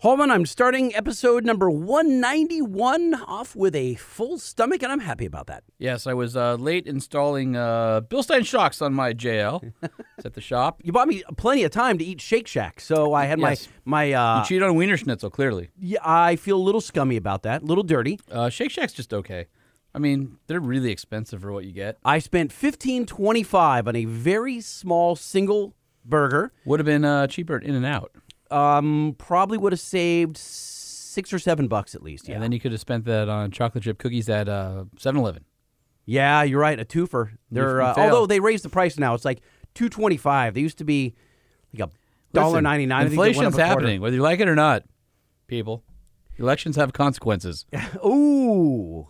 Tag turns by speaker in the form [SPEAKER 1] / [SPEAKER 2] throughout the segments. [SPEAKER 1] Holman, I'm starting episode number 191 off with a full stomach, and I'm happy about that.
[SPEAKER 2] Yes, I was uh, late installing uh, Bilstein shocks on my JL. it's at the shop.
[SPEAKER 1] You bought me plenty of time to eat Shake Shack, so I had
[SPEAKER 2] Yes.
[SPEAKER 1] my my.
[SPEAKER 2] You
[SPEAKER 1] Uh,
[SPEAKER 2] cheat on Wiener Schnitzel, clearly.
[SPEAKER 1] yeah, I feel a little scummy about that, a little dirty.
[SPEAKER 2] Uh, Shake Shack's just okay. I mean, they're really expensive for what you get.
[SPEAKER 1] I spent 15.25 on a very small single burger.
[SPEAKER 2] Would have been uh, cheaper at In and Out,
[SPEAKER 1] Um, probably would have saved six or seven bucks at least. Yeah,
[SPEAKER 2] and then you could have spent that on chocolate chip cookies at uh, 7-Eleven.
[SPEAKER 1] yeah, you're right. A twofer. They're
[SPEAKER 2] you
[SPEAKER 1] uh,
[SPEAKER 2] fail.
[SPEAKER 1] although they raised the price now. It's like 2.25. They used to be like a dollar
[SPEAKER 2] Listen,
[SPEAKER 1] ninety nine.
[SPEAKER 2] Inflation's happening, whether you like it or not, people. Elections have consequences.
[SPEAKER 1] Ooh.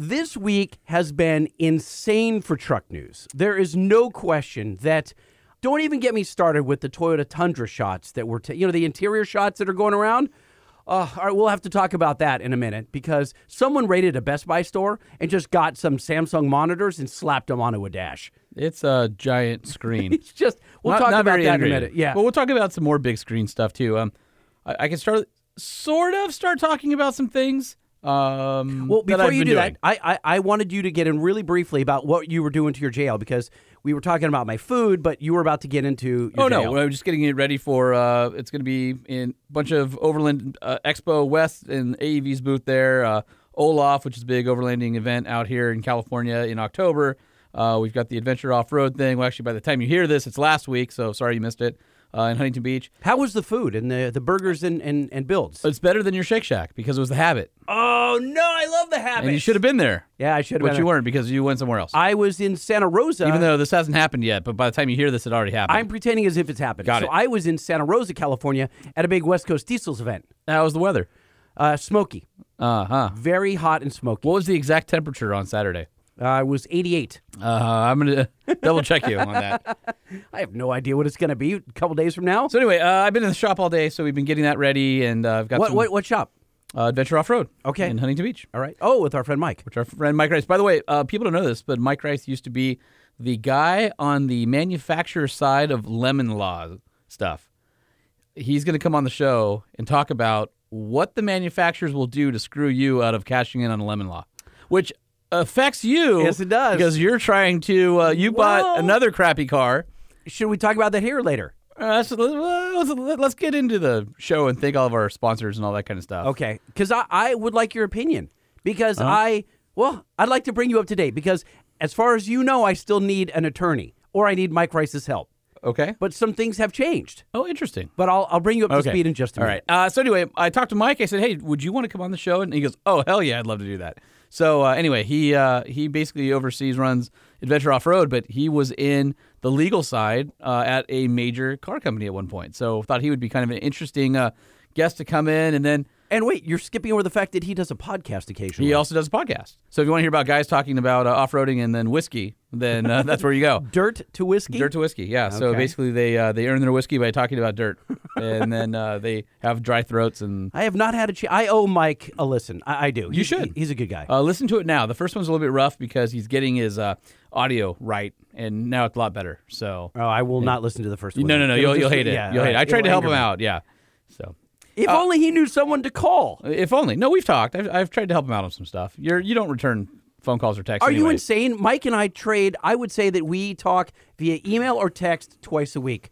[SPEAKER 1] This week has been insane for truck news. There is no question that don't even get me started with the Toyota Tundra shots that were, ta- you know, the interior shots that are going around. Uh, all right, we'll have to talk about that in a minute because someone raided a Best Buy store and just got some Samsung monitors and slapped them onto a dash.
[SPEAKER 2] It's a giant screen.
[SPEAKER 1] It's just, we'll talk about
[SPEAKER 2] very
[SPEAKER 1] that in a
[SPEAKER 2] integrated.
[SPEAKER 1] minute. Yeah.
[SPEAKER 2] But we'll talk about some more big screen stuff too. Um, I, I can start sort of start talking about some things. Um,
[SPEAKER 1] Well,
[SPEAKER 2] that
[SPEAKER 1] before
[SPEAKER 2] I've
[SPEAKER 1] you
[SPEAKER 2] been
[SPEAKER 1] do
[SPEAKER 2] doing.
[SPEAKER 1] that, I, I I wanted you to get in really briefly about what you were doing to your jail because we were talking about my food, but you were about to get into. Your
[SPEAKER 2] Oh no!
[SPEAKER 1] JL.
[SPEAKER 2] Well, I'm just getting it ready for. Uh, it's going to be in a bunch of Overland uh, Expo West and AEV's booth there. Uh, Olaf, which is a big overlanding event out here in California in October. Uh, we've got the Adventure Off Road thing. Well, actually, by the time you hear this, it's last week, so sorry you missed it uh, in Huntington Beach.
[SPEAKER 1] How was the food and the, the burgers and, and, and builds?
[SPEAKER 2] But it's better than your Shake Shack because it was the Habit,
[SPEAKER 1] Oh no, I love the habit.
[SPEAKER 2] and you should have been there.
[SPEAKER 1] Yeah, I should have.
[SPEAKER 2] But you weren't because you went somewhere else.
[SPEAKER 1] I was in Santa Rosa.
[SPEAKER 2] Even though this hasn't happened yet, but by the time you hear this, it already happened.
[SPEAKER 1] I'm pretending as if it's happened.
[SPEAKER 2] Got
[SPEAKER 1] so
[SPEAKER 2] it.
[SPEAKER 1] I was in Santa Rosa, California, at a big West Coast Diesels event.
[SPEAKER 2] How was the weather?
[SPEAKER 1] Uh, smoky,
[SPEAKER 2] Uh huh.
[SPEAKER 1] very hot and smoky.
[SPEAKER 2] What was the exact temperature on Saturday?
[SPEAKER 1] Uh, it was 88.
[SPEAKER 2] Uh, I'm gonna double check you on that.
[SPEAKER 1] I have no idea what it's going to be a couple days from now.
[SPEAKER 2] So anyway, uh, I've been in the shop all day, so we've been getting that ready, and uh, I've got
[SPEAKER 1] what
[SPEAKER 2] some
[SPEAKER 1] what what shop?
[SPEAKER 2] Uh, Adventure Off Road.
[SPEAKER 1] Okay.
[SPEAKER 2] In Huntington Beach.
[SPEAKER 1] All right. Oh, with our friend Mike.
[SPEAKER 2] which our friend Mike Rice. By the way, uh, people don't know this, but Mike Rice used to be the guy on the manufacturer side of lemon law stuff. He's going to come on the show and talk about what the manufacturers will do to screw you out of cashing in on lemon law, which affects you.
[SPEAKER 1] Yes, it does.
[SPEAKER 2] Because you're trying to, uh, you
[SPEAKER 1] Well-
[SPEAKER 2] bought another crappy car.
[SPEAKER 1] Should we talk about that here or later?
[SPEAKER 2] Uh, so let's, let's- let's get into the show and thank all of our sponsors and all that kind of stuff.
[SPEAKER 1] Okay, because I, I would like your opinion because
[SPEAKER 2] Uh-huh.
[SPEAKER 1] I well I'd like to bring you up to date because as far as you know I still need an attorney or I need Mike Rice's help,
[SPEAKER 2] Okay.
[SPEAKER 1] but some things have changed.
[SPEAKER 2] Oh, interesting.
[SPEAKER 1] But I'll I'll bring you up to
[SPEAKER 2] Okay.
[SPEAKER 1] speed in just a
[SPEAKER 2] All
[SPEAKER 1] minute.
[SPEAKER 2] right. Uh, so anyway, I talked to Mike. I said, "Hey, would you want to come on the show?" And he goes, "Oh, hell yeah, I'd love to do that." So uh, anyway, he uh, he basically oversees runs Adventure Off Road, but he was in the legal side uh, at a major car company at one point. So thought he would be kind of an interesting uh, guest to come in, and then.
[SPEAKER 1] And wait, you're skipping over the fact that he does a podcast occasionally.
[SPEAKER 2] He also does a podcast. So if you want to hear about guys talking about uh, off-roading and then whiskey, then uh, that's where you go.
[SPEAKER 1] Dirt to whiskey.
[SPEAKER 2] Dirt to whiskey, yeah. So
[SPEAKER 1] Okay.
[SPEAKER 2] basically, they uh, they earn their whiskey by talking about dirt, and then uh, they have dry throats and
[SPEAKER 1] I have not had a chance. I owe Mike a listen. I, I do. You
[SPEAKER 2] should.
[SPEAKER 1] he's a good guy.
[SPEAKER 2] Uh, listen to it now. The first one's a little bit rough because he's getting his uh, audio right, and now it's a lot better. So
[SPEAKER 1] oh, I will not listen to the first one.
[SPEAKER 2] no, no, no,
[SPEAKER 1] It'll
[SPEAKER 2] you'll,
[SPEAKER 1] just-
[SPEAKER 2] you'll hate it.
[SPEAKER 1] yeah,
[SPEAKER 2] you'll
[SPEAKER 1] all
[SPEAKER 2] hate it.
[SPEAKER 1] right.
[SPEAKER 2] I tried
[SPEAKER 1] It'll
[SPEAKER 2] to help
[SPEAKER 1] anger
[SPEAKER 2] him
[SPEAKER 1] me.
[SPEAKER 2] Uh, out. Yeah. So
[SPEAKER 1] If only he knew someone to call.
[SPEAKER 2] if only. No, we've talked. I've, I've tried to help him out on some stuff. You're you don't return phone calls or texts.
[SPEAKER 1] Are you
[SPEAKER 2] anyway.
[SPEAKER 1] insane? Mike and I trade. I would say that we talk via email or text twice a week.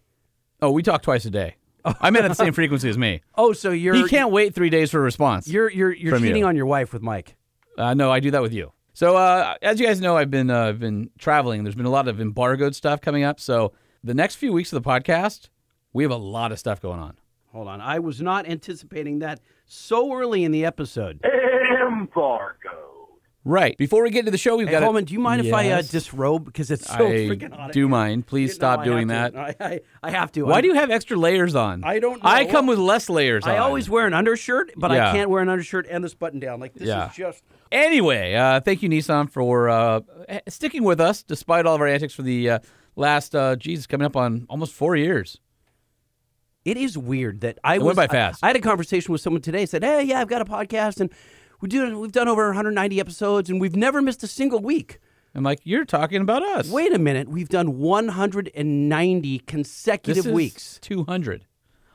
[SPEAKER 2] Oh, we talk twice a day. I meant at the same frequency as me.
[SPEAKER 1] Oh, so you're
[SPEAKER 2] He can't wait three days for a response.
[SPEAKER 1] you're you're you're
[SPEAKER 2] From you.
[SPEAKER 1] cheating on your wife with Mike.
[SPEAKER 2] Uh, no, I do that with you. So uh, as you guys know, I've been uh, I've been traveling. There's been a lot of embargoed stuff coming up. So the next few weeks of the podcast, we have a lot of stuff going on.
[SPEAKER 1] Hold on, I was not anticipating that so early in the episode.
[SPEAKER 3] Embargo.
[SPEAKER 2] Right. Before we get to the show, we've
[SPEAKER 1] Hey,
[SPEAKER 2] got
[SPEAKER 1] Coleman, do you mind if I uh,
[SPEAKER 2] Yes.
[SPEAKER 1] disrobe because it's so
[SPEAKER 2] I
[SPEAKER 1] freaking hot?
[SPEAKER 2] do mind. Please
[SPEAKER 1] No,
[SPEAKER 2] stop
[SPEAKER 1] I
[SPEAKER 2] doing
[SPEAKER 1] have
[SPEAKER 2] that.
[SPEAKER 1] to. I, I, I have to.
[SPEAKER 2] Why do you have extra layers on?
[SPEAKER 1] I don't
[SPEAKER 2] I
[SPEAKER 1] know.
[SPEAKER 2] come with less layers
[SPEAKER 1] I
[SPEAKER 2] on.
[SPEAKER 1] always wear an undershirt, but I
[SPEAKER 2] Yeah.
[SPEAKER 1] can't wear an undershirt and this button down. Like this
[SPEAKER 2] Yeah.
[SPEAKER 1] is just.
[SPEAKER 2] Anyway, uh, thank you, Nissan, for uh, sticking with us despite all of our antics for the uh, last, uh, Jesus, coming up on almost four years.
[SPEAKER 1] It is weird that I
[SPEAKER 2] went
[SPEAKER 1] was,
[SPEAKER 2] by fast.
[SPEAKER 1] I, I had a conversation with someone today. Said, "Hey, yeah, I've got a podcast, and we do. We've done over 190 episodes, and we've never missed a single week."
[SPEAKER 2] I'm like, you're talking about us.
[SPEAKER 1] Wait a minute, we've done 190
[SPEAKER 2] this
[SPEAKER 1] consecutive
[SPEAKER 2] is
[SPEAKER 1] weeks.
[SPEAKER 2] 200.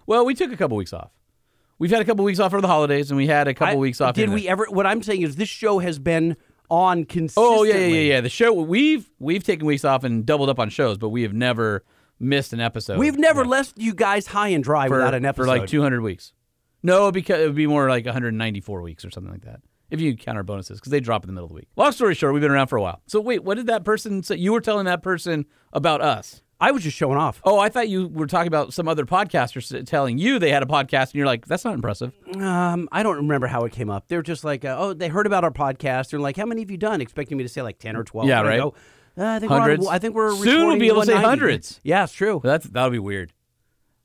[SPEAKER 2] Well, we took a couple weeks off. We've had a couple weeks off for the holidays, and we had a couple
[SPEAKER 1] I-
[SPEAKER 2] weeks off.
[SPEAKER 1] Did
[SPEAKER 2] in
[SPEAKER 1] we ever? What I'm saying is, this show has been on consistently.
[SPEAKER 2] Oh yeah, yeah, yeah, yeah. The show we've we've taken weeks off and doubled up on shows, but we have never missed an episode.
[SPEAKER 1] We've never left you guys high and dry
[SPEAKER 2] for,
[SPEAKER 1] without an episode.
[SPEAKER 2] for like 200 weeks. No, because it would be more like 194 weeks or something like that. If you count our bonuses, because they drop in the middle of the week. Long story short, we've been around for a while. So wait, what did that person say? You were telling that person about us.
[SPEAKER 1] I was just showing off.
[SPEAKER 2] Oh, I thought you were talking about some other podcasters s- telling you they had a podcast, and you're like, that's not impressive.
[SPEAKER 1] Um, I don't remember how it came up. They're just like, uh, oh, they heard about our podcast. They're like, how many have you done? Expecting me to say like ten or twelve.
[SPEAKER 2] Yeah,
[SPEAKER 1] And I
[SPEAKER 2] right.
[SPEAKER 1] go, uh, I think we're on-
[SPEAKER 2] Hundreds.
[SPEAKER 1] I think we're
[SPEAKER 2] Soon we'll
[SPEAKER 1] recording
[SPEAKER 2] be able to say
[SPEAKER 1] 190.
[SPEAKER 2] hundreds.
[SPEAKER 1] Yeah, it's true.
[SPEAKER 2] That's that'll be weird.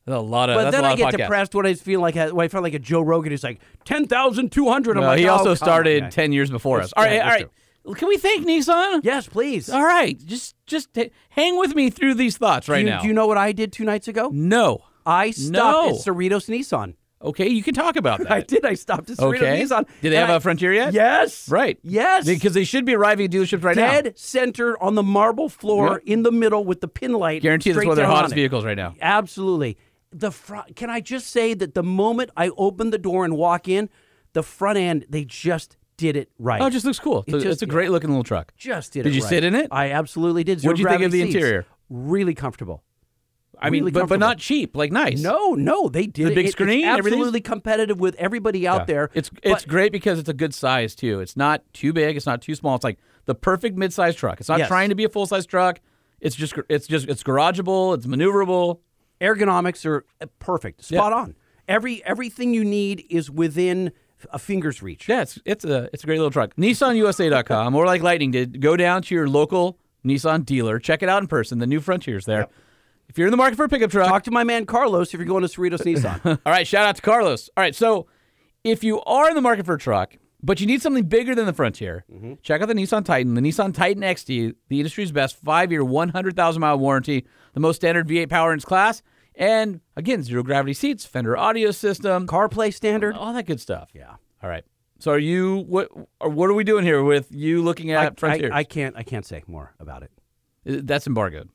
[SPEAKER 2] That's a lot of.
[SPEAKER 1] But
[SPEAKER 2] that's
[SPEAKER 1] then
[SPEAKER 2] a lot
[SPEAKER 1] I
[SPEAKER 2] of
[SPEAKER 1] get
[SPEAKER 2] podcasts.
[SPEAKER 1] depressed when I feel like I, when I felt like a Joe Rogan who's like ten thousand two hundred. I'm
[SPEAKER 2] Well,
[SPEAKER 1] like,
[SPEAKER 2] Uh, he
[SPEAKER 1] oh, come
[SPEAKER 2] also
[SPEAKER 1] on,
[SPEAKER 2] started
[SPEAKER 1] guys.
[SPEAKER 2] 10 years before us.
[SPEAKER 1] That's-
[SPEAKER 2] All right,
[SPEAKER 1] yeah,
[SPEAKER 2] all
[SPEAKER 1] that's
[SPEAKER 2] right. Can we thank Nissan?
[SPEAKER 1] Yes, please.
[SPEAKER 2] All right, just just h- hang with me through these thoughts right
[SPEAKER 1] do, you,
[SPEAKER 2] now.
[SPEAKER 1] do you know what I did two nights ago?
[SPEAKER 2] no.
[SPEAKER 1] I stopped
[SPEAKER 2] No.
[SPEAKER 1] at Cerritos Nissan.
[SPEAKER 2] Okay, you can talk about that.
[SPEAKER 1] I did. I stopped at Cerritos
[SPEAKER 2] Okay.
[SPEAKER 1] Nissan.
[SPEAKER 2] Did they
[SPEAKER 1] and
[SPEAKER 2] have
[SPEAKER 1] I-
[SPEAKER 2] a Frontier yet?
[SPEAKER 1] Yes.
[SPEAKER 2] Right.
[SPEAKER 1] Yes.
[SPEAKER 2] Because they should be arriving at dealerships right
[SPEAKER 1] dead
[SPEAKER 2] now.
[SPEAKER 1] center on the marble floor in the middle with the pin light.
[SPEAKER 2] Guarantee that's
[SPEAKER 1] straight
[SPEAKER 2] one of their
[SPEAKER 1] down on
[SPEAKER 2] hottest
[SPEAKER 1] it.
[SPEAKER 2] vehicles right now.
[SPEAKER 1] Absolutely. The front. Can I just say that the moment I open the door and walk in, the front end they just did it right.
[SPEAKER 2] Oh, it just looks cool. It's, a-
[SPEAKER 1] just-
[SPEAKER 2] it's a great looking little truck.
[SPEAKER 1] just did.
[SPEAKER 2] Did
[SPEAKER 1] it
[SPEAKER 2] you
[SPEAKER 1] right.
[SPEAKER 2] sit in it?
[SPEAKER 1] I absolutely did.
[SPEAKER 2] What'd you think of
[SPEAKER 1] Zero-gravity
[SPEAKER 2] the
[SPEAKER 1] seats.
[SPEAKER 2] interior?
[SPEAKER 1] Really comfortable.
[SPEAKER 2] I mean,
[SPEAKER 1] really
[SPEAKER 2] but, but
[SPEAKER 1] comfortable.
[SPEAKER 2] not cheap, like nice.
[SPEAKER 1] No, no, they did
[SPEAKER 2] The
[SPEAKER 1] it.
[SPEAKER 2] big
[SPEAKER 1] It- it's
[SPEAKER 2] screen, everything's-
[SPEAKER 1] absolutely competitive with everybody out there.
[SPEAKER 2] It's
[SPEAKER 1] but-
[SPEAKER 2] it's great because it's a good size too. It's not too big. It's not too small. It's like the perfect mid-sized truck. It's not
[SPEAKER 1] Yes.
[SPEAKER 2] trying to be a full-size truck. It's just it's just it's garageable. It's maneuverable.
[SPEAKER 1] ergonomics are uh, perfect, spot on. Every everything you need is within a finger's reach.
[SPEAKER 2] Yeah, it's it's a it's a great little truck. NissanUSA.com or like Lightning did, go down to your local Nissan dealer, check it out in person. The new Frontier's there. If you're in the market for a pickup truck,
[SPEAKER 1] Talk to my man Carlos if you're going to Cerritos Nissan.
[SPEAKER 2] All right, shout out to Carlos. All right, so if you are in the market for a truck, but you need something bigger than the Frontier, check out the Nissan Titan. The Nissan Titan XD, the industry's best five year, 100,000 mile warranty, the most standard V8 power in its class, and again, zero gravity seats, Fender audio system,
[SPEAKER 1] CarPlay standard.
[SPEAKER 2] all that good stuff.
[SPEAKER 1] Yeah.
[SPEAKER 2] All right. So are you what? Or what are we doing here with you looking at
[SPEAKER 1] I,
[SPEAKER 2] Frontier? Uh,
[SPEAKER 1] I can't I can't say more about it.
[SPEAKER 2] That's embargoed.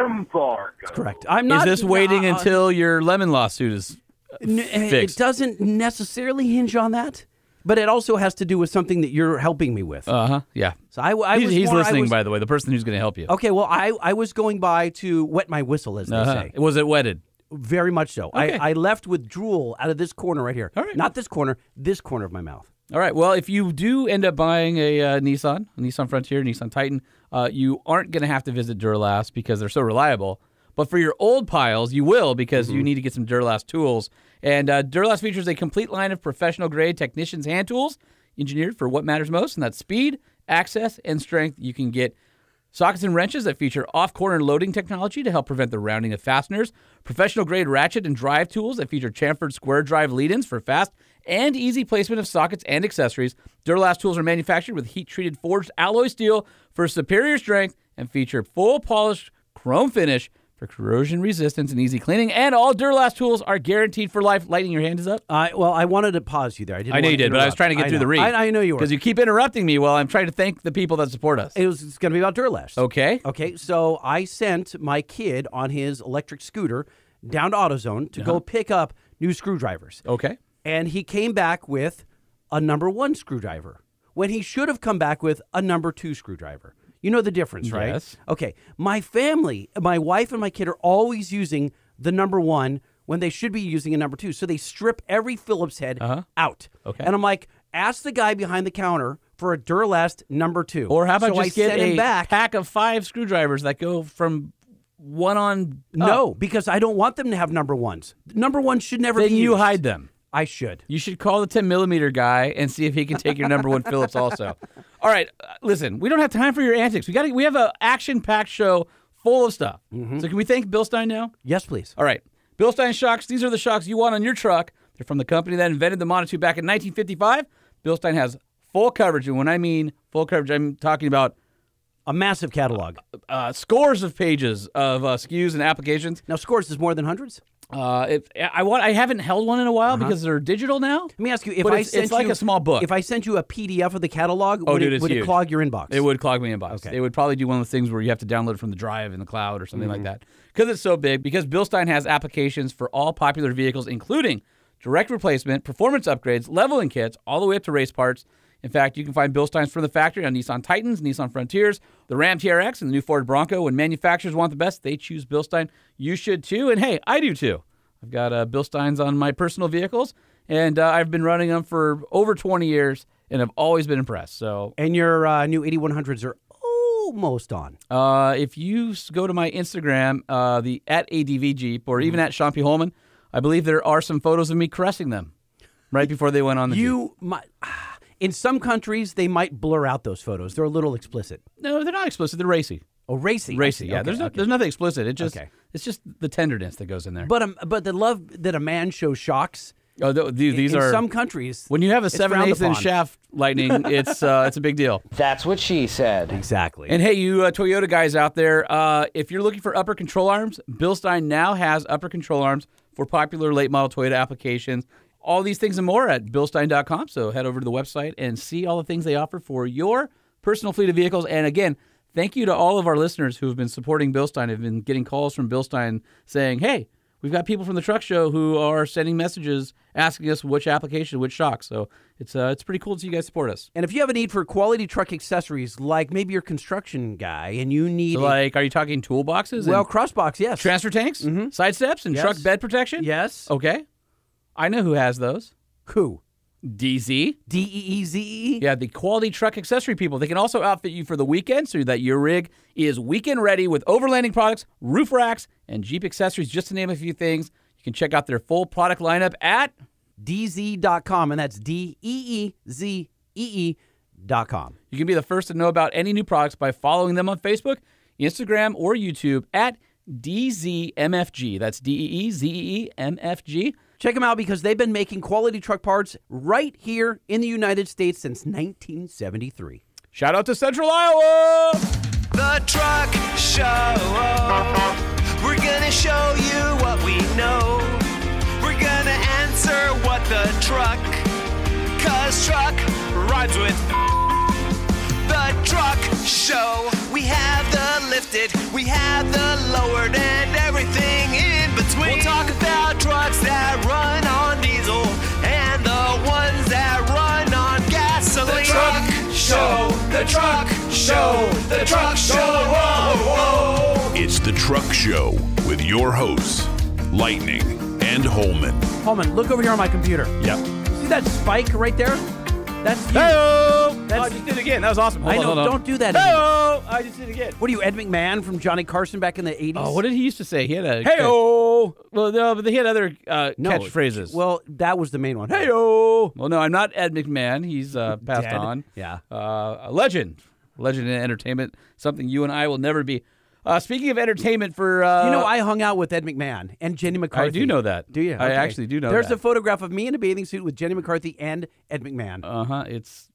[SPEAKER 3] Embargo.
[SPEAKER 1] Correct. I'm not.
[SPEAKER 2] is this waiting
[SPEAKER 1] uh,
[SPEAKER 2] until your lemon lawsuit is?
[SPEAKER 1] n-
[SPEAKER 2] fixed?
[SPEAKER 1] It doesn't necessarily hinge on that, but it also has to do with something that you're helping me with.
[SPEAKER 2] Uh huh. Yeah.
[SPEAKER 1] so I, I
[SPEAKER 2] He's,
[SPEAKER 1] was
[SPEAKER 2] he's
[SPEAKER 1] more- I
[SPEAKER 2] listening,
[SPEAKER 1] was-
[SPEAKER 2] by the way. The person who's going to help you.
[SPEAKER 1] Okay, well, I, I was going by to wet my whistle, as they
[SPEAKER 2] Uh-huh.
[SPEAKER 1] say.
[SPEAKER 2] Was it wedded?
[SPEAKER 1] Very much so.
[SPEAKER 2] Okay.
[SPEAKER 1] I, I left with drool out of this corner right here.
[SPEAKER 2] All right.
[SPEAKER 1] Not this corner, this corner of my mouth.
[SPEAKER 2] All right. Well, if you do end up buying a uh, Nissan, a Nissan Frontier, Nissan Titan, uh, you aren't going to have to visit Duralast because they're so reliable. But for your old piles, you will because you need to get some Duralast tools. And uh, Duralast features a complete line of professional grade technicians' hand tools engineered for what matters most, and that's speed, access, and strength. You can get Sockets and wrenches that feature off corner loading technology to help prevent the rounding of fasteners, professional grade ratchet and drive tools that feature chamfered square drive lead ins for fast and easy placement of sockets and accessories. Duralast tools are manufactured with heat treated forged alloy steel for superior strength and feature full polished chrome finish for corrosion resistance and easy cleaning. And all Duralast tools are guaranteed for life. Lighting your hand is up.
[SPEAKER 1] I well, I wanted to pause you there. I didn't.
[SPEAKER 2] I know
[SPEAKER 1] want
[SPEAKER 2] you
[SPEAKER 1] to
[SPEAKER 2] did, but I was
[SPEAKER 1] interrupt.
[SPEAKER 2] trying to get through the
[SPEAKER 1] know.
[SPEAKER 2] read.
[SPEAKER 1] I, I know you were.
[SPEAKER 2] Because you keep interrupting me while I'm trying to thank the people that support us.
[SPEAKER 1] It was going to be about Durlash.
[SPEAKER 2] Okay.
[SPEAKER 1] Okay. So I sent my kid on his electric scooter down to AutoZone to go pick up new screwdrivers,
[SPEAKER 2] Okay.
[SPEAKER 1] and he came back with a number one screwdriver when he should have come back with a number two screwdriver. You know the difference, right?
[SPEAKER 2] Yes.
[SPEAKER 1] Okay. My family, my wife and my kid are always using the number one when they should be using a number two. So they strip every Phillips head out.
[SPEAKER 2] Uh-huh. Okay.
[SPEAKER 1] And I'm like, ask the guy behind the counter for a Duralast number two.
[SPEAKER 2] Or how about
[SPEAKER 1] so
[SPEAKER 2] just
[SPEAKER 1] I
[SPEAKER 2] get
[SPEAKER 1] sent
[SPEAKER 2] a
[SPEAKER 1] him back?
[SPEAKER 2] pack of five screwdrivers that go from one on? up?
[SPEAKER 1] no, because I don't want them to have number ones. Number one should never
[SPEAKER 2] then
[SPEAKER 1] be
[SPEAKER 2] you
[SPEAKER 1] used.
[SPEAKER 2] hide them.
[SPEAKER 1] I should.
[SPEAKER 2] You should call the 10 millimeter guy and see if he can take your number one Phillips. Also, all right. uh, Listen, we don't have time for your antics. We got to we have an action packed show full of stuff.
[SPEAKER 1] Mm-hmm.
[SPEAKER 2] So can we thank Bill Stein now?
[SPEAKER 1] Yes, please.
[SPEAKER 2] All right. Bill Stein shocks. These are the shocks you want on your truck. They're from the company that invented the Monotube back in 1955. Bill Stein has full coverage, and when I mean full coverage, I'm talking about
[SPEAKER 1] A massive catalog.
[SPEAKER 2] uh, scores of pages of uh, SKUs and applications.
[SPEAKER 1] Now, scores is more than hundreds.
[SPEAKER 2] Uh, if I want, I haven't held one in a while because they're digital now.
[SPEAKER 1] Let me ask you: If
[SPEAKER 2] But
[SPEAKER 1] I
[SPEAKER 2] it's-
[SPEAKER 1] sent
[SPEAKER 2] it's like
[SPEAKER 1] you-
[SPEAKER 2] a small book. Oh,
[SPEAKER 1] If I sent you a PDF of the catalog, would,
[SPEAKER 2] dude,
[SPEAKER 1] it,
[SPEAKER 2] it's
[SPEAKER 1] would it
[SPEAKER 2] huge.
[SPEAKER 1] clog your inbox?
[SPEAKER 2] It would clog my inbox. It would probably do one of those things where you have to download it from the drive in the cloud or something like that. Because it's so big, because Bilstein has applications for all popular vehicles, including direct replacement, performance upgrades, leveling kits, all the way up to race parts. In fact, you can find Bill Steins from the factory on Nissan Titans, Nissan Frontiers, the Ram TRX, and the new Ford Bronco. When manufacturers want the best, they choose Bill Stein. You should too, and hey, I do too. I've got uh, Bill Steins on my personal vehicles, and uh, I've been running them for over 20 years, and I've always been impressed. So
[SPEAKER 1] And your uh, new 8100s are almost on.
[SPEAKER 2] uh, if you s- go to my Instagram, uh, the at ADV Jeep, or
[SPEAKER 1] Mm-hmm.
[SPEAKER 2] even at Sean P. Holman, I believe there are some photos of me caressing them right before they went on the Jeep.
[SPEAKER 1] You might. ah, In some countries, they might blur out those photos. They're a little explicit.
[SPEAKER 2] No, they're not explicit. They're racy.
[SPEAKER 1] Oh, racy. I
[SPEAKER 2] Racy.
[SPEAKER 1] see.
[SPEAKER 2] Yeah.
[SPEAKER 1] Okay,
[SPEAKER 2] there's no,
[SPEAKER 1] okay.
[SPEAKER 2] there's nothing explicit. It just
[SPEAKER 1] Okay.
[SPEAKER 2] it's just the tenderness that goes in there.
[SPEAKER 1] But um, but the love that a man shows shocks.
[SPEAKER 2] oh, th- th- these
[SPEAKER 1] in
[SPEAKER 2] are
[SPEAKER 1] some countries.
[SPEAKER 2] when you have a
[SPEAKER 1] it's
[SPEAKER 2] seven eighths
[SPEAKER 1] frowned
[SPEAKER 2] inch
[SPEAKER 1] upon.
[SPEAKER 2] shaft lightning. it's uh, it's a big deal.
[SPEAKER 4] That's what she said.
[SPEAKER 1] Exactly.
[SPEAKER 2] And hey, you uh, Toyota guys out there, uh, if you're looking for upper control arms, Bill Stein now has upper control arms for popular late model Toyota applications. All these things and more at BillStein.com. So head over to the website and see all the things they offer for your personal fleet of vehicles. And again, thank you to all of our listeners who have been supporting Bill Stein. Have been getting calls from Bill Stein saying, "Hey, we've got people from the truck show who are sending messages asking us which application, which shock." So it's uh, it's pretty cool to see you guys support us.
[SPEAKER 1] And if you have a need for quality truck accessories, like maybe you're a construction guy and you need a-
[SPEAKER 2] Like, are you talking toolboxes? and-
[SPEAKER 1] well crossbox, yes,
[SPEAKER 2] Transfer tanks, side steps,
[SPEAKER 1] Mm-hmm.
[SPEAKER 2] and
[SPEAKER 1] Yes.
[SPEAKER 2] truck bed protection.
[SPEAKER 1] yes,
[SPEAKER 2] Okay. I know who has those.
[SPEAKER 1] who
[SPEAKER 2] DZ.
[SPEAKER 1] D E E Z E.
[SPEAKER 2] Yeah, the quality truck accessory people. They can also outfit you for the weekend so that your rig is weekend ready with overlanding products, roof racks, and Jeep accessories, just to name a few things. You can check out their full product lineup at
[SPEAKER 1] E DZ.com, and that's D E E Z E E.com.
[SPEAKER 2] You can be the first to know about any new products by following them on Facebook, Instagram, or YouTube at DZMFG. That's D E E Z E E M F G.
[SPEAKER 1] Check them out because they've been making quality truck parts right here in the United States since 1973.
[SPEAKER 2] Shout out to Central Iowa!
[SPEAKER 5] The Truck Show. We're gonna show you what we know. We're gonna answer what the truck. Cause truck rhymes with the truck show. We have the lifted, we have the lowered, and everything in between. We'll talk about trucks that run on diesel and the ones that run on gasoline. The truck show, the truck show, the truck show. Whoa, whoa.
[SPEAKER 6] It's the Truck Show with your hosts, Lightning and Holman.
[SPEAKER 1] Holman, look over here on my computer.
[SPEAKER 6] Yep.
[SPEAKER 1] See that spike right there? That's you.
[SPEAKER 2] Hello!
[SPEAKER 1] That's-
[SPEAKER 2] Oh, I just did it again. That was awesome. Hold
[SPEAKER 1] I
[SPEAKER 2] on,
[SPEAKER 1] know.
[SPEAKER 2] hold on.
[SPEAKER 1] Don't do that. anymore.
[SPEAKER 2] Hello! I just did it again.
[SPEAKER 1] What are you, Ed McMahon from Johnny Carson back in the 80s?
[SPEAKER 2] Oh, what did he used to say? He had a
[SPEAKER 1] Hey-o!
[SPEAKER 2] Well, no, but he had other uh,
[SPEAKER 1] No,
[SPEAKER 2] catchphrases.
[SPEAKER 1] Well, that was the main one. Hey,
[SPEAKER 2] Heyo! Well, no, I'm not Ed McMahon. He's uh, passed
[SPEAKER 1] Dead.
[SPEAKER 2] on.
[SPEAKER 1] Yeah.
[SPEAKER 2] Uh, a legend, legend in entertainment. Something you and I will never be. Uh, speaking of entertainment, for uh,
[SPEAKER 1] You know, I hung out with Ed McMahon and Jenny McCarthy.
[SPEAKER 2] know that.
[SPEAKER 1] Do you?
[SPEAKER 2] I actually do know
[SPEAKER 1] There's
[SPEAKER 2] that.
[SPEAKER 1] a photograph of me in a bathing suit with Jenny McCarthy and Ed McMahon.
[SPEAKER 2] Uh huh. It's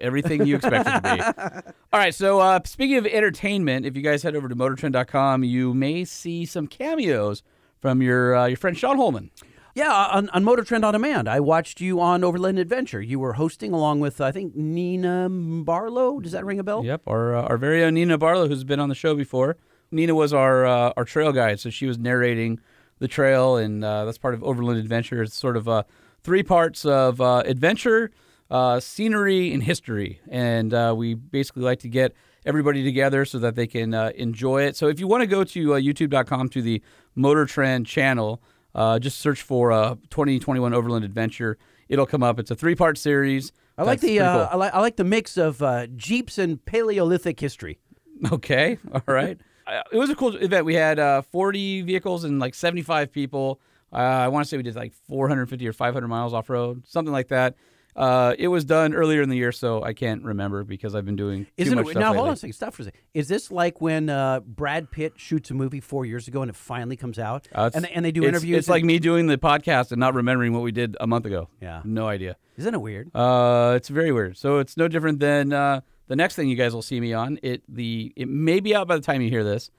[SPEAKER 2] everything you expect it to be. All right. So, uh, speaking of entertainment, if you guys head over to motortrend.com, you may see some cameos from your uh, your friend Sean Holman.
[SPEAKER 1] yeah, uh, on, on Motor Trend on Demand, I watched you on Overland Adventure. You were hosting along with, I think, Nina Barlow. Does that ring a bell?
[SPEAKER 2] Yep. Our uh, our very own Nina Barlow, who's been on the show before. Nina was our uh, our trail guide, so she was narrating the trail, and uh, that's part of Overland Adventure. It's sort of uh, three parts of uh, adventure, uh, scenery, and history. And uh, we basically like to get everybody together so that they can uh, enjoy it. So if you want to go to uh, YouTube.com to the Motor Trend channel, uh, just search for uh, 2021 Overland Adventure. It'll come up. It's a three part series.
[SPEAKER 1] I like
[SPEAKER 2] That's
[SPEAKER 1] the
[SPEAKER 2] pretty
[SPEAKER 1] uh,
[SPEAKER 2] cool.
[SPEAKER 1] I, like, I like the mix of uh, Jeeps and Paleolithic history.
[SPEAKER 2] Okay. All right. Uh, it was a cool event. We had uh, 40 vehicles and like 75 people. Uh, I want to say we did like 450 or 500 miles off road, something like that. Uh, it was done earlier in the year, so I can't remember because I've been doing too
[SPEAKER 1] Isn't
[SPEAKER 2] much
[SPEAKER 1] it?
[SPEAKER 2] stuff
[SPEAKER 1] Now, hold
[SPEAKER 2] lately.
[SPEAKER 1] on a second. Stop for a second. Is this like when uh, Brad Pitt shoots a movie four years ago and it finally comes out?
[SPEAKER 2] Uh, it's-
[SPEAKER 1] and, they- and they do
[SPEAKER 2] it's-
[SPEAKER 1] interviews?
[SPEAKER 2] It's like
[SPEAKER 1] and-
[SPEAKER 2] me doing the podcast and not remembering what we did a month ago.
[SPEAKER 1] Yeah.
[SPEAKER 2] No idea.
[SPEAKER 1] Isn't it weird?
[SPEAKER 2] Uh, it's very weird. So it's no different than uh, the next thing you guys will see me on. It the it may be out by the time you hear this,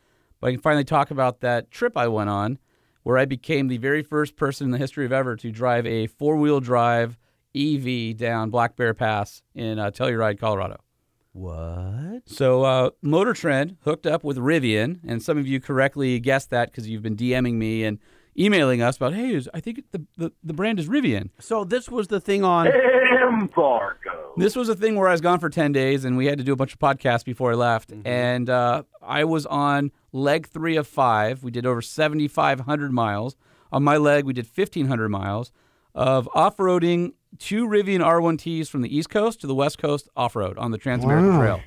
[SPEAKER 2] but I can finally talk about that trip I went on, where I became the very first person in the history of ever to drive a four wheel drive EV down Black Bear Pass in uh, Telluride, Colorado.
[SPEAKER 1] What?
[SPEAKER 2] So uh, Motor Trend hooked up with Rivian, and some of you correctly guessed that because you've been DMing me and emailing us about, hey, is- I think the, the, the brand is Rivian.
[SPEAKER 1] So this was the thing on.
[SPEAKER 3] Embargo.
[SPEAKER 2] This was a thing where I was gone for 10 days and we had to do a bunch of podcasts before I left. And uh, I was on leg three of five. We did over 7,500 miles. On my leg, we did 1,500 miles of off roading two Rivian R1Ts from the East Coast to the West Coast off road on the Trans American Trail.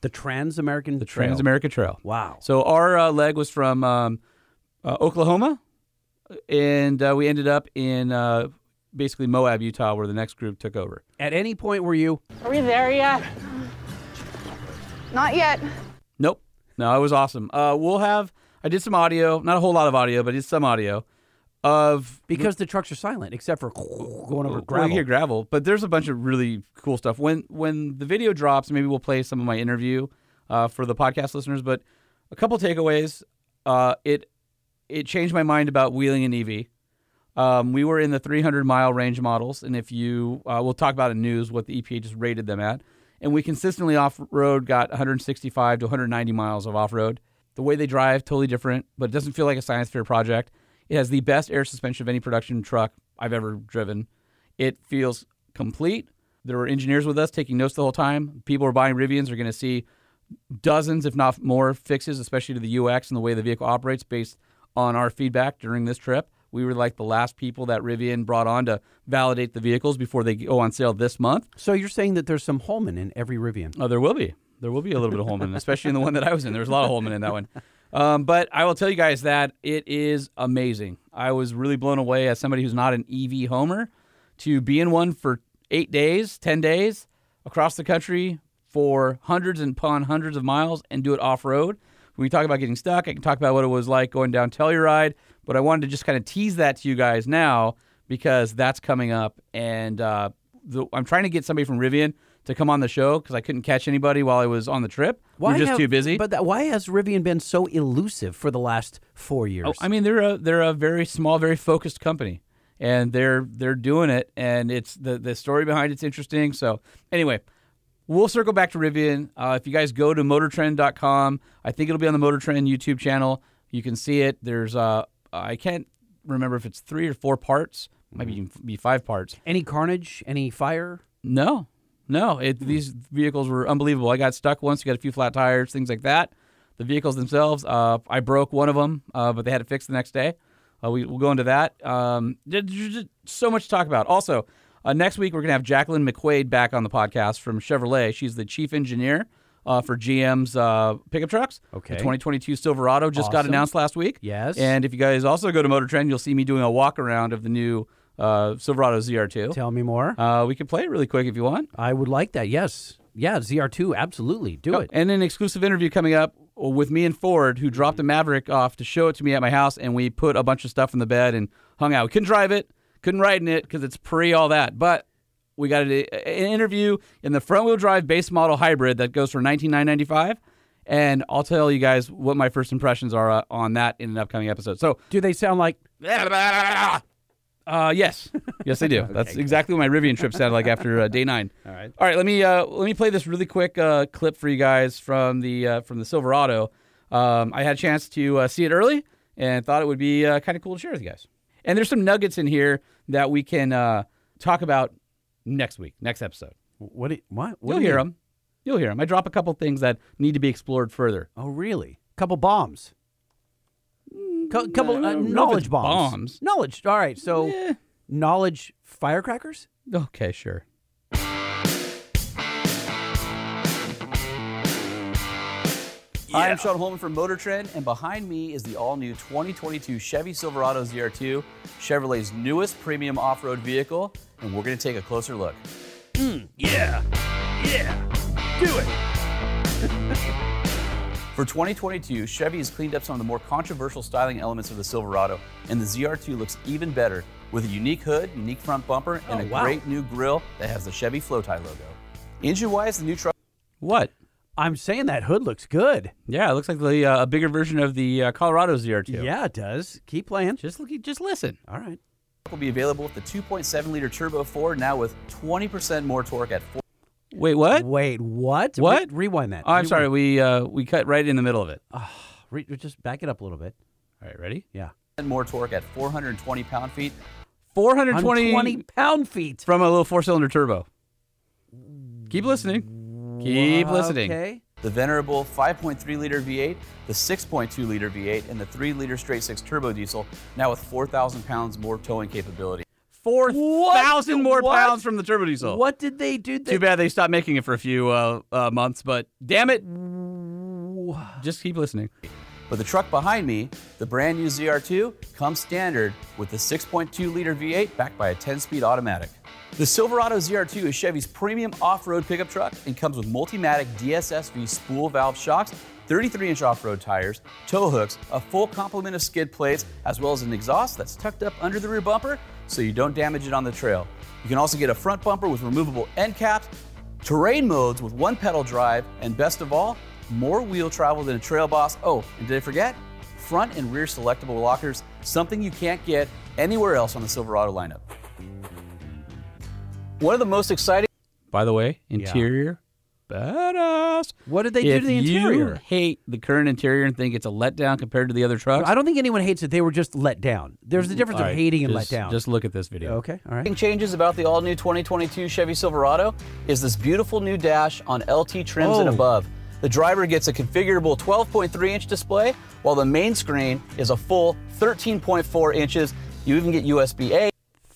[SPEAKER 1] The Trans American the
[SPEAKER 2] Trans America Trail.
[SPEAKER 1] Wow.
[SPEAKER 2] So our uh, leg was from um, uh, Oklahoma, and uh, we ended up in uh, basically Moab, Utah, where the next group took over.
[SPEAKER 1] At any point were you?
[SPEAKER 4] Are we there yet?
[SPEAKER 7] Not yet.
[SPEAKER 2] Nope. No, it was awesome. Uh, we'll have. I did some audio, not a whole lot of audio, but it's some audio of
[SPEAKER 1] Because the trucks are silent, except for going over
[SPEAKER 2] Well, you
[SPEAKER 1] gravel.
[SPEAKER 2] hear gravel, but there's a bunch of really cool stuff. When when the video drops, maybe we'll play some of my interview uh, for the podcast listeners. But a couple takeaways. Uh, it it changed my mind about wheeling an E EV. Um, we were in the 300 mile range models, and if you, uh, we'll talk about in news what the EPA just rated them at, and we consistently off road got 165 to 190 miles of off road. The way they drive totally different, but it doesn't feel like a science fair project. It has the best air suspension of any production truck I've ever driven. It feels complete. There were engineers with us taking notes the whole time. People who are buying Rivians are going to see dozens, if not more, fixes, especially to the UX and the way the vehicle operates, based on our feedback during this trip. We were like the last people that Rivian brought on to validate the vehicles before they go on sale this month.
[SPEAKER 1] So you're saying that there's some Holman in every Rivian.
[SPEAKER 2] Oh, there will be. There will be a little bit of Holman, especially in the one that I was in. There was a lot of Holman in that one. Um, but I will tell you guys that it is amazing. I was really blown away as somebody who's not an EV homer to be in one for eight days, 10 days across the country for hundreds and upon hundreds of miles and do it off road. When we talk about getting stuck, I can talk about what it was like going down Telluride, but I wanted to just kind of tease that to you guys now because that's coming up. And uh, the, I'm trying to get somebody from Rivian to come on the show because I couldn't catch anybody while I was on the trip. we were just
[SPEAKER 1] have-
[SPEAKER 2] too busy.
[SPEAKER 1] But that, why has Rivian been so elusive for the last four years?
[SPEAKER 2] Oh, I mean, they're a they're a very small, very focused company, and they're they're doing it, and it's the the story behind it's interesting. So anyway, we'll circle back to Rivian. Uh, if you guys go to MotorTrend.com, I think it'll be on the Motor Trend YouTube channel. You can see it. There's uh, I can't remember if it's three or four parts, maybe
[SPEAKER 1] Mm-hmm.
[SPEAKER 2] even be five parts.
[SPEAKER 1] any carnage? Any fire?
[SPEAKER 2] No, no. It, These vehicles were unbelievable. I got stuck once. Got a few flat tires, things like that. The vehicles themselves, uh, I broke one of them, uh, but they had it fixed the next day. Uh, we, we'll go into that. Um, there's just so much to talk about. Also, uh, next week we're going to have Jacqueline McQuaid back on the podcast from Chevrolet. She's the chief engineer uh, for GM's uh, pickup trucks.
[SPEAKER 1] Okay.
[SPEAKER 2] The 2022 Silverado just got
[SPEAKER 1] Awesome.
[SPEAKER 2] announced last week.
[SPEAKER 1] Yes.
[SPEAKER 2] And if you guys also go to Motor Trend, you'll see me doing a walk around of the new uh, Silverado ZR2.
[SPEAKER 1] Tell me more.
[SPEAKER 2] Uh, we can play it really quick if you want.
[SPEAKER 1] I would like that. Yes. Yeah. ZR2. Absolutely. Do it.
[SPEAKER 2] And an exclusive interview coming up with me and Ford, who dropped the Maverick off to show it to me at my house, and we put a bunch of stuff in the bed and hung out. We couldn't drive it, couldn't ride in it because it's pre all that, but. We got a- an interview in the front-wheel drive base model hybrid that goes for nineteen nine ninety five, and I'll tell you guys what my first impressions are uh, on that in an upcoming episode. So
[SPEAKER 1] Do they sound like?
[SPEAKER 2] uh, yes, yes, they do. That's exactly what my Rivian trip sounded like after uh, day nine. All right, all right. Let me uh, let me play this really quick uh, clip for you guys from the uh, from the Silverado. Um, I had a chance to uh, see it early and thought it would be uh, kind of cool to share with you guys. And there's some nuggets in here that we can uh, talk about next week, next episode.
[SPEAKER 1] What? do- What? what
[SPEAKER 2] You'll
[SPEAKER 1] do you
[SPEAKER 2] hear
[SPEAKER 1] mean?
[SPEAKER 2] them. You'll hear them. I drop a couple things that need to be explored further.
[SPEAKER 1] Oh, really? Couple bombs.
[SPEAKER 2] Mm,
[SPEAKER 1] Co- couple
[SPEAKER 2] I
[SPEAKER 1] uh,
[SPEAKER 2] don't know if
[SPEAKER 1] knowledge
[SPEAKER 2] it's
[SPEAKER 1] bombs.
[SPEAKER 2] bombs.
[SPEAKER 1] Knowledge. All right. So knowledge firecrackers.
[SPEAKER 2] Okay, sure. Hi, I'm Sean Holman from Motor Trend, and behind me is the all new 2022 Chevy Silverado ZR2, Chevrolet's newest premium off road vehicle, and we're going to take a closer look.
[SPEAKER 5] Yeah. Yeah. Do it.
[SPEAKER 2] For 2022, Chevy has cleaned up some of the more controversial styling elements of the Silverado, and the ZR2 looks even better with a unique hood, unique front bumper, and
[SPEAKER 1] Oh,
[SPEAKER 2] a
[SPEAKER 1] wow.
[SPEAKER 2] great new grille that has the Chevy Flowtie logo. Engine wise, the new truck. What?
[SPEAKER 1] I'm saying that hood looks good.
[SPEAKER 2] Yeah, it looks like the uh, a bigger version of the uh, Colorado ZR2.
[SPEAKER 1] Yeah, it does. Keep playing.
[SPEAKER 2] Just look, just listen.
[SPEAKER 1] All right.
[SPEAKER 2] Will be available with the 2.7 liter turbo four now with 20% more torque at. Four. Wait, what?
[SPEAKER 1] Wait, what? Re-
[SPEAKER 2] What?
[SPEAKER 1] rewind that.
[SPEAKER 2] Oh, I'm
[SPEAKER 1] Rewind.
[SPEAKER 2] sorry, we uh, we cut right in the middle of it. All
[SPEAKER 1] Re- just back it up a little bit.
[SPEAKER 2] right, ready?
[SPEAKER 1] Yeah.
[SPEAKER 4] and more torque at 420 pound feet.
[SPEAKER 2] 420
[SPEAKER 1] 120 pound feet.
[SPEAKER 2] from a little four cylinder turbo. Keep listening. Keep listening.
[SPEAKER 1] Okay.
[SPEAKER 4] The venerable 5.3 liter V8, the 6.2 liter V8, and the 3 liter straight six turbo diesel, now with 4,000 pounds more towing capability.
[SPEAKER 2] 4,000 more
[SPEAKER 1] What?
[SPEAKER 2] pounds from the turbo diesel.
[SPEAKER 1] What did they do? They,
[SPEAKER 2] Too bad they stopped making it for a few uh, uh, months, but damn it. Just keep listening.
[SPEAKER 4] But the truck behind me, the brand new ZR2, comes standard with the 6.2 liter V8 backed by a 10 speed automatic. The Silverado ZR2 is Chevy's premium off road pickup truck and comes with Multimatic DSSV spool valve shocks, 33 inch off road tires, tow hooks, a full complement of skid plates, as well as an exhaust that's tucked up under the rear bumper so you don't damage it on the trail. You can also get a front bumper with removable end caps, terrain modes with one pedal drive, and best of all, more wheel travel than a Trail Boss. Oh, and did I forget? Front and rear selectable lockers, something you can't get anywhere else on the Silverado lineup. One of the most exciting
[SPEAKER 2] By the way, interior, badass.
[SPEAKER 1] What did they do
[SPEAKER 2] if
[SPEAKER 1] to the
[SPEAKER 2] You
[SPEAKER 1] interior?
[SPEAKER 2] hate the current interior and think it's a letdown compared to the other trucks.
[SPEAKER 1] I don't think anyone hates it. They were just let down. There's the difference
[SPEAKER 2] Mm-hmm. All
[SPEAKER 1] of
[SPEAKER 2] right,
[SPEAKER 1] hating and
[SPEAKER 2] just-
[SPEAKER 1] let down.
[SPEAKER 2] Just look at this video.
[SPEAKER 1] okay. All right.
[SPEAKER 4] changes about the all-new 2022 Chevy Silverado is this beautiful new dash on LT trims and
[SPEAKER 1] Oh.
[SPEAKER 4] above. The driver gets a configurable 12.3-inch display, while the main screen is a full 13.4 inches. You even get USB-A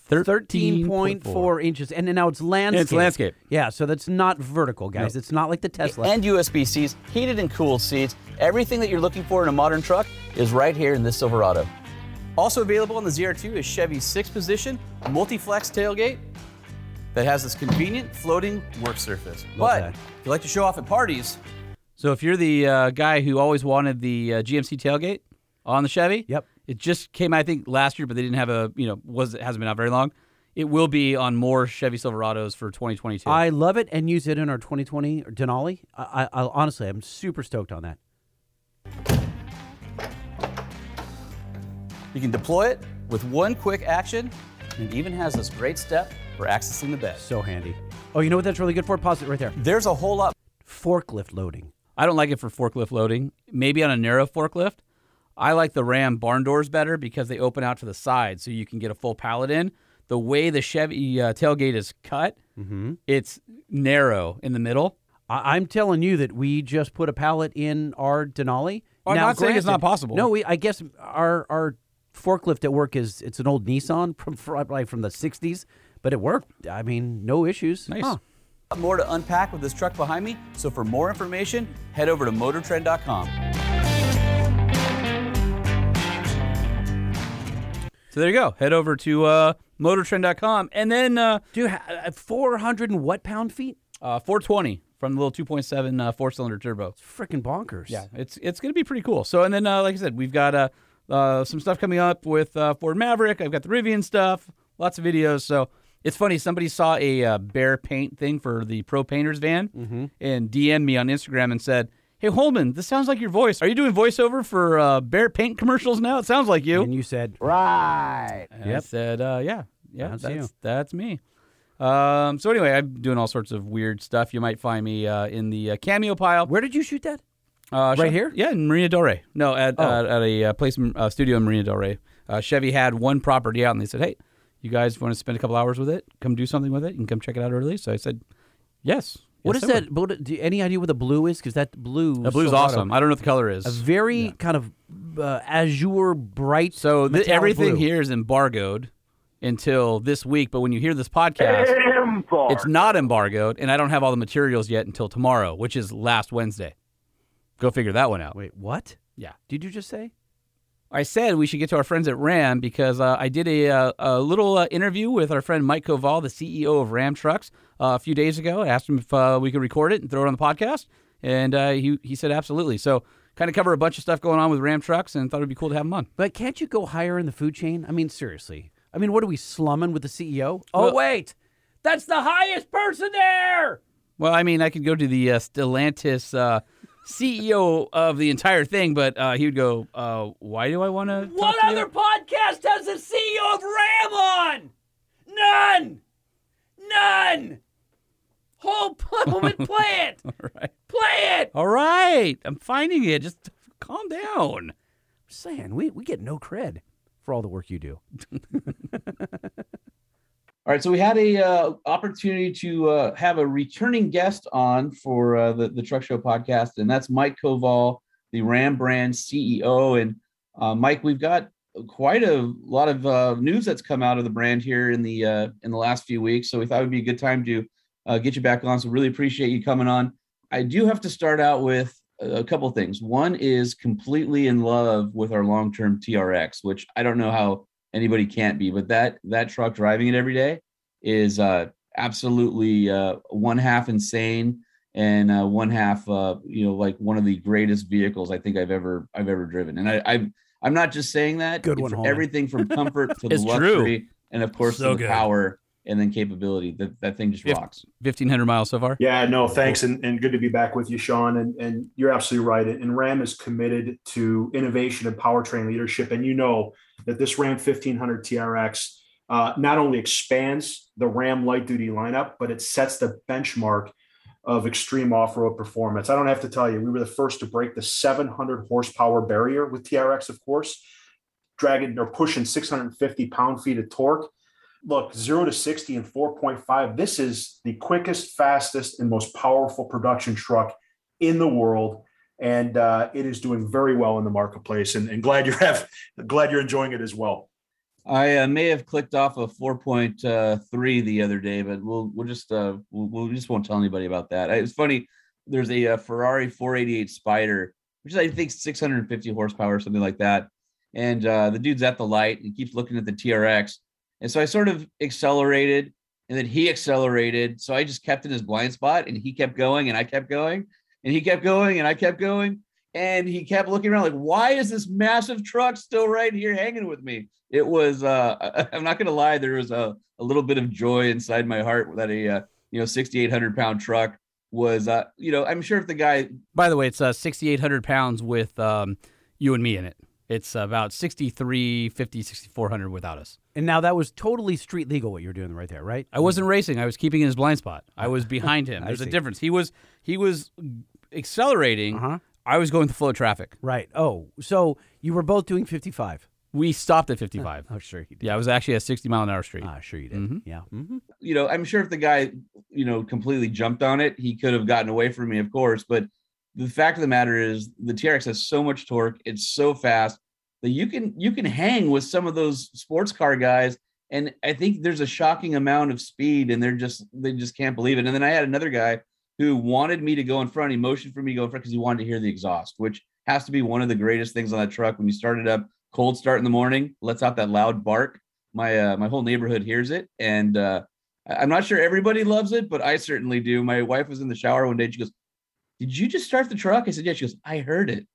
[SPEAKER 1] 13.4 inches. And then now it's landscape.
[SPEAKER 2] landscape.
[SPEAKER 1] Yeah, so that's not vertical, guys. It's not like the Tesla.
[SPEAKER 4] and USB Cs, heated and cooled seats. Everything that you're looking for in a modern truck is right here in this Silverado. Also available on the ZR2 is Chevy's six position multi flex tailgate that has this convenient floating work surface. but
[SPEAKER 1] that.
[SPEAKER 4] if you like to show off at parties,
[SPEAKER 2] So if you're the uh, guy who always wanted the uh, GMC tailgate on the Chevy,
[SPEAKER 1] Yep.
[SPEAKER 2] it just came I think last year, but they didn't have a you know was it hasn't been out very long. It will be on more Chevy Silverados for 2022.
[SPEAKER 1] I love it and use it in our 2020 Denali. I, I, I honestly, I'm super stoked on that.
[SPEAKER 4] you can deploy it with one quick action, and it even has this great step for accessing the bed.
[SPEAKER 1] So handy. Oh, you know what that's really good for? Pause it right there.
[SPEAKER 4] There's a whole lot
[SPEAKER 1] Forklift loading.
[SPEAKER 2] I don't like it for forklift loading. Maybe on a narrow forklift. I like the Ram barn doors better because they open out to the side, so you can get a full pallet in. The way the Chevy uh, tailgate is cut,
[SPEAKER 4] Mm-hmm.
[SPEAKER 2] it's narrow in the middle.
[SPEAKER 1] I, I'm telling you that we just put a pallet in our Denali.
[SPEAKER 2] I'm not saying it's not possible.
[SPEAKER 1] No, we. I guess our our forklift at work is it's an old Nissan from from- like from the 60s, but it worked. I mean, no issues.
[SPEAKER 2] Nice.
[SPEAKER 1] Huh.
[SPEAKER 4] more to unpack with this truck behind me. So for more information, head over to motortrend.com.
[SPEAKER 2] So there you go. Head over to uh, motortrend.com and then uh,
[SPEAKER 1] Dude, ha- uh, 400 and what pound feet?
[SPEAKER 2] uh, 420 from the little 2.7 uh, four cylinder turbo.
[SPEAKER 1] Freaking bonkers.
[SPEAKER 2] Yeah, it's it's going to be pretty cool. So and then uh, like I said, we've got uh, uh, some stuff coming up with uh, Ford Maverick. I've got the Rivian stuff, lots of videos. So it's funny. Somebody saw a uh, bear paint thing for the Pro Painters van and DM'd me on Instagram and said. Hey Holman, this sounds like your voice. Are you doing voiceover for uh, Bear Paint commercials now? It sounds like you.
[SPEAKER 1] And you said,
[SPEAKER 2] And I said, uh, yeah, yeah,
[SPEAKER 1] That's
[SPEAKER 2] that's,
[SPEAKER 1] you.
[SPEAKER 2] that's, me. Um, so anyway, I'm doing all sorts of weird stuff. You might find me uh, in the uh, cameo pile.
[SPEAKER 1] where did you shoot that?
[SPEAKER 2] Uh,
[SPEAKER 1] Right
[SPEAKER 2] Chev-
[SPEAKER 1] here? Oh.
[SPEAKER 2] Yeah, in Marina Del Rey. No, at, uh, at a uh, place, in- uh, studio in Marina Del Rey. Uh, Chevy had one property out, and they said, hey, you guys want to spend a couple hours with it? Come do something with it? You can come check it out early. So I said, yes.
[SPEAKER 1] What
[SPEAKER 2] Yes,
[SPEAKER 1] is
[SPEAKER 2] I would.
[SPEAKER 1] that? What, do you, any idea what the blue is? Because that blue.
[SPEAKER 2] The blue's
[SPEAKER 1] Silverado-
[SPEAKER 2] awesome. I don't know what the color is.
[SPEAKER 1] A very kind of uh, azure bright.
[SPEAKER 2] so th-
[SPEAKER 1] metallic
[SPEAKER 2] everything
[SPEAKER 1] blue.
[SPEAKER 2] here is embargoed until this week. But when you hear this podcast,
[SPEAKER 3] It's Embark.
[SPEAKER 2] not embargoed, and I don't have all the materials yet until tomorrow, which is last Wednesday. Go figure that one out.
[SPEAKER 1] Wait, what?
[SPEAKER 2] Yeah.
[SPEAKER 1] Did you just say?
[SPEAKER 2] I said we should get to our friends at Ram because uh, I did a, uh, a little uh, interview with our friend Mike Koval, the CEO of Ram Trucks, uh, a few days ago. I asked him if uh, we could record it and throw it on the podcast, and uh, he, he said absolutely. So, kind of cover a bunch of stuff going on with Ram Trucks and thought it'd be cool to have him on.
[SPEAKER 1] But can't you go higher in the food chain? I mean, seriously. I mean, what are we slumming with the CEO? Oh
[SPEAKER 2] Well-
[SPEAKER 1] wait, that's the highest person there.
[SPEAKER 2] Well, I mean, I could go to the uh, Stellantis uh, CEO of the entire thing, but uh, he would go, uh, "Why do I want to?"
[SPEAKER 1] What other podcast has the CEO of Ram on? None. None. Whole plant. play it.
[SPEAKER 2] right.
[SPEAKER 1] Play it.
[SPEAKER 2] All right, I'm finding it. Just calm down.
[SPEAKER 1] saying we we get no cred for all the work you do.
[SPEAKER 2] All right, so we had a uh, opportunity to uh, have a returning guest on for uh, the the Truck Show podcast, and that's Mike Koval, the Ram brand CEO. And uh, Mike, we've got quite a lot of uh, news that's come out of the brand here in the uh, in the last few weeks. So we thought it would be a good time to uh, get you back on. So really appreciate you coming on. I do have to start out with a a couple things. One is completely in love with our long term TRX, which I don't know how anybody can't be but that that truck driving it every day is uh absolutely uh one half insane and uh one half uh you know like one of the greatest vehicles i think i've ever i've ever driven and i i'm i'm not just saying that
[SPEAKER 1] Good
[SPEAKER 2] It's
[SPEAKER 1] one, Holman.
[SPEAKER 2] everything from comfort to the
[SPEAKER 8] It's true.
[SPEAKER 2] luxury and of course
[SPEAKER 8] So
[SPEAKER 2] the
[SPEAKER 8] good.
[SPEAKER 2] power and then capability that that thing just
[SPEAKER 8] If-
[SPEAKER 2] rocks
[SPEAKER 8] 1,500 miles so far.
[SPEAKER 7] Yeah, no, thanks, and, and good to be back with you, Sean. And and you're absolutely right. And Ram is committed to innovation and powertrain leadership. And you know that this Ram 1500 TRX uh, not only expands the Ram light duty lineup, but it sets the benchmark of extreme off road performance. I don't have to tell you, we were the first to break the 700 horsepower barrier with TRX, of course, dragging or pushing 650 pound feet of torque look, zero to 60 and 4.5, this is the quickest, fastest, and most powerful production truck in the world. And uh, it is doing very well in the marketplace. And, and glad you have glad you're enjoying it as well.
[SPEAKER 2] I uh, may have clicked off of four point uh, three the other day, but we'll we'll just uh we'll, we'll we just won't tell anybody about that. I- It's funny. There's a, uh Ferrari 488 Spider, which is, I think 650 horsepower or something like that, and uh, the dude's at the light and he keeps looking at the TRX, and so I sort of accelerated, and then he accelerated, so I just kept in his blind spot, and he kept going, and I kept going, and he kept going, and I kept going, and he kept looking around like, why is this massive truck still right here hanging with me? it was uh I- i'm not gonna lie there was a, a little bit of joy inside my heart that a uh, you know 6800 pound truck was uh you know i'm sure if the guy
[SPEAKER 8] By the way, it's uh, 6,800 pounds with um, you and me in it. It's about 6,350, 6,400 without us.
[SPEAKER 1] And now that was totally street legal what you're doing right there, right?
[SPEAKER 8] I
[SPEAKER 2] Hmm.
[SPEAKER 8] wasn't racing. I was keeping in his blind spot. I was behind him. There's a
[SPEAKER 1] see.
[SPEAKER 8] difference. He was he was accelerating.
[SPEAKER 1] Uh-huh.
[SPEAKER 8] I was going with the flow of traffic.
[SPEAKER 1] Right. Oh, so you were both doing 55.
[SPEAKER 8] We stopped at 55.
[SPEAKER 1] Oh, sure you did.
[SPEAKER 8] yeah, I was actually at 60 mile an hour street.
[SPEAKER 1] Ah, sure you did.
[SPEAKER 8] Mhm.
[SPEAKER 1] Yeah. Mm-hmm.
[SPEAKER 2] you know i'm sure if the guy you know completely jumped on it he could have gotten away from me of course but the fact of the matter is the trx has so much torque it's so fast that you can you can hang with some of those sports car guys and i think there's a shocking amount of speed and they're just they just can't believe it and then i had another guy who wanted me to go in front he motioned for me to go in front because he wanted to hear the exhaust which has to be one of the greatest things on that truck when you start it up cold start in the morning lets out that loud bark my uh, my whole neighborhood hears it and uh I- I'm not sure everybody loves it, but I certainly do. My wife was in the shower one day. and She goes, "Did you just start the truck?" I said, "Yeah." She goes, "I heard it."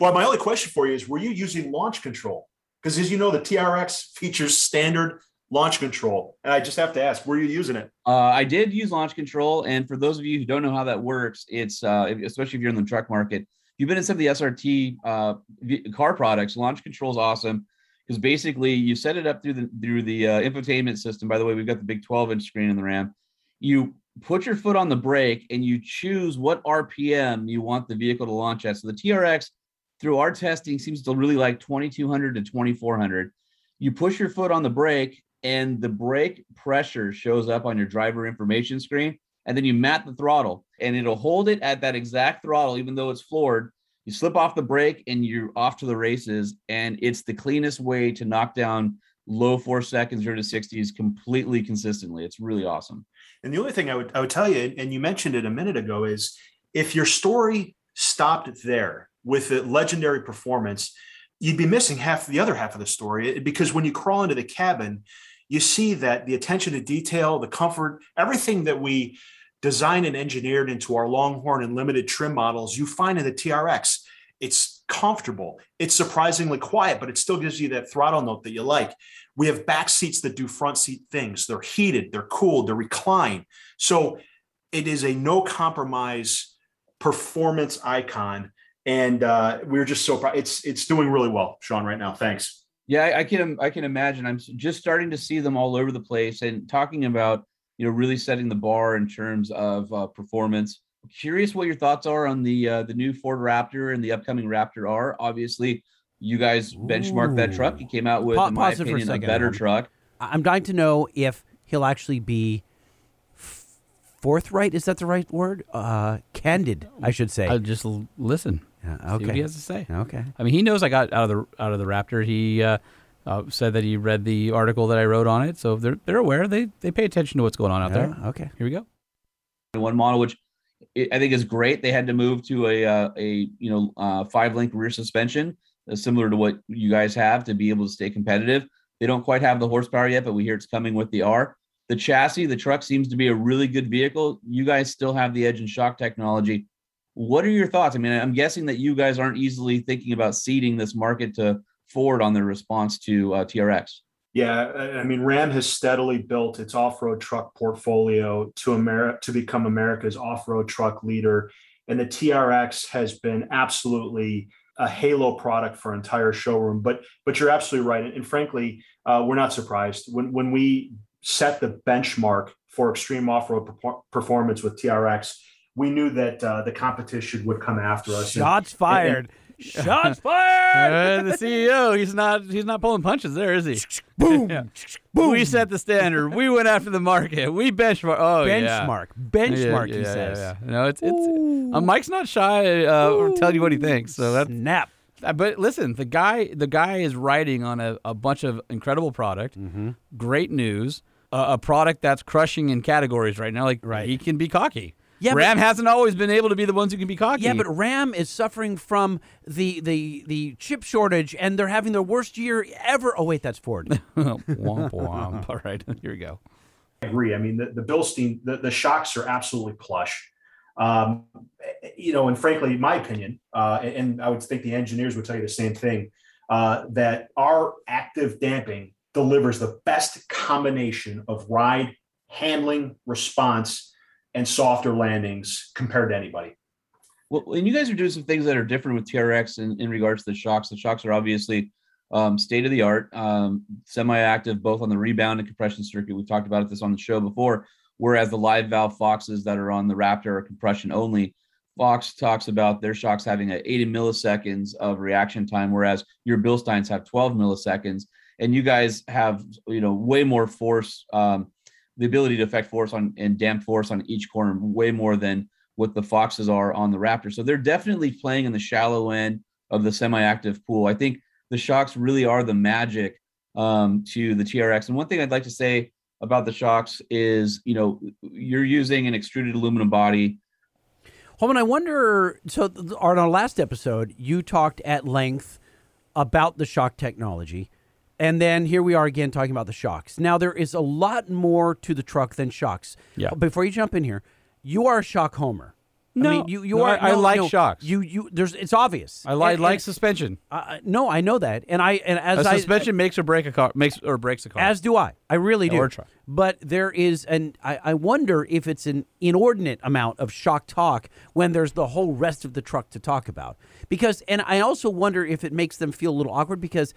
[SPEAKER 7] well, my only question for you is were you using launch control? Because as you know, the TRX features standard launch control. And I just have to ask, were you using it?
[SPEAKER 2] uh, I did use launch control, and for those of you who don't know how that works, it's uh, if- especially if you're in the truck market. If you've been in some of the SRT uh, v- car products, launch control is awesome because basically you set it up through the through the uh, infotainment system. By the way, we've got the big 12 inch screen in the RAM. You put your foot on the brake and you choose what RPM you want the vehicle to launch at. So the TRX, through our testing, seems to really like 2200 to 2400. You push your foot on the brake and the brake pressure shows up on your driver information screen. And then you mat the throttle and it'll hold it at that exact throttle, even though it's floored you slip off the brake and you're off to the races and it's the cleanest way to knock down low four seconds zero to 60s completely consistently it's really awesome
[SPEAKER 7] And the only thing I would I would tell you, and you mentioned it a minute ago, is if your story stopped there with the legendary performance, you'd be missing half the other half of the story It- because when you crawl into the cabin, you see that the attention to detail, the comfort, everything that we designed and engineered into our Longhorn and limited trim models, you find in the TRX. It's comfortable. It's surprisingly quiet, but it still gives you that throttle note that you like. We have back seats that do front seat things. They're heated, they're cooled, they're reclined. So it is a no compromise performance icon. And uh, we're just so proud. It's it's doing really well, Sean, right now. Thanks.
[SPEAKER 2] yeah I, I can i can imagine i'm s- just starting to see them all over the place and talking about you know really setting the bar in terms of uh, performance curious what your thoughts are on the uh, the new ford raptor and the upcoming raptor r obviously
[SPEAKER 9] You guys benchmarked that truck. He came out with,
[SPEAKER 1] Pa-
[SPEAKER 9] in my
[SPEAKER 1] pause it for a
[SPEAKER 9] opinion, a,
[SPEAKER 1] second,
[SPEAKER 9] better
[SPEAKER 1] Adam.
[SPEAKER 9] truck.
[SPEAKER 1] I- I'm dying to know if he'll actually be f- forthright. Is that the right word? Uh, candid, I should say.
[SPEAKER 2] I'll just l- listen.
[SPEAKER 1] Yeah,
[SPEAKER 2] See
[SPEAKER 1] okay.
[SPEAKER 2] what he has to say.
[SPEAKER 1] okay.
[SPEAKER 2] I mean, he knows I got out of the out of the Raptor. He uh, uh, said that he read the article that I wrote on it, so they're they're aware. They they pay attention to what's going on out there.
[SPEAKER 1] Yeah, okay.
[SPEAKER 2] Here we go.
[SPEAKER 9] in one model, which i- I think is great. They had to move to a uh, a you know uh, five link rear suspension, uh, similar to what you guys have to be able to stay competitive. They don't quite have the horsepower yet, but we hear it's coming with the R. The chassis, the truck seems to be a really good vehicle. You guys still have the edge and shock technology. What are your thoughts? I mean, I'm guessing that you guys aren't easily thinking about seeding this market to Ford on their response to uh, TRX.
[SPEAKER 7] Yeah, I I mean, Ram has steadily built its off-road truck portfolio to America to become America's off-road truck leader, and the TRX has been absolutely a halo product for our entire showroom. But but you're absolutely right, and frankly, uh, we're not surprised when when we set the benchmark for extreme off-road perfor- performance with TRX. We knew that uh, the competition would come after us. And-
[SPEAKER 1] Shots fired. Shots fired.
[SPEAKER 2] Uh, the CEO, he's not he's not pulling punches there, is he? Boom. Boom. We set the standard. We went after the market. We benchmark. Oh, yeah.
[SPEAKER 1] Benchmark. Benchmark,
[SPEAKER 2] Yeah,
[SPEAKER 1] he
[SPEAKER 2] yeah, yeah,
[SPEAKER 1] says.
[SPEAKER 2] yeah. No, it's it's. Uh, Mike's not shy uh, or telling you what he thinks. So that's
[SPEAKER 1] Snap.
[SPEAKER 2] Uh, But listen, the guy the guy is writing on a, a bunch of incredible product,
[SPEAKER 1] Mm-hmm.
[SPEAKER 2] great news, uh, a product that's crushing in categories right now. Like
[SPEAKER 1] Right.
[SPEAKER 2] he can be cocky.
[SPEAKER 1] Yeah,
[SPEAKER 2] Ram
[SPEAKER 1] but-
[SPEAKER 2] hasn't always been able to be the ones who can be cocky.
[SPEAKER 1] Yeah, but Ram is suffering from the, the the chip shortage, and they're having their worst year ever. Oh wait, that's Ford.
[SPEAKER 2] womp womp. All right, here we go.
[SPEAKER 7] agree. I mean, the, the Bilstein, the, the shocks are absolutely plush. Um, you know, and frankly, in my opinion, uh, and, and I would think the engineers would tell you the same thing, uh, that our active damping delivers the best combination of ride, handling, response, and softer landings compared to anybody.
[SPEAKER 9] Well, and you guys are doing some things that are different with TRX in, in regards to the shocks. The shocks are obviously um, state of the art, um, semi active, both on the rebound and compression circuit. We've talked about this on the show before. Whereas the live valve Foxes that are on the Raptor are compression only. Fox talks about their shocks having a 80 milliseconds of reaction time, whereas your Bilsteins have 12 milliseconds, and you guys have you know way more force, um, the ability to affect force on and damp force on each corner, way more than what the Foxes are on the Raptor. So they're definitely playing in the shallow end of the semi-active pool. I think the shocks really are the magic um, to the TRX. And one thing I'd like to say about the shocks is, you know, you're using an extruded aluminum body.
[SPEAKER 1] Holman, I wonder. So, th- on our last episode, you talked at length about the shock technology, and then here we are again talking about the shocks. Now, there is a lot more to the truck than shocks.
[SPEAKER 2] Yeah.
[SPEAKER 1] Before you jump in here, you are a shock homer.
[SPEAKER 2] No.
[SPEAKER 1] I mean, you, you
[SPEAKER 2] No,
[SPEAKER 1] are.
[SPEAKER 2] I- I
[SPEAKER 1] no,
[SPEAKER 2] like
[SPEAKER 1] no.
[SPEAKER 2] shocks.
[SPEAKER 1] You, you. There's. It's obvious.
[SPEAKER 2] I like
[SPEAKER 1] And-
[SPEAKER 2] like
[SPEAKER 1] and-
[SPEAKER 2] suspension.
[SPEAKER 1] uh, no, I know that, and I and as
[SPEAKER 2] A
[SPEAKER 1] I
[SPEAKER 2] suspension makes or break a car. Makes or breaks a car.
[SPEAKER 1] As do I. I really do.
[SPEAKER 2] Or try.
[SPEAKER 1] But there is an I, I wonder if it's an inordinate amount of shock talk when there's the whole rest of the truck to talk about. Because and I also wonder if it makes them feel a little awkward because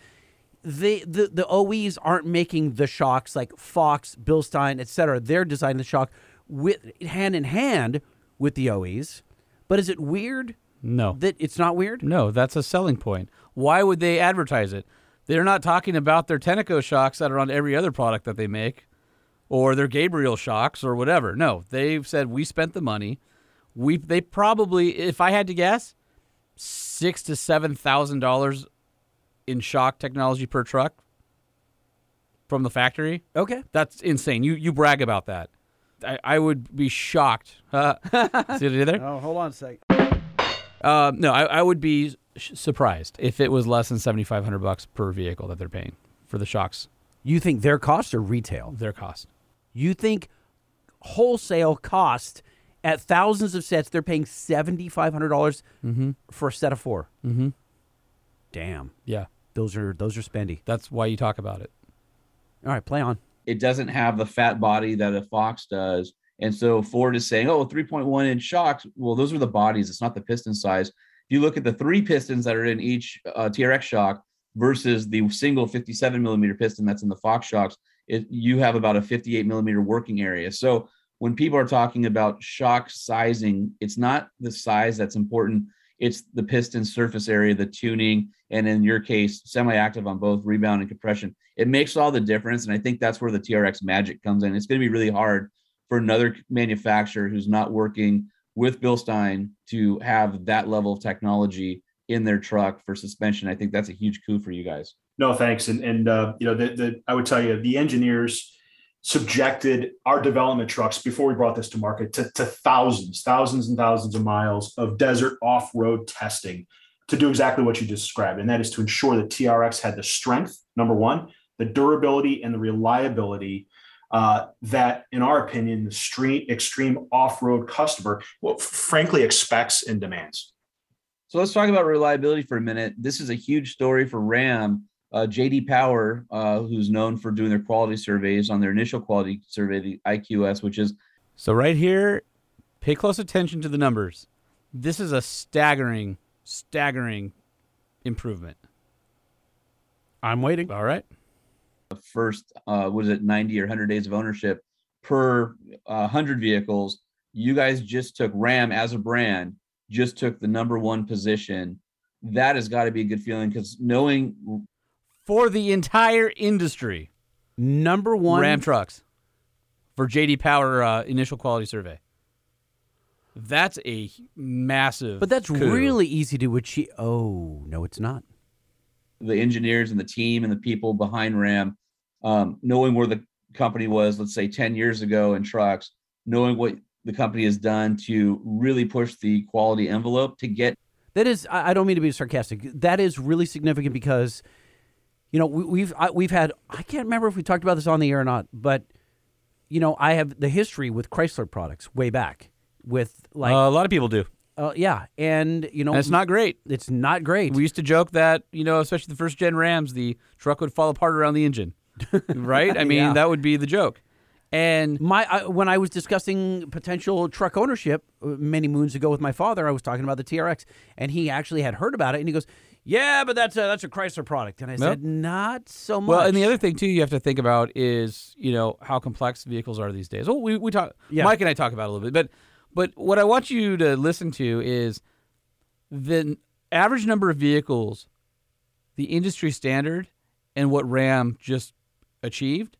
[SPEAKER 1] the the, the OEs aren't making the shocks like Fox, Bilstein, et cetera. They're designing the shock with hand in hand with the OEs. But is it weird
[SPEAKER 2] no.
[SPEAKER 1] that it's not weird?
[SPEAKER 2] No, that's a selling point. Why would they advertise it? They're not talking about their Tenneco shocks that are on every other product that they make or their Gabriel shocks or whatever. No, they've said we spent the money. We they probably if I had to guess, 6 to 7,000 dollars in shock technology per truck from the factory.
[SPEAKER 1] Okay.
[SPEAKER 2] That's insane. You you brag about that. I, I would be shocked. See what I did there?
[SPEAKER 1] Oh, hold on a sec.
[SPEAKER 2] Um, no, I, I would be sh- surprised if it was less than seventy five hundred bucks per vehicle that they're paying for the shocks,
[SPEAKER 1] You think their costs are retail?
[SPEAKER 2] their cost.
[SPEAKER 1] You think wholesale cost at thousands of sets, they're paying seventy five hundred dollars
[SPEAKER 2] Mm-hmm.
[SPEAKER 1] for a set of 4 Mm-hmm. Damn,
[SPEAKER 2] Yeah,
[SPEAKER 1] those are those are spendy.
[SPEAKER 2] that's why you talk about it.
[SPEAKER 1] All right, play on.
[SPEAKER 9] It doesn't have the fat body that a Fox does. And so Ford is saying, oh, 3.1 inch shocks. Well, those are the bodies. It's not the piston size. If you look at the three pistons that are in each uh, TRX shock versus the single 57 millimeter piston that's in the Fox shocks, it, you have about a 58 millimeter working area. So when people are talking about shock sizing, it's not the size that's important. It's the piston surface area, the tuning, and in your case, semi-active on both rebound and compression. It makes all the difference, and I think that's where the TRX magic comes in. It's going to be really hard for another manufacturer who's not working with Bill Stein to have that level of technology in their truck for suspension. I think that's a huge coup for you guys.
[SPEAKER 7] No, thanks. And and uh, you know, the, the I would tell you the engineers subjected our development trucks before we brought this to market to, to thousands, thousands and thousands of miles of desert off-road testing to do exactly what you just described, and that is to ensure that TRX had the strength, number one, the durability and the reliability. Uh, that, in our opinion, the street, extreme off-road customer, well, frankly, expects and demands.
[SPEAKER 9] So let's talk about reliability for a minute. This is a huge story for Ram. Uh, JD Power, uh, who's known for doing their quality surveys on their initial quality survey, the IQS, which is
[SPEAKER 2] So right here, pay close attention to the numbers. This is a staggering, staggering improvement.
[SPEAKER 1] I'm waiting.
[SPEAKER 2] All right.
[SPEAKER 9] the first, uh, what is it, 90 or 100 days of ownership per uh, 100 vehicles. You guys just took Ram as a brand, just took the number one position. That has got to be a good feeling because knowing
[SPEAKER 2] For the entire industry,
[SPEAKER 1] Number one.
[SPEAKER 2] Ram trucks for JD Power uh, initial quality survey. That's a massive.
[SPEAKER 1] but that's
[SPEAKER 2] coup.
[SPEAKER 1] really easy to achieve. Oh, no, it's not.
[SPEAKER 9] the engineers and the team and the people behind Ram, um, knowing where the company was, let's say 10 years ago in trucks, knowing what the company has done to really push the quality envelope to get
[SPEAKER 1] That is, I I don't mean to be sarcastic. That is really significant because, you know, we, we've I, we've had I can't remember if we talked about this on the air or not, but, you know, I have the history with Chrysler products way back with like,
[SPEAKER 2] Uh, a lot of people do.
[SPEAKER 1] uh, yeah, and you know,
[SPEAKER 2] And it's not great.
[SPEAKER 1] it's not great.
[SPEAKER 2] We used to joke that, you know, especially the first gen Rams, the truck would fall apart around the engine, right? I mean,
[SPEAKER 1] Yeah.
[SPEAKER 2] that would be the joke. And
[SPEAKER 1] my I, when I was discussing potential truck ownership uh, many moons ago with my father, I was talking about the TRX, and he actually had heard about it, and he goes, "Yeah, but that's a that's a Chrysler product," and I said, "Not so much."
[SPEAKER 2] well, and the other thing too you have to think about is, you know, how complex vehicles are these days. Well, we we talk
[SPEAKER 1] Yeah.
[SPEAKER 2] Mike and I talk about it a little bit, but but what I want you to listen to is the n- average number of vehicles, the industry standard, and what Ram just achieved.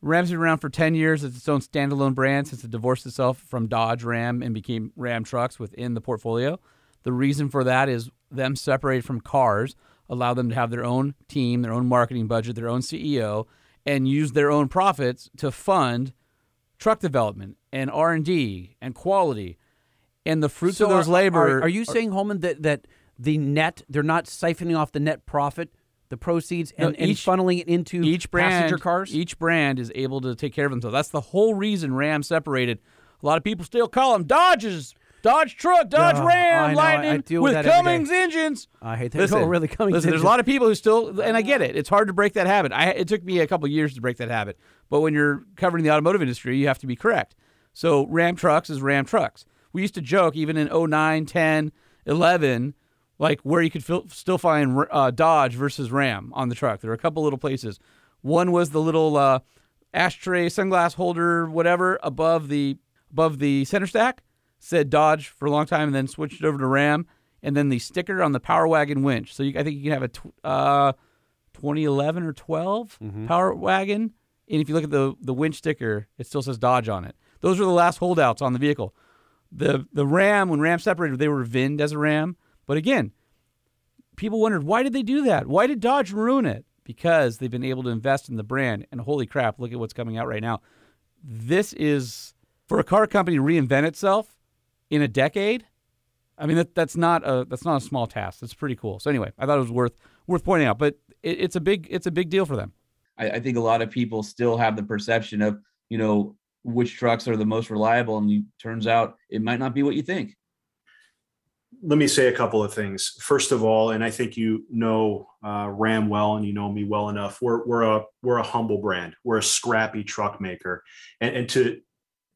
[SPEAKER 2] Ram's been around for 10 years as its own standalone brand since it divorced itself from Dodge Ram and became Ram Trucks within the portfolio. The reason for that is them separated from cars allowed them to have their own team, their own marketing budget, their own CEO, and use their own profits to fund truck development and R&D and quality. And the fruits
[SPEAKER 1] So
[SPEAKER 2] of those
[SPEAKER 1] are-
[SPEAKER 2] labor
[SPEAKER 1] Are, are you saying, Holman, that that the net they're not siphoning off the net profit, the proceeds,
[SPEAKER 2] No,
[SPEAKER 1] and, and
[SPEAKER 2] each-
[SPEAKER 1] funneling it into
[SPEAKER 2] each brand
[SPEAKER 1] passenger cars?
[SPEAKER 2] Each brand is able to take care of themselves. That's the whole reason Ram separated. A lot of people still call them Dodges, Dodge truck, Dodge
[SPEAKER 1] Yeah, I
[SPEAKER 2] Ram,
[SPEAKER 1] know, I- I
[SPEAKER 2] Lightning
[SPEAKER 1] deal with that every
[SPEAKER 2] Cummins engines.
[SPEAKER 1] I hate that. oh, really coming.
[SPEAKER 2] listen, there's a lot of people who still, and I get it. It's hard to break that habit. I, it took me a couple years to break that habit. But when you're covering the automotive industry, you have to be correct. So Ram trucks is Ram trucks. We used to joke even in 09, 10, 11, like where you could fil- still find uh, Dodge versus Ram on the truck. There were a couple little places. One was the little uh, ashtray, sunglass holder, whatever above the above the center stack said Dodge for a long time, and then switched it over to Ram, and then the sticker on the Power Wagon winch. So you, I think you can have a tw- uh, 2011 or 12 Power Wagon, and if you look at the the winch sticker, it still says Dodge on it. Those are the last holdouts on the vehicle. The the Ram when Ram separated, they were VINed as a Ram, but again, people wondered why did they do that? Why did Dodge ruin it? Because they've been able to invest in the brand, and holy crap, look at what's coming out right now. This is for a car company to reinvent itself in a decade. I mean, that, that's not a that's not a small task. That's pretty cool. So anyway, I thought it was worth worth pointing out, but it, it's a big it's a big deal for them.
[SPEAKER 9] I, I think a lot of people still have the perception of, you know, which trucks are the most reliable. And you, turns out it might not be what you think.
[SPEAKER 7] let me say a couple of things. First of all, and I think you know uh, Ram well, and you know me well enough. We're we're a we're a humble brand. We're a scrappy truck maker, and and to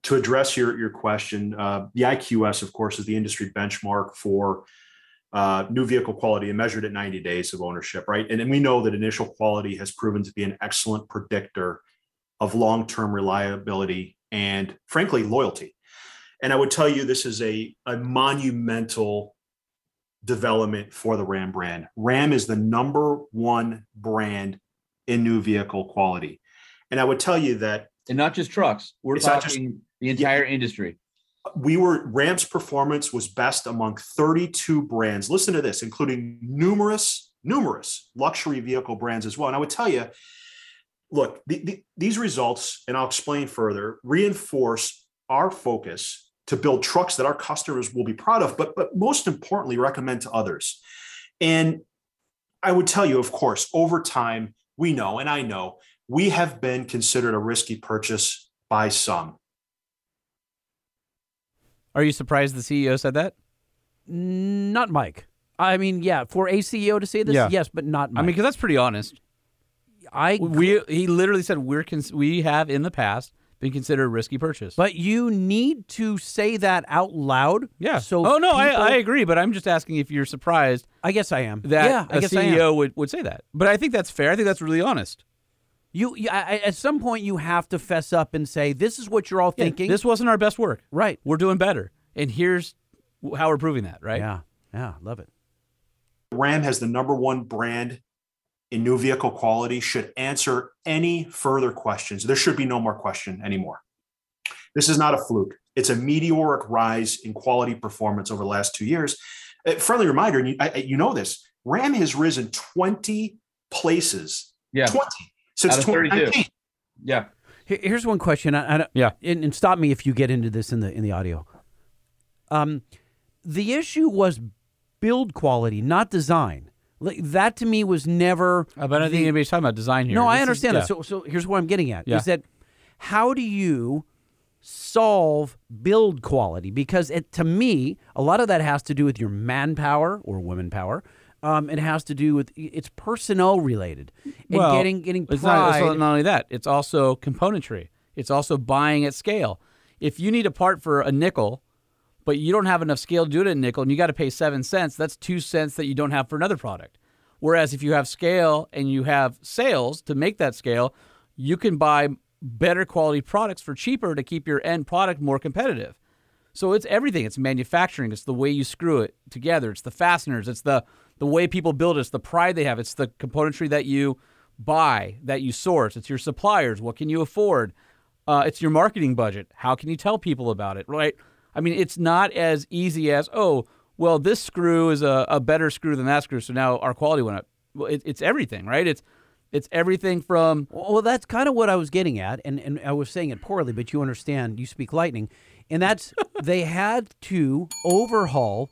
[SPEAKER 7] to address your your question, uh, the IQS, of course, is the industry benchmark for uh, new vehicle quality and measured at 90 days of ownership, right? And, and we know that initial quality has proven to be an excellent predictor of long term reliability and, frankly, loyalty. And I would tell you this is a, a monumental development for the Ram brand. Ram is the number one brand in new vehicle quality. And I would tell you that
[SPEAKER 9] and not just trucks. We're
[SPEAKER 7] It's not
[SPEAKER 9] talking
[SPEAKER 7] just-
[SPEAKER 9] the entire industry.
[SPEAKER 7] we were Ram's performance was best among 32 brands. Listen to this, including numerous, numerous luxury vehicle brands as well. And I would tell you, look, the, the- these results, and I'll explain further, reinforce our focus to build trucks that our customers will be proud of, but but most importantly, recommend to others. And I would tell you, of course, over time, we know, and I know, we have been considered a risky purchase by some.
[SPEAKER 2] Are you surprised the CEO said that?
[SPEAKER 1] Not Mike. I mean, yeah, for a CEO to say this,
[SPEAKER 2] Yeah.
[SPEAKER 1] yes, but not Mike.
[SPEAKER 2] I mean, because that's pretty honest.
[SPEAKER 1] I
[SPEAKER 2] We he literally said we're cons- we have in the past been considered a risky purchase.
[SPEAKER 1] But you need to say that out loud.
[SPEAKER 2] yeah.
[SPEAKER 1] So
[SPEAKER 2] oh no, I,
[SPEAKER 1] people-
[SPEAKER 2] I agree. But I'm just asking if you're surprised
[SPEAKER 1] I guess I am.
[SPEAKER 2] that
[SPEAKER 1] yeah, I
[SPEAKER 2] a E
[SPEAKER 1] guess I am.
[SPEAKER 2] CEO would, would say that. But I think that's fair. I think that's really honest.
[SPEAKER 1] You, you I, I- at some point you have to fess up and say this is what you're all
[SPEAKER 2] Yeah,
[SPEAKER 1] thinking.
[SPEAKER 2] this wasn't our best work.
[SPEAKER 1] right.
[SPEAKER 2] We're doing better, and here's w- how we're proving that. Right.
[SPEAKER 1] Yeah. Yeah. Love it.
[SPEAKER 7] Ram has the number one brand in new vehicle quality should answer any further questions. There should be no more question anymore. This is not a fluke. It's a meteoric rise in quality performance over the last two years. A friendly reminder, and you, I- I- you know this, Ram has risen 20 places.
[SPEAKER 9] Yeah.
[SPEAKER 7] 20 since
[SPEAKER 9] Out of 32.
[SPEAKER 7] 2019.
[SPEAKER 9] Yeah.
[SPEAKER 1] Here- Here's one question. I, I, don't-
[SPEAKER 2] Yeah.
[SPEAKER 1] And, and stop me if you get into this in the in the audio. Um, the issue was build quality, not design. Like, that to me was never.
[SPEAKER 2] Uh, But I don't think anybody's talking about design here.
[SPEAKER 1] No, I
[SPEAKER 2] This is-
[SPEAKER 1] understand
[SPEAKER 2] yeah.
[SPEAKER 1] that. So, so here's what I'm getting at
[SPEAKER 2] Yeah.
[SPEAKER 1] is that how do you solve build quality? Because it, to me, a lot of that has to do with your manpower or women power. Um, it has to do with it's personnel related and
[SPEAKER 2] Well,
[SPEAKER 1] getting getting pride.
[SPEAKER 2] It's not, it's not only that; it's also componentry. It's also buying at scale. If you need a part for a nickel, but you don't have enough scale to do it at a nickel, and you got to pay seven cents, that's two cents that you don't have for another product. Whereas if you have scale and you have sales to make that scale, you can buy better quality products for cheaper to keep your end product more competitive. So it's everything. It's manufacturing. It's the way you screw it together. It's the fasteners. It's the the way people build it. It's the pride they have. It's the componentry that you buy, that you source. It's your suppliers. What can you afford? Uh, it's your marketing budget. How can you tell people about it? Right. I mean, it's not as easy as oh, well, this screw is a, a better screw than that screw, so now our quality went up. Well, it, it's everything, right? It's it's everything from
[SPEAKER 1] Well, that's kind of what I was getting at, and, and I was saying it poorly, but you understand. You speak lightning, and that's they had to overhaul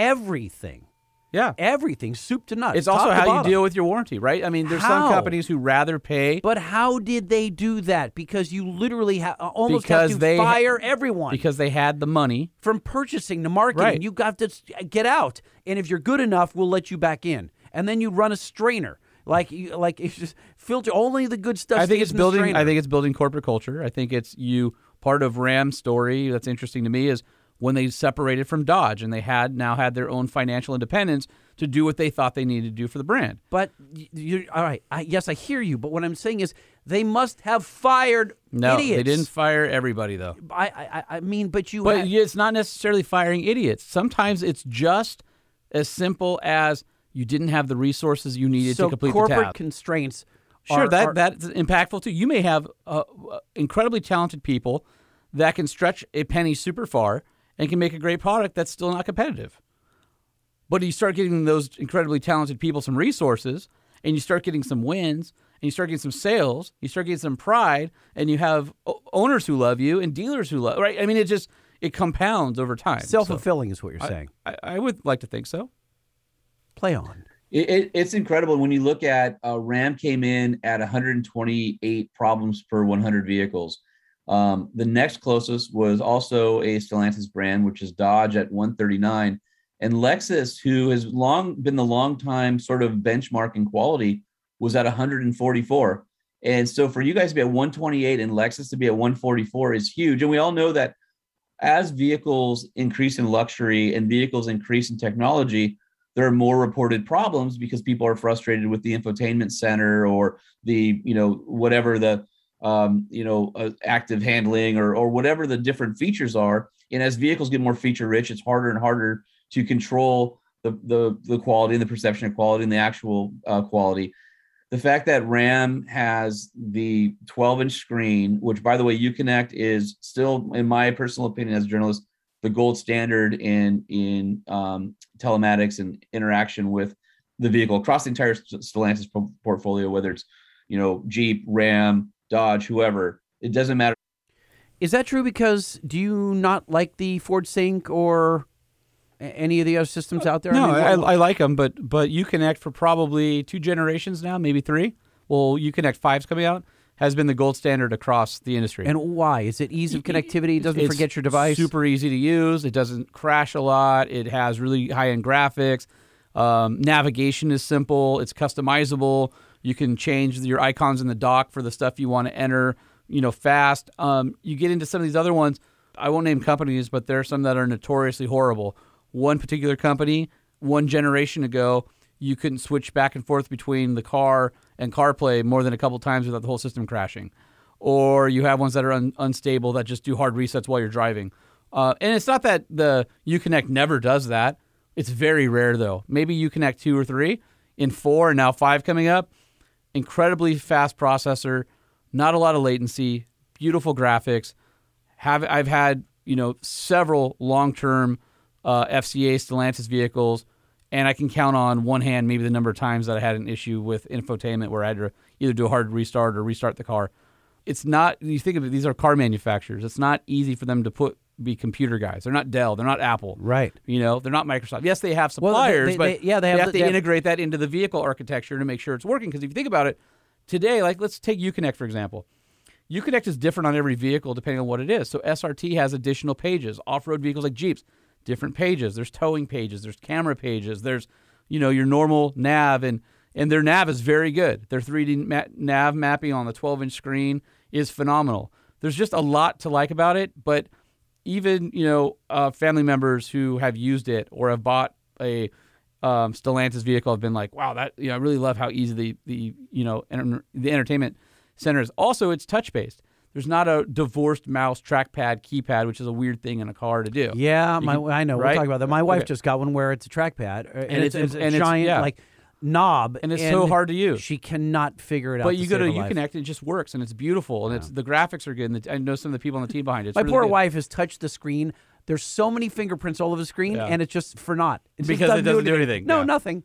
[SPEAKER 1] everything,
[SPEAKER 2] yeah.
[SPEAKER 1] everything, soup to nuts.
[SPEAKER 2] It's also how you deal
[SPEAKER 1] with.
[SPEAKER 2] with your warranty, right? I mean, there's
[SPEAKER 1] How?
[SPEAKER 2] some companies who rather pay
[SPEAKER 1] But how did they do that? Because you literally ha- uh, almost
[SPEAKER 2] Because
[SPEAKER 1] have to
[SPEAKER 2] they-
[SPEAKER 1] fire everyone
[SPEAKER 2] because they had the money.
[SPEAKER 1] from purchasing to marketing.
[SPEAKER 2] Right.
[SPEAKER 1] You got to s- uh, get out, and if you're good enough, we'll let you back in. And then you run a strainer, like you, like it's just filter only the good stuff.
[SPEAKER 2] I think
[SPEAKER 1] stays
[SPEAKER 2] it's
[SPEAKER 1] in the
[SPEAKER 2] building.
[SPEAKER 1] strainer.
[SPEAKER 2] I think it's building corporate culture. I think it's you. Part of Ram's story that's interesting to me is when they separated from Dodge and they had now had their own financial independence to do what they thought they needed to do for the brand.
[SPEAKER 1] But y- you're all right. I, yes, I hear you. But what I'm saying is, they must have fired
[SPEAKER 2] No,
[SPEAKER 1] idiots.
[SPEAKER 2] they didn't fire everybody though.
[SPEAKER 1] I, I, I- I mean, but you.
[SPEAKER 2] But
[SPEAKER 1] had-
[SPEAKER 2] it's not necessarily firing idiots. Sometimes it's just as simple as you didn't have the resources you needed
[SPEAKER 1] so
[SPEAKER 2] to complete the
[SPEAKER 1] corporate
[SPEAKER 2] task.
[SPEAKER 1] constraints.
[SPEAKER 2] Sure,
[SPEAKER 1] are-
[SPEAKER 2] that
[SPEAKER 1] are-
[SPEAKER 2] that's impactful too. You may have uh, uh, incredibly talented people that can stretch a penny super far and can make a great product that's still not competitive. But you start getting those incredibly talented people some resources, and you start getting some wins, and you start getting some sales, you start getting some pride, and you have o- owners who love you and dealers who love. Right? I mean, it just it compounds over time. So
[SPEAKER 1] self-fulfilling is what you're saying.
[SPEAKER 2] I, I would like to think so.
[SPEAKER 1] Play on.
[SPEAKER 9] It, it, it's incredible when you look at uh, Ram came in at 128 problems per 100 vehicles. Um, the next closest was also a Stellantis brand, which is Dodge at 139, and Lexus, who has long been the long time sort of benchmark in quality, was at 144. And so for you guys to be at 128 and Lexus to be at 144 is huge. And we all know that as vehicles increase in luxury and vehicles increase in technology, there are more reported problems because people are frustrated with the infotainment center or the you know whatever the um, you know uh, active handling or or whatever the different features are. And as vehicles get more feature rich, it's harder and harder to control the the the quality and the perception of quality and the actual uh, quality. The fact that RAM has the 12 inch screen, which by the way, Uconnect is still, in my personal opinion, as a journalist, the gold standard in in um, telematics and interaction with the vehicle across the entire St- Stellantis po- portfolio, whether it's you know Jeep, Ram, Dodge, whoever. It doesn't matter.
[SPEAKER 1] Is that true? Because do you not like the Ford Sync or a- any of the other systems out there?
[SPEAKER 2] No,
[SPEAKER 1] mean,
[SPEAKER 2] I,
[SPEAKER 1] what-
[SPEAKER 2] I like them, but but UConnect for probably two generations now, maybe three. Well, UConnect five's coming out has been the gold standard across the industry.
[SPEAKER 1] and why? Is it ease of connectivity? It doesn't
[SPEAKER 2] It's
[SPEAKER 1] forget your device.
[SPEAKER 2] Super easy to use. It doesn't crash a lot. It has really high end graphics. Um, navigation is simple. It's customizable. You can change your icons in the dock for the stuff you want to enter. You know, fast. Um, you get into some of these other ones. I won't name companies, but there are some that are notoriously horrible. One particular company, one generation ago, you couldn't switch back and forth between the car and CarPlay more than a couple times without the whole system crashing or you have ones that are un- unstable that just do hard resets while you're driving. Uh, and it's not that the Uconnect never does that. It's very rare though. Maybe Uconnect two or three, in four and now five coming up. Incredibly fast processor, not a lot of latency, beautiful graphics. Have I've had you know several long-term uh, FCA Stellantis vehicles, and I can count on one hand maybe the number of times that I had an issue with infotainment where I had to either do a hard restart or restart the car it's not you think of it these are car manufacturers it's not easy for them to put be computer guys they're not dell they're not apple
[SPEAKER 1] Right.
[SPEAKER 2] you know they're not microsoft yes they have
[SPEAKER 1] Well, they-
[SPEAKER 2] suppliers
[SPEAKER 1] they-
[SPEAKER 2] but
[SPEAKER 1] they- yeah, they have
[SPEAKER 2] have
[SPEAKER 1] the-
[SPEAKER 2] to
[SPEAKER 1] they have-
[SPEAKER 2] integrate that into the vehicle architecture to make sure it's working because if you think about it today like let's take uconnect for example uconnect is different on every vehicle depending on what it is so srt has additional pages off-road vehicles like jeeps different pages there's towing pages there's camera pages there's you know your normal nav and and their nav is very good. Their 3D ma- nav mapping on the 12-inch screen is phenomenal. There's just a lot to like about it, but even you know uh, family members who have used it or have bought a um, Stellantis vehicle have been like, "Wow, that you know, I really love how easy the the you know enter- the entertainment center is." Also, it's touch based. There's not a divorced mouse, trackpad, keypad, which is a weird thing in a car to do.
[SPEAKER 1] Yeah,
[SPEAKER 2] You
[SPEAKER 1] my
[SPEAKER 2] can-
[SPEAKER 1] I know. We'll
[SPEAKER 2] right?
[SPEAKER 1] talk about that. My wife
[SPEAKER 2] Okay.
[SPEAKER 1] just got one where it's a trackpad, uh, and,
[SPEAKER 2] it's-
[SPEAKER 1] it's, it's a
[SPEAKER 2] and it's-
[SPEAKER 1] giant
[SPEAKER 2] yeah.
[SPEAKER 1] like knob,
[SPEAKER 2] And it's so hard to use.
[SPEAKER 1] She cannot figure it out.
[SPEAKER 2] But you go
[SPEAKER 1] save
[SPEAKER 2] to
[SPEAKER 1] her life.
[SPEAKER 2] UConnect, and it just works, and it's beautiful, and it's the graphics are good. And the, I know some of the people on the team behind it. It's
[SPEAKER 1] My
[SPEAKER 2] really
[SPEAKER 1] poor
[SPEAKER 2] good.
[SPEAKER 1] wife has touched the screen. There's so many fingerprints all over the screen,
[SPEAKER 2] Yeah.
[SPEAKER 1] and it's just for naught It's just
[SPEAKER 2] Because it doesn't do anything,
[SPEAKER 1] No,
[SPEAKER 2] yeah.
[SPEAKER 1] nothing.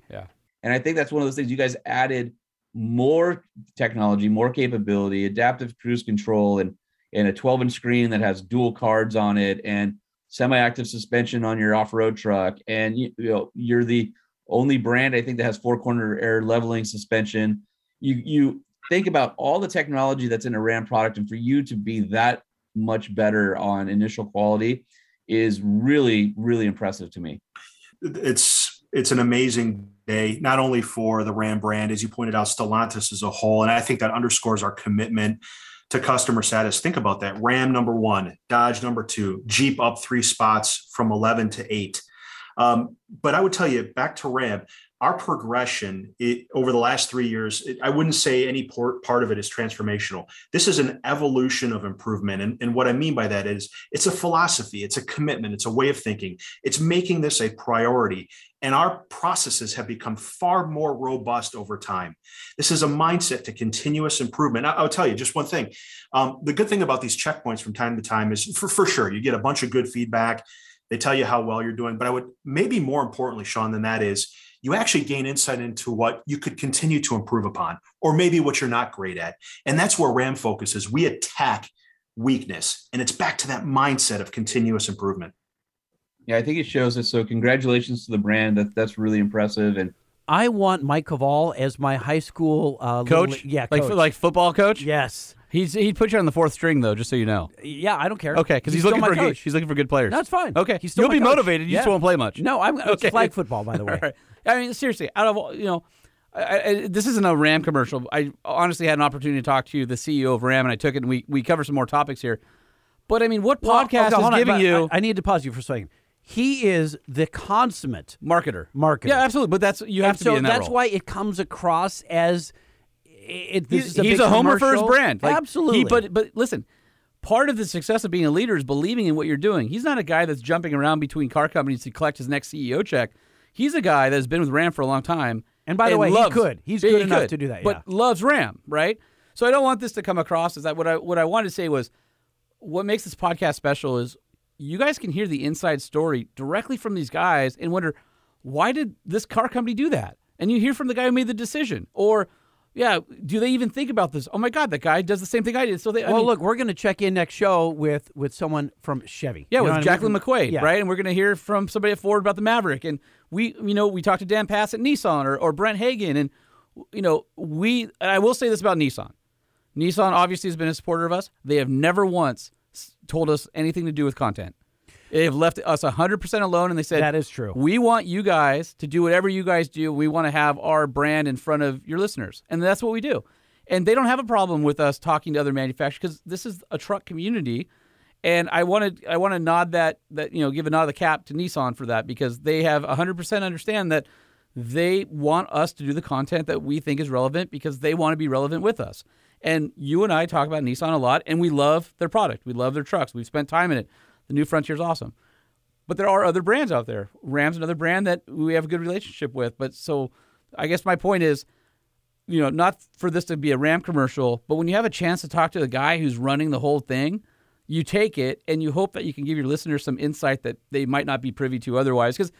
[SPEAKER 9] And I think that's one of those things you guys added more technology, more capability, adaptive cruise control, and and a 12 inch screen that has dual cards on it, and semi-active suspension on your off-road truck. And you, you know, you're the only brand I think that has four-corner air leveling suspension. You you think about all the technology that's in a Ram product, and for you to be that much better on initial quality is really, really impressive to me.
[SPEAKER 7] it's it's an amazing day, not only for the Ram brand, as you pointed out, Stellantis as a whole, and I think that underscores our commitment to customer status. Think about that: Ram number one, Dodge number two, Jeep up three spots from eleven to eight. Um, but I would tell you, back to Ram, our progression it, over the last three years, it, I wouldn't say any part, part of it is transformational. This is an evolution of improvement, and, and what I mean by that is it's a philosophy, it's a commitment, it's a way of thinking. It's making this a priority. And our processes have become far more robust over time. This is a mindset to continuous improvement. I- I'll tell you just one thing. Um, the good thing about these checkpoints from time to time is for, for sure, you get a bunch of good feedback. They tell you how well you're doing. But I would maybe more importantly, Sean, than that is you actually gain insight into what you could continue to improve upon, or maybe what you're not great at. And that's where RAM focuses. We attack weakness, and it's back to that mindset of continuous improvement.
[SPEAKER 9] Yeah, I think it shows it. So congratulations to the brand. That that's really impressive. And
[SPEAKER 1] I want Mike Cavall as my high school uh, little
[SPEAKER 2] coach,
[SPEAKER 1] le- yeah,
[SPEAKER 2] like
[SPEAKER 1] coach.
[SPEAKER 2] like football coach.
[SPEAKER 1] yes,
[SPEAKER 2] He's he'd put you on the fourth string though, just so you know.
[SPEAKER 1] yeah. I don't care.
[SPEAKER 2] Okay, because he's,
[SPEAKER 1] still
[SPEAKER 2] looking
[SPEAKER 1] my
[SPEAKER 2] for good,
[SPEAKER 1] coach.
[SPEAKER 2] he's looking for good players.
[SPEAKER 1] That's fine.
[SPEAKER 2] Okay,
[SPEAKER 1] He's still
[SPEAKER 2] you'll
[SPEAKER 1] my
[SPEAKER 2] be
[SPEAKER 1] coach.
[SPEAKER 2] motivated. You just
[SPEAKER 1] Yeah.
[SPEAKER 2] won't play much.
[SPEAKER 1] No, I'm. It's
[SPEAKER 2] Okay.
[SPEAKER 1] flag football, by the way.
[SPEAKER 2] All right. I mean, seriously, out of all, you know, I, I, I- this isn't a Ram commercial. I honestly had an opportunity to talk to the CEO of Ram, and I took it, and we we cover some more topics here. But I mean, what
[SPEAKER 1] Well, okay, hold
[SPEAKER 2] podcast is
[SPEAKER 1] on,
[SPEAKER 2] giving
[SPEAKER 1] but
[SPEAKER 2] you
[SPEAKER 1] I, I need to pause you for a second. He is the consummate
[SPEAKER 2] marketer?
[SPEAKER 1] marketer.
[SPEAKER 2] Yeah, absolutely. But that's you have
[SPEAKER 1] and
[SPEAKER 2] to
[SPEAKER 1] so
[SPEAKER 2] be in that
[SPEAKER 1] that's
[SPEAKER 2] role.
[SPEAKER 1] why it comes across as it, this
[SPEAKER 2] he's,
[SPEAKER 1] is a
[SPEAKER 2] he's
[SPEAKER 1] big
[SPEAKER 2] a homer for his
[SPEAKER 1] commercial.
[SPEAKER 2] brand. Like, he-
[SPEAKER 1] Absolutely.
[SPEAKER 2] but but listen, part of the success of being a leader is believing in what you're doing. He's not a guy that's jumping around between car companies to collect his next CEO E check. He's a guy that's been with Ram for a long time.
[SPEAKER 1] And by the way, he could. He's
[SPEAKER 2] Yeah,
[SPEAKER 1] good enough to do that,
[SPEAKER 2] But loves Ram, right? So I don't want this to come across as that. What I what I wanted to say was, what makes this podcast special is you guys can hear the inside story directly from these guys and wonder why did this car company do that? And you hear from the guy who made the decision, or yeah, do they even think about this? Oh my God, that guy does the same thing I did. So they I
[SPEAKER 1] well,
[SPEAKER 2] mean,
[SPEAKER 1] look, we're going to check in next show with with someone from Chevy. You
[SPEAKER 2] Yeah,
[SPEAKER 1] know
[SPEAKER 2] with
[SPEAKER 1] what I mean?
[SPEAKER 2] Jacqueline McQuaid,
[SPEAKER 1] Yeah.
[SPEAKER 2] right? And we're going to hear from somebody at Ford about the Maverick. And we, you know, we talked to Dan Pass at Nissan or, or Brent Hagen. And, you know, we, and I will say this about Nissan. Nissan obviously has been a supporter of us. They have never once s- told us anything to do with content. They have left us 100% alone and they said,
[SPEAKER 1] That is true.
[SPEAKER 2] We want you guys to do whatever you guys do. We want to have our brand in front of your listeners. And that's what we do. And they don't have a problem with us talking to other manufacturers because this is a truck community. And I wanted I want to nod that that you know give a nod of the cap to Nissan for that because they have 100% understand that they want us to do the content that we think is relevant because they want to be relevant with us. And you and I talk about Nissan a lot and we love their product. We love their trucks. We've spent time in it. The new Frontier's awesome. But there are other brands out there. Ram's another brand that we have a good relationship with. But so I guess my point is, you know, not for this to be a Ram commercial, but when you have a chance to talk to the guy who's running the whole thing, you take it and you hope that you can give your listeners some insight that they might not be privy to otherwise. Because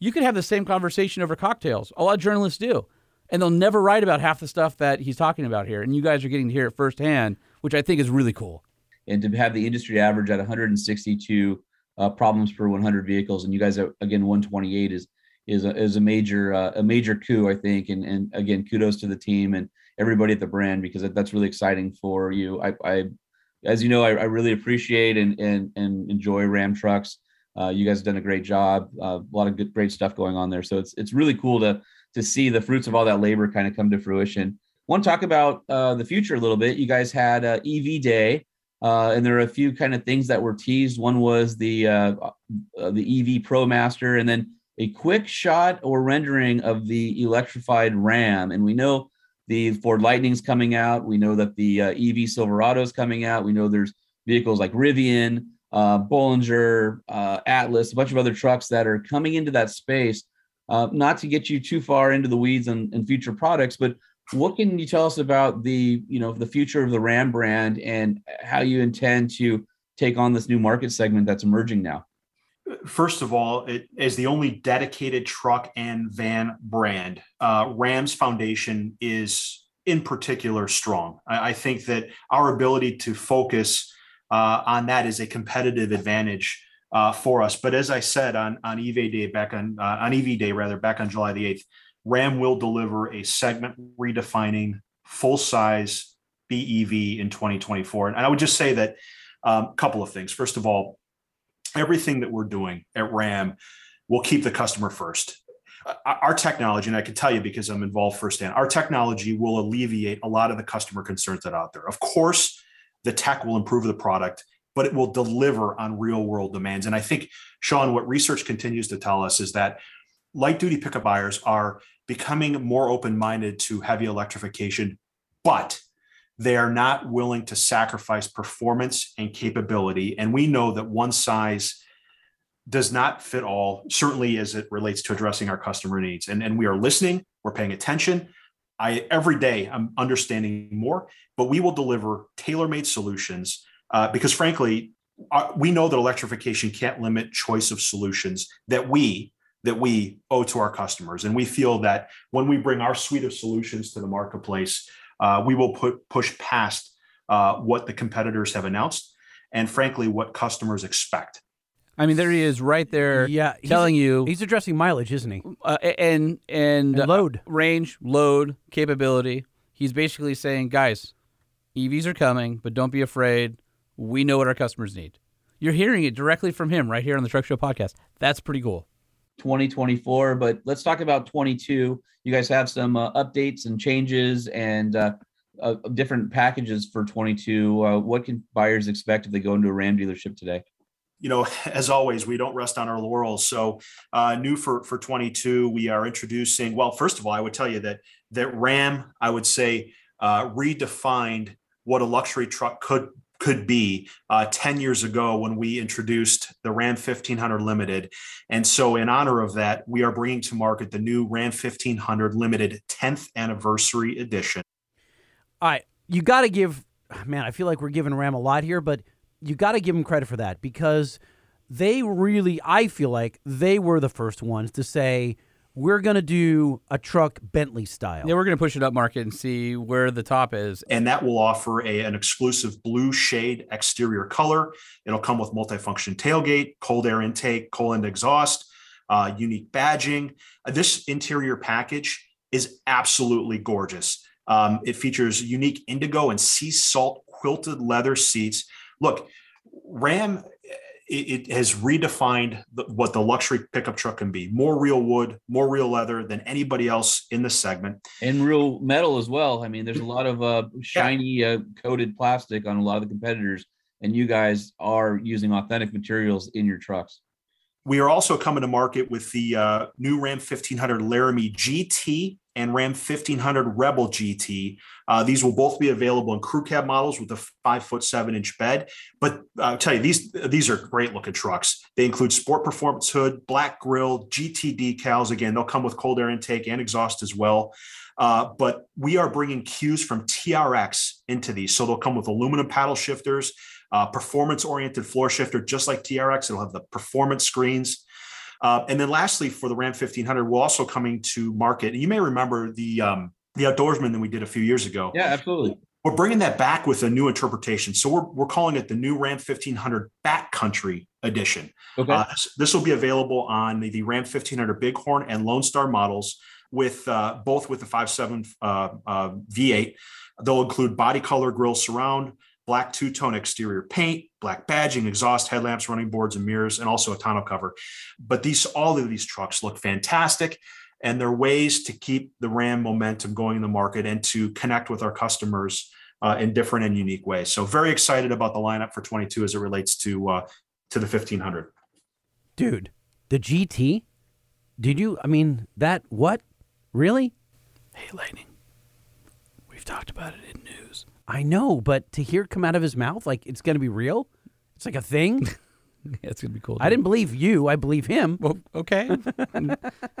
[SPEAKER 2] you could have the same conversation over cocktails. A lot of journalists do. And they'll never write about half the stuff that he's talking about here. And you guys are getting to hear it firsthand, which I think is really cool.
[SPEAKER 9] and to have the industry average at 162 uh, problems per 100 vehicles, and you guys are, again 128 is is a, is a major uh, a major coup, I think. And and again, kudos to the team and everybody at the brand because that- that's really exciting for you. I, I as you know, I, I really appreciate and and and enjoy Ram trucks. Uh, you guys have done a great job. Uh, a lot of good great stuff going on there. So it's it's really cool to to see the fruits of all that labor kind of come to fruition. Want to talk about uh, the future a little bit? You guys had uh, EV Day. Uh, and there are a few kind of things that were teased. One was the uh, uh, the EV Pro Master, and then a quick shot or rendering of the electrified Ram. And we know the Ford Lightning's coming out. We know that the uh, EV Silverado's coming out. We know there's vehicles like Rivian, uh, Bollinger, uh, Atlas, a bunch of other trucks that are coming into that space. Uh, not to get you too far into the weeds and, and future products, but what can you tell us about the you know the future of the ram brand and how you intend to take on this new market segment that's emerging now
[SPEAKER 7] First of all, it is the only dedicated truck and van brand. Uh, Ram's foundation is, in particular, strong. I, I think that our ability to focus uh, on that is a competitive advantage uh, for us. But as I said on on EV Day back on uh, on EV Day rather back on July the eighth, Ram will deliver a segment redefining full size BEV in 2024. And I would just say that a couple of things. First of all everything that we're doing at RAM will keep the customer first. Our- Our technology, and I can tell you because I'm involved firsthand, our technology will alleviate a lot of the customer concerns that are out there. Of course, the tech will improve the product, but it will deliver on real world demands. And I think, Sean, what research continues to tell us is that light duty pickup buyers are becoming more open minded to heavy electrification, but they are not willing to sacrifice performance and capability. And we know that one size does not fit all, certainly as it relates to addressing our customer needs. And, and we are listening, we're paying attention. I every day I'm understanding more, but we will deliver tailor-made solutions uh, because frankly, uh, we know that electrification can't limit choice of solutions that we that we owe to our customers. And we feel that when we bring our suite of solutions to the marketplace, uh, we will put push past uh, what the competitors have announced and frankly what customers expect
[SPEAKER 2] I mean, there he is right there
[SPEAKER 1] Yeah, he's-
[SPEAKER 2] telling you.
[SPEAKER 1] He's addressing mileage, isn't he?
[SPEAKER 2] uh, and and,
[SPEAKER 1] And load.
[SPEAKER 2] uh, range load capability he's basically saying guys evs are coming but don't be afraid we know what our customers need you're hearing it directly from him right here on the truck show podcast that's pretty cool
[SPEAKER 9] 2024 but let's talk about 22 you guys have some uh, updates and changes and uh, uh, different packages for 22 uh, what can buyers expect if they go into a ram dealership today
[SPEAKER 7] you know as always we don't rest on our laurels so uh, new for for 22 we are introducing well first of all i would tell you that that ram i would say uh, redefined what a luxury truck could could be uh, 10 years ago when we introduced the Ram 1500 Limited. And so, in honor of that, we are bringing to market the new Ram 1500 Limited 10th Anniversary Edition.
[SPEAKER 1] All right, you got to give man. I feel like we're giving Ram a lot here, but you got to give them credit for that because they really, I feel like they were the first ones to say we're going to do a truck Bentley style.
[SPEAKER 2] Yeah, we're going to push it up market and see where the top is.
[SPEAKER 7] And that will offer a, an exclusive blue shade exterior color. It'll come with multifunction tailgate, cold air intake, cold end exhaust, uh, unique badging. Uh, This interior package is absolutely gorgeous. Um, it features unique indigo and sea salt quilted leather seats. Look, Ram it, it has redefined the, what the luxury pickup truck can be more real wood more real leather than anybody else in the segment
[SPEAKER 9] and real metal as well. I mean, there's a lot of uh, shiny uh, coated plastic on a lot of the competitors, and you guys are using authentic materials in your trucks.
[SPEAKER 7] we are also coming to market with the uh, new ram 1500 laramie gt and ram 1500 rebel gt Uh, these will both be available in crew cab models with a five foot seven inch bed but uh, i'll tell you these these are great looking trucks they include sport performance hood black grille gt decals again they'll come with cold air intake and exhaust as well Uh, but we are bringing cues from TRX into these. So they'll come with aluminum paddle shifters, uh, performance oriented floor shifter, just like TRX. It'll have the performance screens. Uh, and then lastly, for the Ram 1500, we're also coming to market. And you may remember the, um, the outdoorsman that we did a few years ago.
[SPEAKER 9] Yeah, absolutely.
[SPEAKER 7] We're bringing that back with a new interpretation. So we're, we're calling it the new Ram 1500 Backcountry Edition.
[SPEAKER 9] Okay.
[SPEAKER 7] Uh, this- this will be available on the, the Ram 1500 Bighorn and Lone Star models with uh, both with the 5.7 uh, uh, V8. They'll include body color grill surround, black two tone exterior paint, black badging, exhaust, headlamps, running boards, and mirrors, and also a tonneau cover. But these all of these trucks look fantastic. And they're ways to keep the Ram momentum going in the market and to connect with our customers uh, in different and unique ways. So very excited about the lineup for 22 as it relates to uh, to the 1500.
[SPEAKER 1] Dude, the GT? Did you? I mean, that what? Really?
[SPEAKER 2] Hey, Lightning, we've talked about it in news.
[SPEAKER 1] I know, but to hear it come out of his mouth like it's going to be real? It's like a thing?
[SPEAKER 2] Yeah, it's going to be cool.
[SPEAKER 1] I didn't believe you. I believe him.
[SPEAKER 2] Well, okay.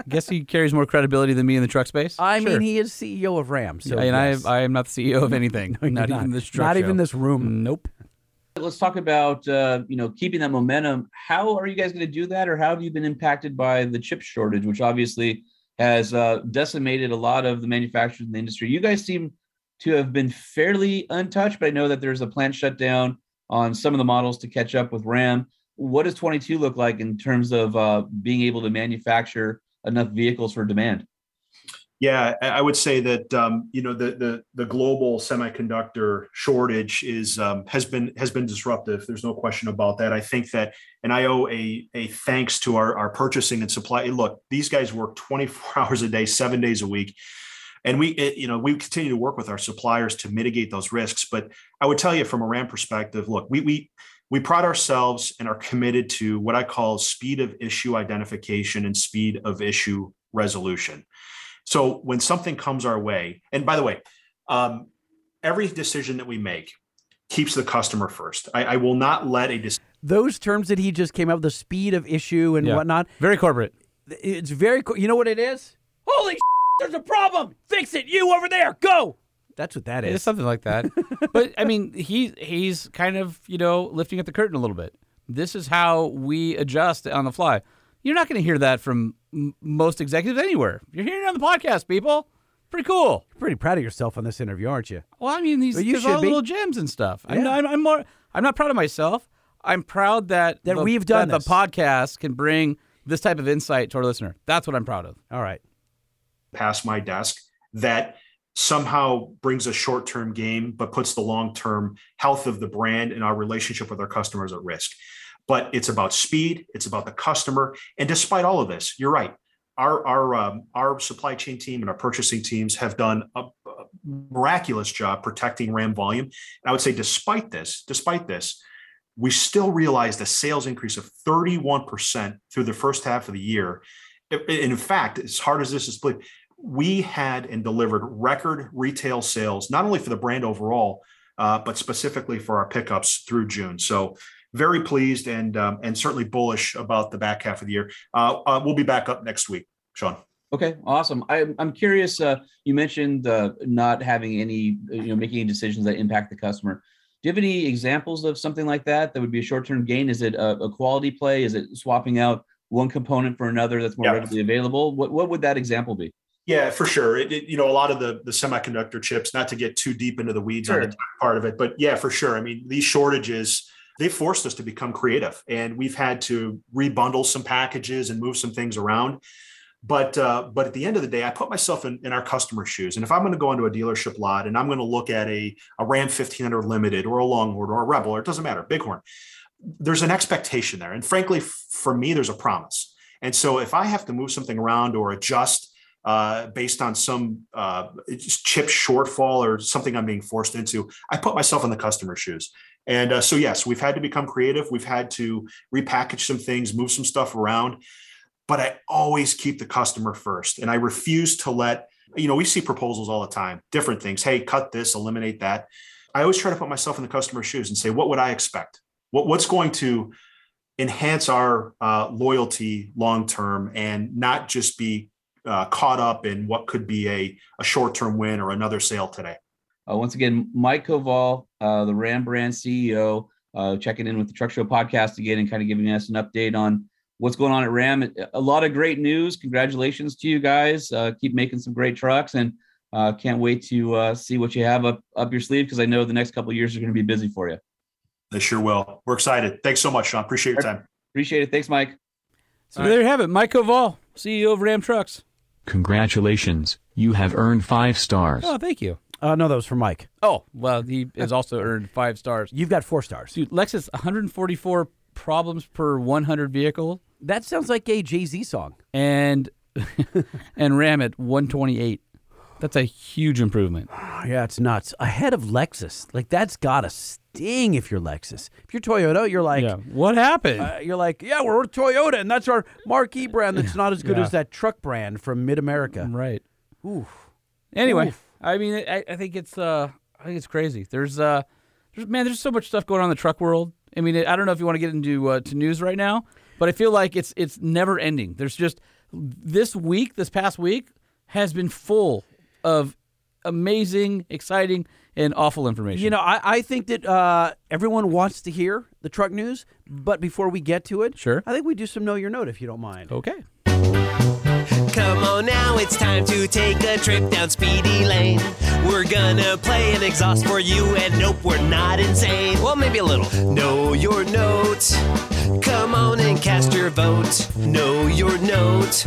[SPEAKER 2] Guess he carries more credibility than me in the truck space.
[SPEAKER 1] I
[SPEAKER 2] Sure.
[SPEAKER 1] mean, he is CEO of Ram. So
[SPEAKER 2] and
[SPEAKER 1] yes.
[SPEAKER 2] I, I am not the CEO of anything.
[SPEAKER 1] You're
[SPEAKER 2] not, even this truck
[SPEAKER 1] Not even
[SPEAKER 2] show.
[SPEAKER 1] this room.
[SPEAKER 2] Nope.
[SPEAKER 9] Let's talk about uh, you know keeping that momentum. How are you guys going to do that, or how have you been impacted by the chip shortage, which obviously has uh, decimated a lot of the manufacturers in the industry? You guys seem to have been fairly untouched, but I know that there's a plant shutdown on some of the models to catch up with RAM. What does 22 look like in terms of uh, being able to manufacture enough vehicles for demand?
[SPEAKER 7] Yeah, I I would say that um, you know the the the global semiconductor shortage is um, has been has been disruptive. There's no question about that. I think that, and I owe a a thanks to our our purchasing and supply. Look, these guys work 24 hours a day, seven days a week, and we it, you know we continue to work with our suppliers to mitigate those risks. But I would tell you from a RAM perspective, look, we we we pride ourselves and are committed to what I call speed of issue identification and speed of issue resolution. So when something comes our way, and by the way, um, every decision that we make keeps the customer first. I, I will not let a decision.
[SPEAKER 1] Those terms that he just came up, the speed of issue and
[SPEAKER 2] Yeah.
[SPEAKER 1] whatnot,
[SPEAKER 2] Very corporate.
[SPEAKER 1] it's very cool. You know what it is? Holy sh- there's a problem. Fix it. You over there. Go. That's what that
[SPEAKER 2] It's
[SPEAKER 1] is.
[SPEAKER 2] something like that. but I mean, he he's kind of you know lifting up the curtain a little bit. This is how we adjust on the fly. You're not going to hear that from m- most executives anywhere. You're hearing it on the podcast, people. Pretty cool.
[SPEAKER 1] Pretty proud of yourself on this interview, aren't you?
[SPEAKER 2] Well, I mean, these
[SPEAKER 1] Well, you
[SPEAKER 2] there's all
[SPEAKER 1] should be.
[SPEAKER 2] little gems and stuff. I'm,
[SPEAKER 1] Yeah.
[SPEAKER 2] not, I'm, I'm more. I'm not proud of myself. I'm proud that
[SPEAKER 1] That
[SPEAKER 2] the-
[SPEAKER 1] we've done
[SPEAKER 2] that
[SPEAKER 1] this.
[SPEAKER 2] the podcast can bring this type of insight to our listener. That's what I'm proud of.
[SPEAKER 1] All right.
[SPEAKER 7] past my desk that somehow brings a short-term gain but puts the long-term health of the brand and our relationship with our customers at risk but it's about speed it's about the customer and despite all of this you're right our our um, our supply chain team and our purchasing teams have done a a miraculous job protecting ram volume and i would say despite this despite this we still realized a sales increase of 31% through the first half of the year and in fact as hard as this is to believe we had and delivered record retail sales, not only for the brand overall, uh, but specifically for our pickups through June. So very pleased and um, and certainly bullish about the back half of the year. Uh, uh, we'll be back up next week, Sean.
[SPEAKER 9] Okay, awesome. I, I'm curious. Uh, you mentioned uh, not having any, you know, making any decisions that impact the customer. Do you have any examples of something like that that would be a short-term gain? Is it a, a quality play? Is it swapping out one component for another that's more
[SPEAKER 7] Yeah.
[SPEAKER 9] readily available? What what would that example be?
[SPEAKER 7] Yeah, for sure. It, it- you know, a lot of the the semiconductor chips. Not to get too deep into the weeds on the
[SPEAKER 9] Sure.
[SPEAKER 7] tech part of it, but yeah, for sure. I mean, these shortages they forced us to become creative, and we've had to rebundle some packages and move some things around. But uh, but at the end of the day, I put myself in, in our customer's shoes, and if I'm going to go into a dealership lot and I'm going to look at a a Ram 1500 Limited or a Longhorn or a Rebel, or it doesn't matter, Bighorn, there's an expectation there, and frankly, f- for me, there's a promise. And so if I have to move something around or adjust uh, based on some uh, it's chip shortfall or something I'm being forced into, I put myself in the customer's shoes. And uh, so, yes, we've had to become creative. We've had to repackage some things, move some stuff around, but I always keep the customer first. And I refuse to let, you know, we see proposals all the time, different things. Hey, cut this, eliminate that. I always try to put myself in the customer's shoes and say, what would I expect? What, what's going to enhance our uh, loyalty long term and not just be uh, caught up in what could be a, a short-term win or another sale today.
[SPEAKER 9] Uh, once again, Mike Koval, uh, the Ram Brand CEO, uh, checking in with the Truck Show podcast again and kind of giving us an update on what's going on at Ram. A lot of great news. Congratulations to you guys. Uh, keep making some great trucks and uh, can't wait to uh, see what you have up, up your sleeve because I know the next couple of years are going to be busy for you.
[SPEAKER 7] They sure will. We're excited. Thanks so much, Sean. Appreciate your time.
[SPEAKER 9] Appreciate it. Thanks, Mike.
[SPEAKER 2] So there you have it. Mike Koval, CEO of Ram Trucks.
[SPEAKER 10] Congratulations, you have earned five stars.
[SPEAKER 2] Oh, thank you.
[SPEAKER 1] Uh, no, that was from Mike.
[SPEAKER 2] Oh, well, he has also earned five stars.
[SPEAKER 1] You've got four stars.
[SPEAKER 2] Dude, Lexus, 144 problems per 100 vehicle,
[SPEAKER 1] That sounds like a Jay Z song.
[SPEAKER 2] and and Ram at 128. That's a huge improvement.
[SPEAKER 1] Ah, Yeah, it's nuts. Ahead of Lexus, like that's gotta sting. If you're Lexus, if you're Toyota, you're like,
[SPEAKER 2] yeah. What happened?
[SPEAKER 1] uh, you're like, yeah, we're Toyota, and that's our marquee brand. That's not as good
[SPEAKER 2] Yeah.
[SPEAKER 1] as that truck brand from Mid America.
[SPEAKER 2] right.
[SPEAKER 1] Oof.
[SPEAKER 2] Anyway,
[SPEAKER 1] Oof.
[SPEAKER 2] I mean, I, I think it's uh, I think it's crazy. There's uh, there's man, there's so much stuff going on in the truck world. I mean, I don't know if you want to get into uh, to news right now, but I feel like it's it's never ending. There's just this week, this past week has been full of amazing, exciting, and awful information.
[SPEAKER 1] You know, I, I think that uh, everyone wants to hear the truck news, but before we get to it,
[SPEAKER 2] Sure.
[SPEAKER 1] I think we do some know your note if you don't mind.
[SPEAKER 2] okay.
[SPEAKER 5] Come on now, it's time to take a trip down Speedy Lane. We're gonna play an exhaust for you, and nope, we're not insane. Well, maybe a little. Know your note. Come on and cast your vote. Know your note.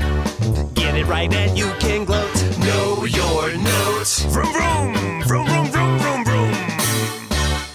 [SPEAKER 5] Get it right, and you can gloat. Know your note. Vroom, vroom, vroom, vroom, vroom, vroom, vroom.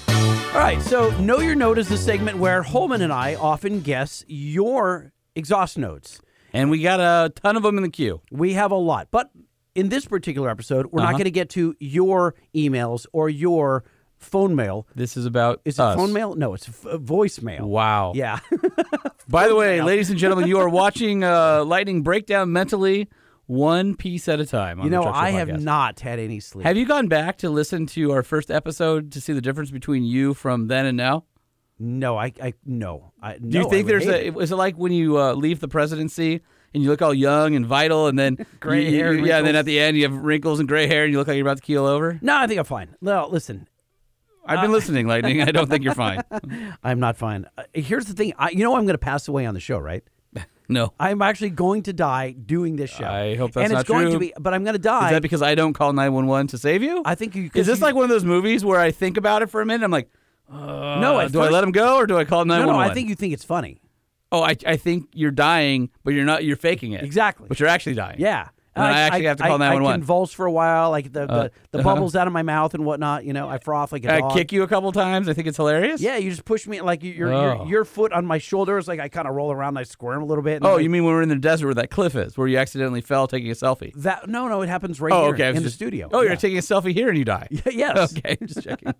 [SPEAKER 2] Oh.
[SPEAKER 1] All right, so know your note is the segment where Holman and I often guess your exhaust notes.
[SPEAKER 2] And we got a ton of them in the queue.
[SPEAKER 1] We have a lot, but in this particular episode, we're not
[SPEAKER 2] Uh-huh.
[SPEAKER 1] going to get to your emails or your phone mail.
[SPEAKER 2] This is about
[SPEAKER 1] Is it
[SPEAKER 2] us.
[SPEAKER 1] phone mail? No, it's f- voicemail.
[SPEAKER 2] Wow.
[SPEAKER 1] Yeah.
[SPEAKER 2] By the way, ladies and gentlemen, you are watching uh, Lightning Breakdown mentally, one piece at a time. On
[SPEAKER 1] you
[SPEAKER 2] the
[SPEAKER 1] know,
[SPEAKER 2] Truck Show
[SPEAKER 1] I have
[SPEAKER 2] podcast.
[SPEAKER 1] not had any sleep.
[SPEAKER 2] Have you gone back to listen to our first episode to see the difference between you from then and now?
[SPEAKER 1] no, I, I no. I,
[SPEAKER 2] Do you think there's a?
[SPEAKER 1] it.
[SPEAKER 2] Is it like when you uh, leave the presidency and you look all young and vital, and then
[SPEAKER 1] Gray
[SPEAKER 2] you-
[SPEAKER 1] hair and
[SPEAKER 2] you- yeah, and then
[SPEAKER 1] wrinkles.
[SPEAKER 2] at the end you have wrinkles and gray hair, and you look like you're about to keel over?
[SPEAKER 1] No, I think I'm fine. No, listen,
[SPEAKER 2] I've
[SPEAKER 1] Uh,
[SPEAKER 2] been listening, Lightning. I don't think you're fine.
[SPEAKER 1] I'm not fine. Uh, here's the thing. I, you know, I'm going to pass away on the show, right?
[SPEAKER 2] No,
[SPEAKER 1] I'm actually going to die doing this show.
[SPEAKER 2] I hope that's
[SPEAKER 1] and
[SPEAKER 2] not
[SPEAKER 1] it's going
[SPEAKER 2] true.
[SPEAKER 1] to be, but I'm going to die.
[SPEAKER 2] is that because I don't call nine one one to save you?
[SPEAKER 1] I think you. 'cause
[SPEAKER 2] is this
[SPEAKER 1] you-
[SPEAKER 2] like one of those movies where I think about it for a minute? I'm like,
[SPEAKER 1] no?
[SPEAKER 2] uh,
[SPEAKER 1] at
[SPEAKER 2] do I
[SPEAKER 1] first-
[SPEAKER 2] let him go or do I call nine
[SPEAKER 1] No,
[SPEAKER 2] one
[SPEAKER 1] no.
[SPEAKER 2] one?
[SPEAKER 1] I think you think it's funny.
[SPEAKER 2] Oh, I, I think you're dying, but you're not. You're faking it.
[SPEAKER 1] Exactly.
[SPEAKER 2] But you're actually dying.
[SPEAKER 1] Yeah.
[SPEAKER 2] And I actually have to call
[SPEAKER 1] I-
[SPEAKER 2] 911.
[SPEAKER 1] I convulse for a while, like the, the, the
[SPEAKER 2] uh-huh.
[SPEAKER 1] bubbles out of my mouth and whatnot. You know, I froth like a
[SPEAKER 2] I
[SPEAKER 1] dog.
[SPEAKER 2] kick you a couple times. I think it's hilarious.
[SPEAKER 1] Yeah, you just push me like you- your
[SPEAKER 2] Oh.
[SPEAKER 1] your, your foot on my shoulder is like I kind of roll around, and I squirm a little bit. and
[SPEAKER 2] Oh,
[SPEAKER 1] then
[SPEAKER 2] you mean when we're in the desert where that cliff is, where you accidentally fell taking a selfie?
[SPEAKER 1] that? No, no, it happens right
[SPEAKER 2] oh,
[SPEAKER 1] here
[SPEAKER 2] okay. I
[SPEAKER 1] in
[SPEAKER 2] was
[SPEAKER 1] the
[SPEAKER 2] just-
[SPEAKER 1] studio.
[SPEAKER 2] Oh,
[SPEAKER 1] Yeah.
[SPEAKER 2] you're taking a selfie here and you die.
[SPEAKER 1] yes.
[SPEAKER 2] Okay, just checking.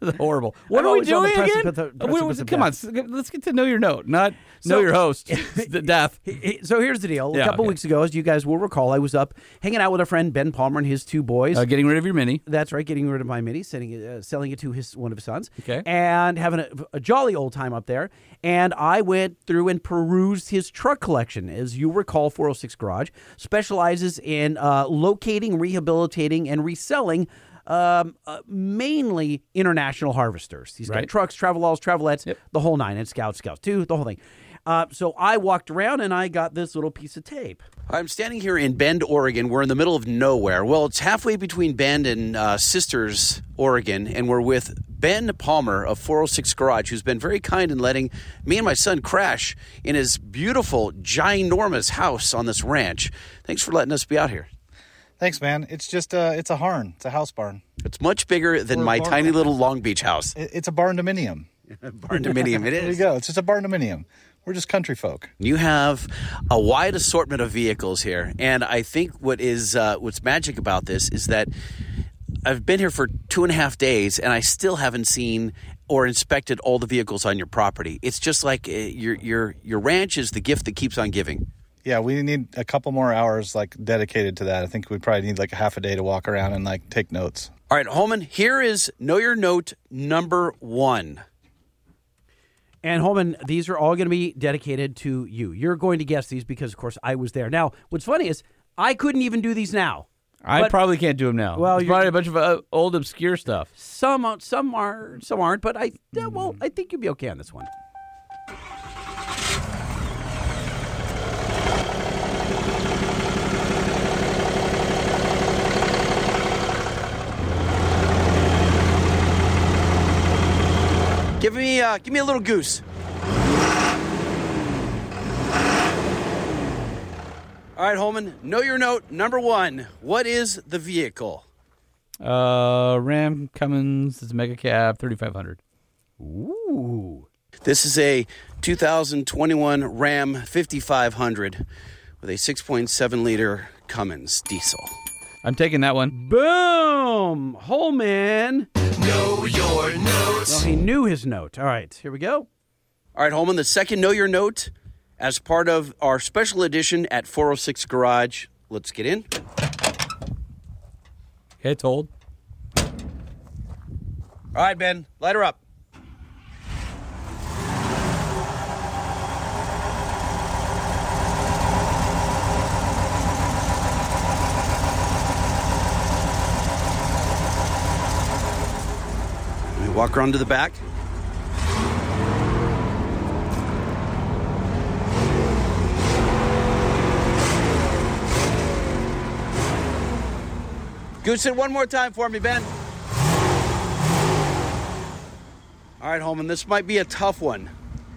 [SPEAKER 2] That's horrible. What
[SPEAKER 1] I'm
[SPEAKER 2] are
[SPEAKER 1] always
[SPEAKER 2] we
[SPEAKER 1] on the
[SPEAKER 2] doing again?
[SPEAKER 1] precipice of-
[SPEAKER 2] Uh, where
[SPEAKER 1] precipice
[SPEAKER 2] was it?
[SPEAKER 1] of
[SPEAKER 2] Come on, s- let's get to know your note, not know your host. It's the death.
[SPEAKER 1] He- he- So here's the deal.
[SPEAKER 2] Yeah,
[SPEAKER 1] a couple
[SPEAKER 2] okay.
[SPEAKER 1] weeks ago, as you guys will recall, I
[SPEAKER 11] shows
[SPEAKER 1] was
[SPEAKER 11] up, hanging out with our friend Ben Palmer and his two boys.
[SPEAKER 2] Uh, getting rid of your mini.
[SPEAKER 11] That's right, getting rid of my mini, sending it, uh, selling it to his one of his sons,
[SPEAKER 2] Okay.
[SPEAKER 11] and having a, a jolly old time up there. And I went through and perused his truck collection. As you recall, 406 Garage specializes in uh, locating, rehabilitating, and reselling. Um, uh, mainly international harvesters. He's got
[SPEAKER 2] Right.
[SPEAKER 11] trucks, travelogs, travelettes, the whole nine, and scouts, scouts too, the whole thing. Uh, so I walked around and I got this little piece of tape.
[SPEAKER 1] I'm standing here in Bend, Oregon. We're in the middle of nowhere. Well, it's halfway between Bend and uh, Sisters, Oregon, and we're with Ben Palmer of 406 Garage, who's been very kind in letting me and my son crash in his beautiful, ginormous house on this ranch. Thanks for letting us be out here.
[SPEAKER 12] Thanks, man. It's just uh, it's a barn. It's a house barn.
[SPEAKER 1] It's much bigger than my tiny little Long Beach house.
[SPEAKER 12] It- It's a barn dominium.
[SPEAKER 1] Barn dominium it
[SPEAKER 12] There you
[SPEAKER 1] is.
[SPEAKER 12] go. It's just a barn dominium. We're just country folk.
[SPEAKER 1] You have a wide assortment of vehicles here, and I think what is uh, what's magic about this is that I've been here for two and a half days, and I still haven't seen or inspected all the vehicles on your property. It's just like uh, your your your ranch is the gift that keeps on giving.
[SPEAKER 12] Yeah, we need a couple more hours like dedicated to that. I think we probably need like a half a day to walk around and like take notes.
[SPEAKER 1] All right, Holman, here is know your note number one.
[SPEAKER 11] And Holman, these are all going to be dedicated to you. You're going to guess these because, of course, I was there. Now, what's funny is I couldn't even do these now.
[SPEAKER 2] I
[SPEAKER 11] But-
[SPEAKER 2] probably can't do them now.
[SPEAKER 11] Well,
[SPEAKER 2] It's
[SPEAKER 11] you're-
[SPEAKER 2] probably a bunch of uh, old obscure stuff. Hmm.
[SPEAKER 11] Some are, some are, some aren't. But I, yeah, well, I think you'll be okay on this one.
[SPEAKER 1] Give me uh, give me a little goose. All right, Holman, know your note number one. What is the vehicle?
[SPEAKER 2] Uh, Ram Cummins. It's a mega cab, thirty five hundred.
[SPEAKER 11] Ooh,
[SPEAKER 1] This is a 2021 Ram 5500 with a 6.7 liter Cummins diesel.
[SPEAKER 2] I'm taking that one.
[SPEAKER 11] boom, Holman.
[SPEAKER 5] Know your
[SPEAKER 11] Well,
[SPEAKER 5] notes.
[SPEAKER 11] he knew his note. All right, here we go.
[SPEAKER 1] All right, Holman, the second know your note as part of our special edition at 406 Garage. Let's get in.
[SPEAKER 2] Okay, told.
[SPEAKER 1] All right, Ben, light her up. We walk around to the back. Goose it one more time for me, Ben. All right, Holman, this might be a tough one.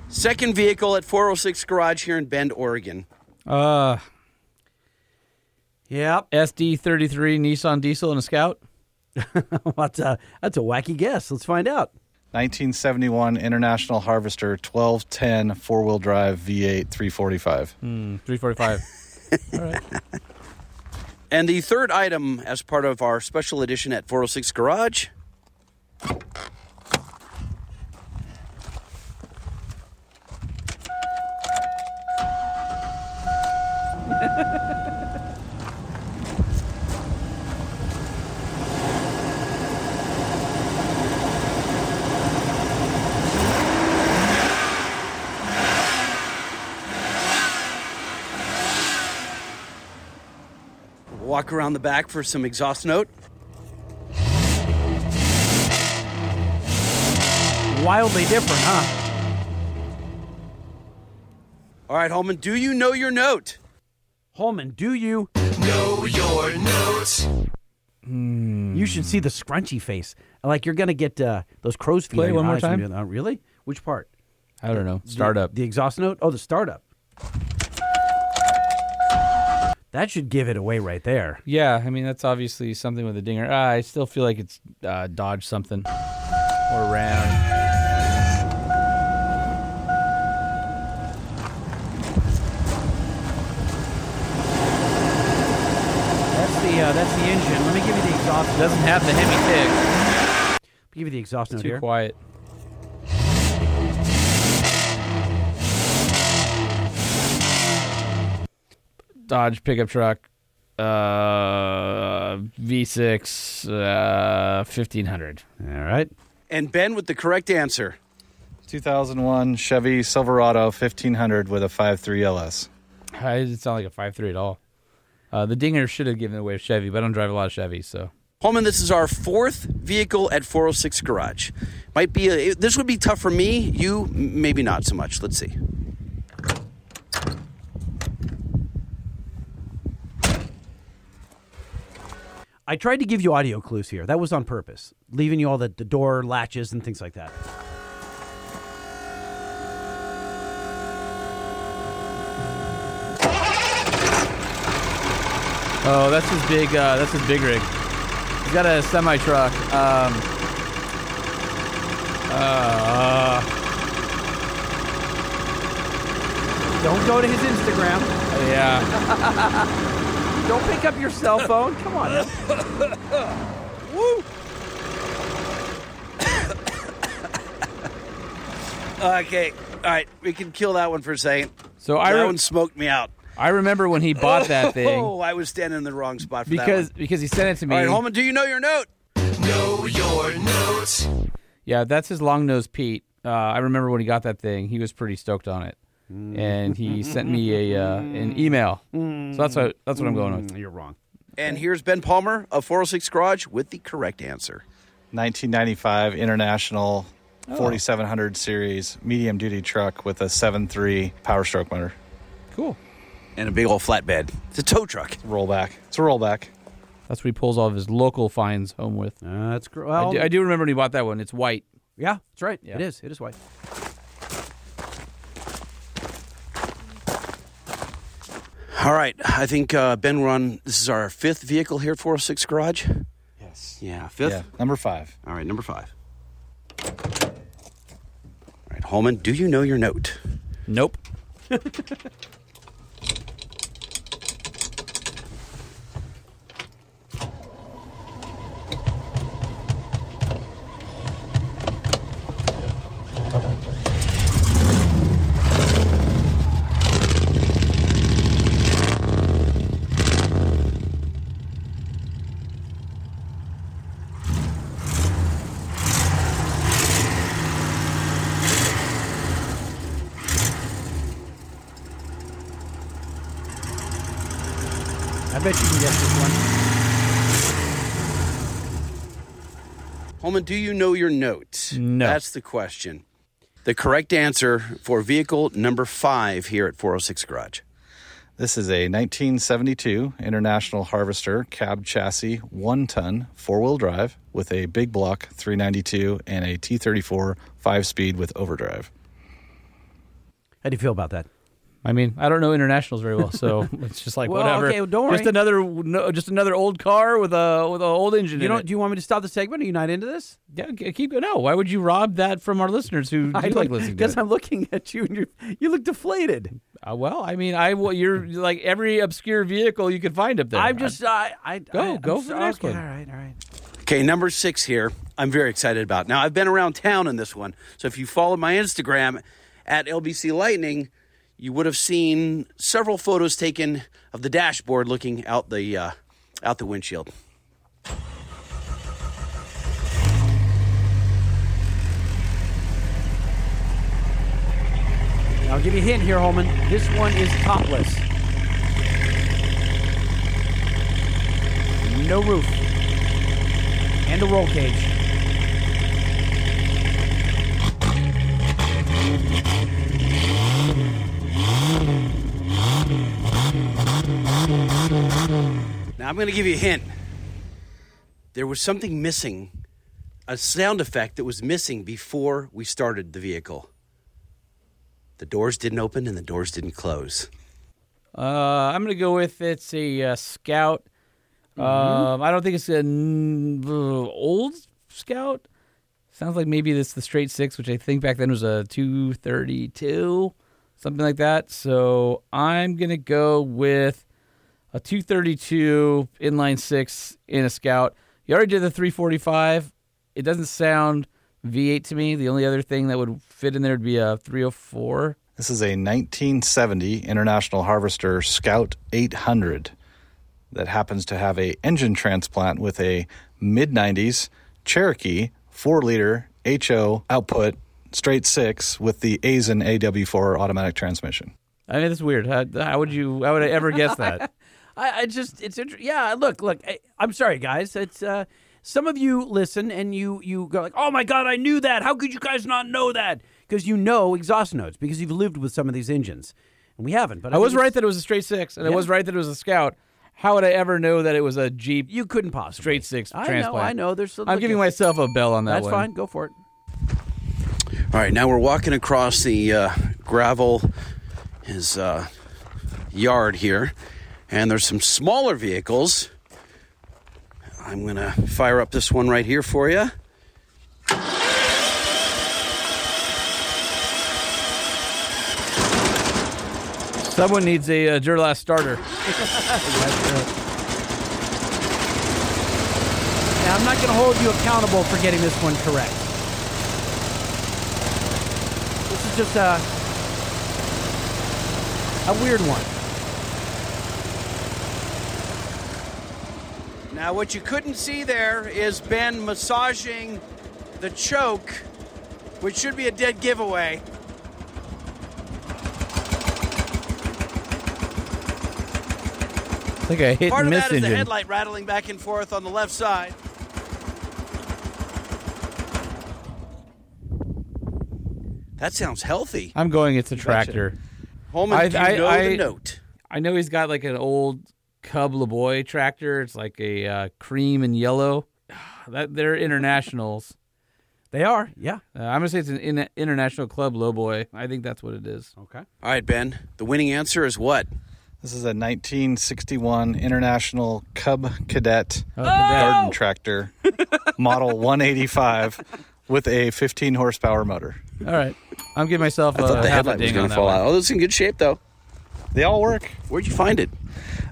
[SPEAKER 1] Second vehicle at 406 Garage here in Bend, Oregon.
[SPEAKER 2] Uh,
[SPEAKER 11] Yep,
[SPEAKER 2] SD thirty three Nissan diesel and a Scout.
[SPEAKER 11] that's a uh, that's a wacky guess. Let's find out.
[SPEAKER 12] 1971 International Harvester 1210 four wheel drive V8 345.
[SPEAKER 2] Three forty five. All right.
[SPEAKER 1] And the third item as part of our special edition at 406 Garage. Walk around the back for some exhaust note.
[SPEAKER 11] Wildly different, huh?
[SPEAKER 1] All right, Holman, do you know your note?
[SPEAKER 11] Holman, do you?
[SPEAKER 5] Know your notes.
[SPEAKER 11] You should see the scrunchy face. Like you're gonna get uh, those crow's feet.
[SPEAKER 2] Play
[SPEAKER 11] on your
[SPEAKER 2] one more
[SPEAKER 11] eyes from
[SPEAKER 2] time.
[SPEAKER 11] doing that. really? Which part?
[SPEAKER 2] I don't know. Startup.
[SPEAKER 11] The exhaust note? Oh, the startup. That should give it away right there.
[SPEAKER 2] Yeah, I mean that's obviously something with a dinger. Ah, I still feel like it's uh, Dodge something or Ram.
[SPEAKER 11] That's the uh, that's the engine. Let me give you the exhaust. Let
[SPEAKER 2] Doesn't have the Hemi kick.
[SPEAKER 11] me give you the exhaust note
[SPEAKER 2] Too
[SPEAKER 11] here.
[SPEAKER 2] quiet. Dodge pickup truck, Uh, V6, uh, 1500.
[SPEAKER 9] All right.
[SPEAKER 1] And Ben with the correct answer.
[SPEAKER 12] 2001 Chevy Silverado 1500 with a 5.3 LS.
[SPEAKER 2] I didn't sound like a five three at all. Uh, the Dinger should have given away a Chevy, but I don't drive a lot of Chevys, so.
[SPEAKER 1] Holman, this is our fourth vehicle at 406 Garage. Might be a, this would be tough for me. You m- maybe not so much. Let's see.
[SPEAKER 9] I tried to give you audio clues here. That was on purpose, leaving you all the, the door latches and things like that.
[SPEAKER 2] Oh, that's his big. Uh, that's his big rig. He's got a semi truck. Um, uh,
[SPEAKER 9] Don't go to his Instagram.
[SPEAKER 2] yeah.
[SPEAKER 9] Don't pick up your cell phone. Come on. Em.
[SPEAKER 1] Okay. All right. We can kill that one for a second.
[SPEAKER 2] So I
[SPEAKER 1] that
[SPEAKER 2] re-
[SPEAKER 1] one smoked me out.
[SPEAKER 2] I remember when he bought that thing
[SPEAKER 1] Oh, I was standing in the wrong spot for
[SPEAKER 2] because
[SPEAKER 1] that
[SPEAKER 2] because he sent it to me.
[SPEAKER 1] one. All right, Holman, do you know your note?
[SPEAKER 13] Know your notes.
[SPEAKER 2] Yeah, that's his long nose Pete. Uh, I remember when he got that thing; he was pretty stoked on it,
[SPEAKER 9] Mm.
[SPEAKER 2] and he sent me a uh, an email. So that's what that's what I'm going with.
[SPEAKER 9] You're wrong.
[SPEAKER 1] And here's Ben Palmer of 406 Garage with the correct answer.
[SPEAKER 12] 1995 International 4700 series medium duty truck with a 7.3 power stroke motor.
[SPEAKER 2] Cool.
[SPEAKER 1] And a big old flatbed. It's a tow truck.
[SPEAKER 12] Rollback. It's a rollback.
[SPEAKER 2] That's what he pulls all of his local finds home with.
[SPEAKER 9] Uh, that's gr-
[SPEAKER 2] I
[SPEAKER 9] well,
[SPEAKER 2] do, I do remember when he bought that one. It's white.
[SPEAKER 9] yeah, that's right.
[SPEAKER 2] Yeah.
[SPEAKER 9] It is. It is white.
[SPEAKER 1] All right. I think uh, Ben, we're on. This is our fifth vehicle here at 406 Garage. Yes. Yeah, fifth.
[SPEAKER 12] Yeah, number five.
[SPEAKER 1] All right, number five. All right, Holman, do you know your note?
[SPEAKER 2] Nope.
[SPEAKER 9] I bet you can guess this one.
[SPEAKER 1] Holman, do you know your note?
[SPEAKER 2] No.
[SPEAKER 1] That's the question. The correct answer for vehicle number five here at 406 Garage.
[SPEAKER 12] This is a 1972 International Harvester cab chassis, one ton, four wheel drive with a big block 392 and a T34 five speed with overdrive.
[SPEAKER 9] How do you feel about that?
[SPEAKER 2] I mean, I don't know internationals very well, so it's just like
[SPEAKER 9] Well,
[SPEAKER 2] whatever.
[SPEAKER 9] okay, well, don't worry.
[SPEAKER 2] Just another, no, just another old car with a with an old engine.
[SPEAKER 9] You
[SPEAKER 2] in
[SPEAKER 9] don't,
[SPEAKER 2] it.
[SPEAKER 9] do you want me to stop the segment? Are you not into this?
[SPEAKER 2] Yeah, g- keep going. No, why would you rob that from our listeners who do like listening to
[SPEAKER 9] Because
[SPEAKER 2] it?
[SPEAKER 9] I'm looking at you and you you look deflated.
[SPEAKER 2] Uh, well, I mean, I will- you're like every obscure vehicle you could find up there.
[SPEAKER 9] I'm just I I
[SPEAKER 2] Go,
[SPEAKER 9] I,
[SPEAKER 2] go
[SPEAKER 9] I'm
[SPEAKER 2] for
[SPEAKER 9] so-
[SPEAKER 2] the next
[SPEAKER 9] okay,
[SPEAKER 2] one.
[SPEAKER 9] All right, all right.
[SPEAKER 1] Okay, number six here. I'm very excited about. Now I've been around town in this one, so if you followed my Instagram at LBC Lightning, you would have seen several photos taken of the dashboard looking out the uh, out the windshield.
[SPEAKER 9] I'll give you a hint here, Holman. This one is topless. No roof. And a roll cage.
[SPEAKER 1] Now I'm going to give you a hint. There was something missing, a sound effect that was missing before we started the vehicle. The doors didn't open and the doors didn't close.
[SPEAKER 2] Uh, I'm gonna go with it's a uh, Scout. Um, I don't think it's an old Scout. Sounds like maybe it's the straight six, which I think back then was a 232, something like that. So I'm gonna go with a 232 inline six in a Scout. You already did the 345. It doesn't sound V8 to me. The only other thing that would fit in there would be a 304.
[SPEAKER 12] This is a 1970 International Harvester Scout 800 that happens to have a engine transplant with a mid 90s Cherokee 4 liter HO output straight 6 with the Azen AW4 automatic transmission.
[SPEAKER 2] I mean, it's weird. How, how would you? How would I ever guess that?
[SPEAKER 14] I, I just it's inter- yeah. Look, look. I, I'm sorry, guys. It's uh, some of you listen and you you go like, oh my god, I knew that. How could you guys not know that? Because you know exhaust notes because you've lived with some of these engines, and we haven't. But
[SPEAKER 2] I, was
[SPEAKER 14] think
[SPEAKER 2] right
[SPEAKER 14] it's-
[SPEAKER 2] that it was a straight six, and I
[SPEAKER 14] Yeah.
[SPEAKER 2] was right that it was a Scout. How would I ever know that it was a Jeep?
[SPEAKER 14] You couldn't possibly
[SPEAKER 2] straight six
[SPEAKER 14] I know,
[SPEAKER 2] transplant.
[SPEAKER 14] I know. There's-
[SPEAKER 2] I'm
[SPEAKER 14] look
[SPEAKER 2] giving
[SPEAKER 14] at-
[SPEAKER 2] myself a bell on that
[SPEAKER 14] That's
[SPEAKER 2] one.
[SPEAKER 14] fine. Go for it.
[SPEAKER 1] All right, now we're walking across the uh, gravel, his uh, yard here, and there's some smaller vehicles. I'm going to fire up this one right here for you.
[SPEAKER 2] Someone needs a uh, Duralast starter.
[SPEAKER 14] Now, I'm not going to hold you accountable for getting this one correct. This is just a a weird one.
[SPEAKER 1] Now, what you couldn't see there is Ben massaging the choke, which should be a dead giveaway.
[SPEAKER 2] I think I hit
[SPEAKER 1] Part
[SPEAKER 2] and
[SPEAKER 1] of
[SPEAKER 2] miss
[SPEAKER 1] that is the
[SPEAKER 2] engine.
[SPEAKER 1] headlight rattling back and forth on the left side. That sounds healthy.
[SPEAKER 2] I'm going. It's a tractor.
[SPEAKER 1] Holman, do you know the note?
[SPEAKER 2] I know he's got like an old Cub LaBoy tractor. It's like a uh, cream and yellow. That they're internationals.
[SPEAKER 14] they are. Yeah.
[SPEAKER 2] Uh, I'm gonna say it's an in- international club lowboy. I think that's what it is.
[SPEAKER 14] Okay.
[SPEAKER 1] All right, Ben. The winning answer is what?
[SPEAKER 12] This is a 1961 International Cub Cadet
[SPEAKER 2] Cadet.
[SPEAKER 12] garden tractor, model 185, with a 15 horsepower motor.
[SPEAKER 2] All right. I'm giving myself.
[SPEAKER 12] I thought
[SPEAKER 2] Uh, a
[SPEAKER 12] the
[SPEAKER 2] half
[SPEAKER 12] headlight
[SPEAKER 2] a
[SPEAKER 12] was
[SPEAKER 2] ding
[SPEAKER 12] gonna
[SPEAKER 2] on that
[SPEAKER 12] fall
[SPEAKER 2] one.
[SPEAKER 12] out.
[SPEAKER 1] Oh, it's in good shape though.
[SPEAKER 12] They all work.
[SPEAKER 1] Where'd you find it?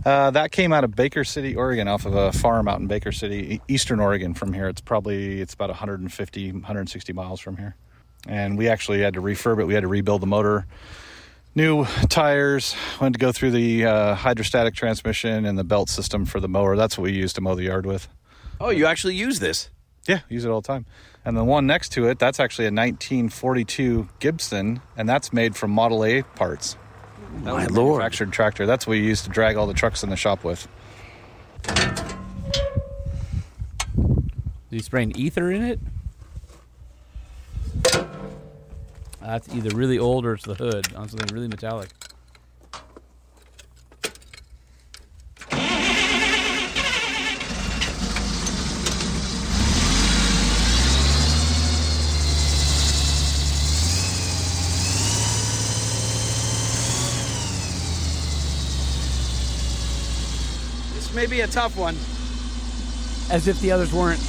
[SPEAKER 12] Uh, that came out of Baker City, Oregon, off of a farm out in Baker City, e- Eastern Oregon. From here, it's probably it's about 150, 160 miles from here. And we actually had to refurb it. We had to rebuild the motor, new tires. Went to go through the uh, hydrostatic transmission and the belt system for the mower. That's what we used to mow the yard with.
[SPEAKER 1] Oh, you actually use this?
[SPEAKER 12] Yeah, use it all the time. And the one next to it, that's actually a 1942 Gibson, and that's made from Model A parts. That
[SPEAKER 1] My
[SPEAKER 12] was a
[SPEAKER 1] lord.
[SPEAKER 12] manufactured tractor. That's what you used to drag all the trucks in the shop with.
[SPEAKER 2] Did you spray an ether in it? That's either really old or it's the hood on something really metallic.
[SPEAKER 1] This may be a tough one.
[SPEAKER 14] As if the others weren't.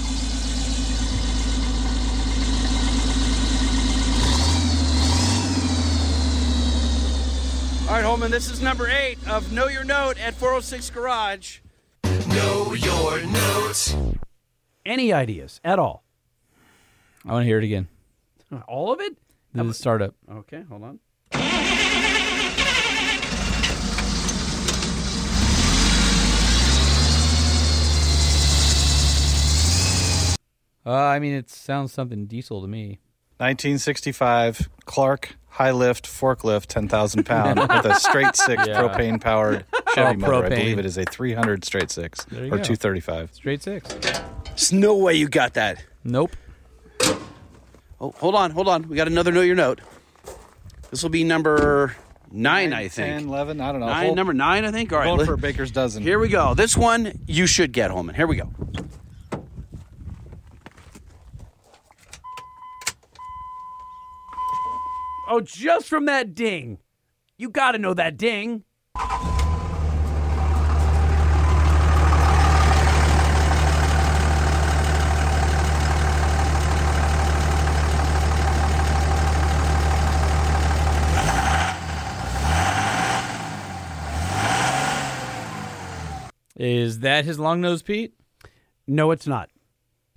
[SPEAKER 1] All right, Holman, this is number eight of Know Your Note at 406 Garage. Know Your Note.
[SPEAKER 14] Any ideas at all?
[SPEAKER 2] I want to hear it again.
[SPEAKER 14] All of it?
[SPEAKER 2] This is startup.
[SPEAKER 14] Okay, hold on.
[SPEAKER 2] Uh, I mean, it sounds something diesel to me.
[SPEAKER 12] 1965 Clark high lift forklift 10,000 pound with a straight six
[SPEAKER 2] Yeah.
[SPEAKER 12] propane powered
[SPEAKER 2] All
[SPEAKER 12] Chevy motor. I
[SPEAKER 2] propane.
[SPEAKER 12] believe it is a 300 straight six or
[SPEAKER 2] you go.
[SPEAKER 12] 235.
[SPEAKER 2] Straight six.
[SPEAKER 1] There's no way you got that.
[SPEAKER 2] Nope.
[SPEAKER 1] Oh, hold on, hold on. We got another Know Your Note. This will be number nine, I think.
[SPEAKER 12] 10, 11, I don't know.
[SPEAKER 1] Nine,
[SPEAKER 12] Full-
[SPEAKER 1] number nine, I think. All right,
[SPEAKER 12] going
[SPEAKER 1] let-
[SPEAKER 12] for a baker's dozen.
[SPEAKER 1] Here we go. This one you should get, Holman. Here we go.
[SPEAKER 14] Oh, just from that ding. You got to know that ding.
[SPEAKER 2] Is that his long nose, Pete?
[SPEAKER 14] No, it's not.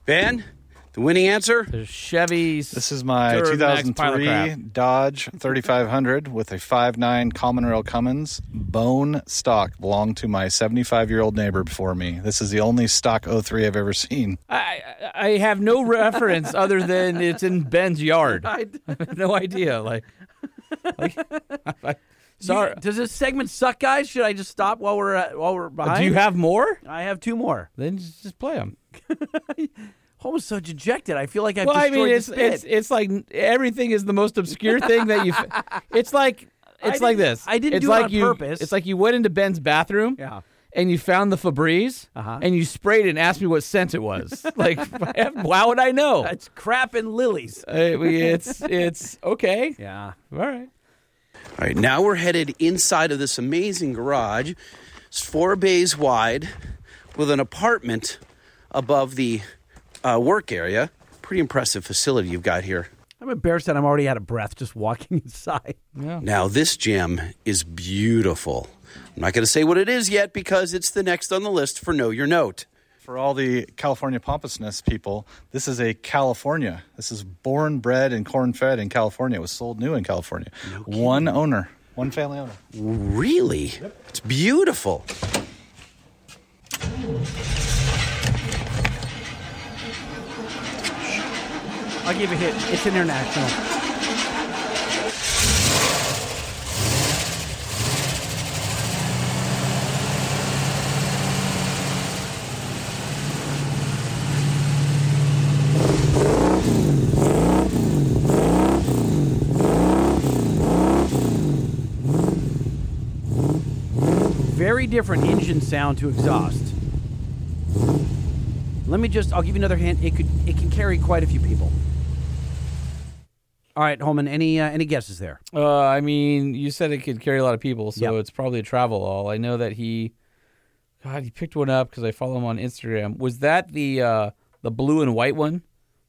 [SPEAKER 1] Ben, The winning answer?
[SPEAKER 2] The Chevy's.
[SPEAKER 1] This
[SPEAKER 12] is my 2003 Dodge 3500 with a 5.9 common rail Cummins bone stock belonged to my 75 year old neighbor before me. This is the only stock 03 I've ever seen.
[SPEAKER 2] I I have no reference other than it's in Ben's yard. I have no idea. Like, like I- sorry.
[SPEAKER 9] Does this segment suck, guys? Should I just stop while we're at, while we're
[SPEAKER 1] Uh,
[SPEAKER 9] behind?
[SPEAKER 2] Do you have more?
[SPEAKER 9] I have two more.
[SPEAKER 2] Then just just play them.
[SPEAKER 9] Holmes so dejected. I feel like I've
[SPEAKER 2] well, I
[SPEAKER 9] destroyed
[SPEAKER 2] mean, it's
[SPEAKER 9] this bit.
[SPEAKER 2] it's it's like everything is the most obscure thing that you. It's like
[SPEAKER 9] I
[SPEAKER 2] it's like
[SPEAKER 9] didn't-
[SPEAKER 2] this.
[SPEAKER 9] I didn't
[SPEAKER 2] it's
[SPEAKER 9] do it
[SPEAKER 2] like
[SPEAKER 9] on
[SPEAKER 2] you,
[SPEAKER 9] purpose.
[SPEAKER 2] It's like you went into Ben's bathroom.
[SPEAKER 9] Yeah.
[SPEAKER 2] And you found the Febreze,
[SPEAKER 9] Uh-huh.
[SPEAKER 2] and you sprayed it and asked me what scent it was. like, how would I know?
[SPEAKER 9] It's crap and lilies.
[SPEAKER 2] Uh, we- it's it's okay.
[SPEAKER 9] Yeah.
[SPEAKER 2] All right.
[SPEAKER 1] All right, now we're headed inside of this amazing garage. It's four bays wide with an apartment above the uh, work area. Pretty impressive facility you've got here.
[SPEAKER 9] I'm embarrassed that I'm already out of breath just walking inside.
[SPEAKER 2] Yeah.
[SPEAKER 1] Now, this gem is beautiful. I'm not going to say what it is yet because it's the next on the list for Know Your Note.
[SPEAKER 12] For all the California pompousness people, this is a California. This is born, bred, and corn fed in California. It was sold new in California. one owner, one family owner.
[SPEAKER 1] Really? It's beautiful.
[SPEAKER 9] I'll give you a hit. It's international. Very different engine sound to exhaust. Let me just I'll give you another hint. It could it can carry quite a few people. All right, Holman, any uh, any guesses there?
[SPEAKER 2] Uh, I mean, you said it could carry a lot of people, so
[SPEAKER 9] Yep.
[SPEAKER 2] it's probably a travel all. I know that he, God, he picked one up because I follow him on Instagram. Was that the uh, the blue and white one?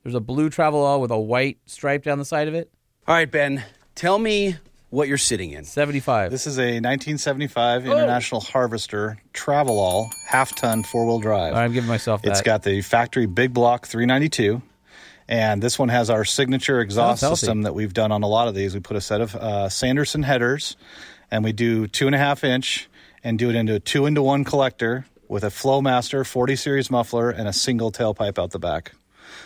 [SPEAKER 2] There's a blue travel all with a white stripe down the side of it.
[SPEAKER 1] All right, Ben, tell me what you're sitting in.
[SPEAKER 2] Seventy five.
[SPEAKER 12] This is a 1975 International Harvester Travel All half ton four wheel drive.
[SPEAKER 2] I'm giving myself that.
[SPEAKER 12] It's got the factory big block 392. And this one has our signature exhaust
[SPEAKER 2] Sounds Oh, healthy.
[SPEAKER 12] system that we've done on a lot of these. We put a set of uh, Sanderson headers and we do two and a half inch and do it into a two into one collector with a Flowmaster 40 series muffler and a single tailpipe out the back.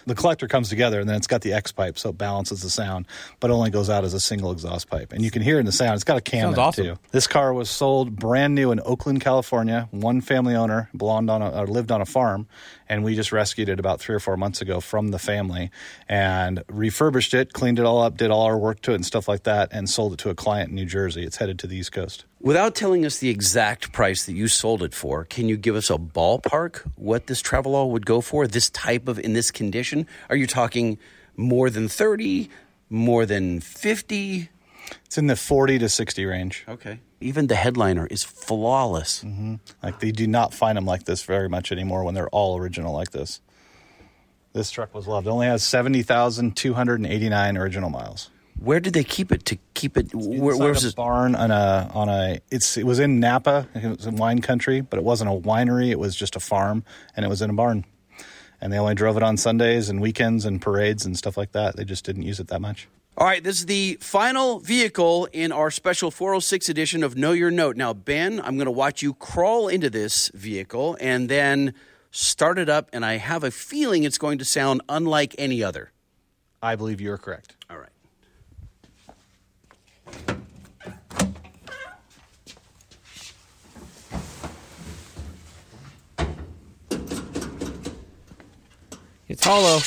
[SPEAKER 12] The collector comes together and then it's got the X pipe, so it balances the sound, but only goes out as a single exhaust pipe. And you can hear it in the sound. It's got a cam
[SPEAKER 2] Sounds
[SPEAKER 12] in it,
[SPEAKER 2] awesome.
[SPEAKER 12] too. This car was sold brand new in Oakland, California. One family owner belonged on a, or lived on a farm, and we just rescued it about three or four months ago from the family and refurbished it, cleaned it all up, did all our work to it and stuff like that, and sold it to a client in New Jersey. It's headed to the East Coast.
[SPEAKER 1] Without telling us the exact price that you sold it for, can you give us a ballpark what this Travelall would go for? This type of in this condition? Are you talking more than 30, more than 50?
[SPEAKER 12] It's in the 40 to 60 range.
[SPEAKER 1] Okay. Even the headliner is flawless.
[SPEAKER 12] Like they do not find them like this very much anymore when they're all original like this. This truck was loved. It only has 70,289 original miles.
[SPEAKER 1] Where did they keep it to keep it? Where,
[SPEAKER 12] Inside
[SPEAKER 1] where
[SPEAKER 12] a
[SPEAKER 1] was it?
[SPEAKER 12] barn on a on a it's it was in Napa, it was in wine country, but it wasn't a winery, it was just a farm and it was in a barn. And they only drove it on Sundays and weekends and parades and stuff like that. They just didn't use it that much.
[SPEAKER 1] All right, this is the final vehicle in our special 406 edition of Know Your Note. Now, Ben, I'm going to watch you crawl into this vehicle and then start it up, and I have a feeling it's going to sound unlike any other.
[SPEAKER 12] I believe you're correct.
[SPEAKER 1] All right.
[SPEAKER 2] it's hollow.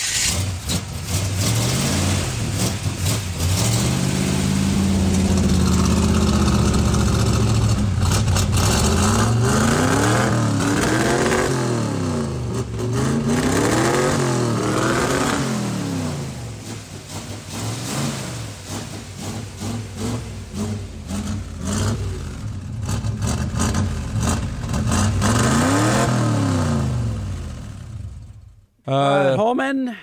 [SPEAKER 9] Uh, Holman,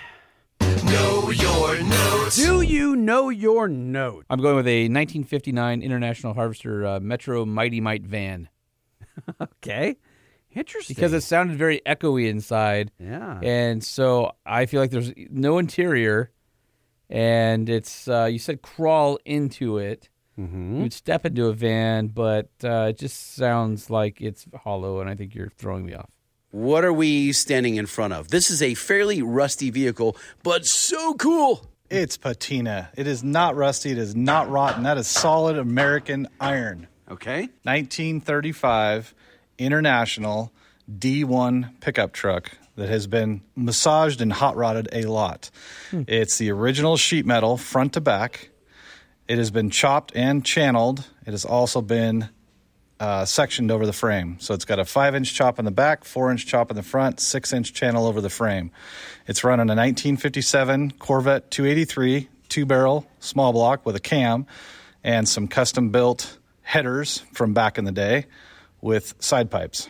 [SPEAKER 5] Know your notes.
[SPEAKER 9] do you know your note?
[SPEAKER 2] I'm going with a 1959 International Harvester uh, Metro Mighty Might van.
[SPEAKER 9] Okay.
[SPEAKER 5] Interesting.
[SPEAKER 2] Because it sounded very echoey inside.
[SPEAKER 5] Yeah.
[SPEAKER 2] And so I feel like there's no interior, and it's uh, you said crawl into it.
[SPEAKER 5] Mhm.
[SPEAKER 2] You'd step into a van, but uh, it just sounds like it's hollow, and I think you're throwing me off.
[SPEAKER 1] What are we standing in front of? This is a fairly rusty vehicle, but so cool.
[SPEAKER 12] It's patina. It is not rusty. It is not rotten. That is solid American iron.
[SPEAKER 1] Okay.
[SPEAKER 12] 1935 International D1 pickup truck that has been massaged and hot rodded a lot. It's the original sheet metal front to back. It has been chopped and channeled. It has also been uh, sectioned over the frame. So it's got a five inch chop in the back, four inch chop in the front, six inch channel over the frame. It's running a 1957 Corvette 283, two barrel, small block with a cam and some custom built headers from back in the day with side pipes.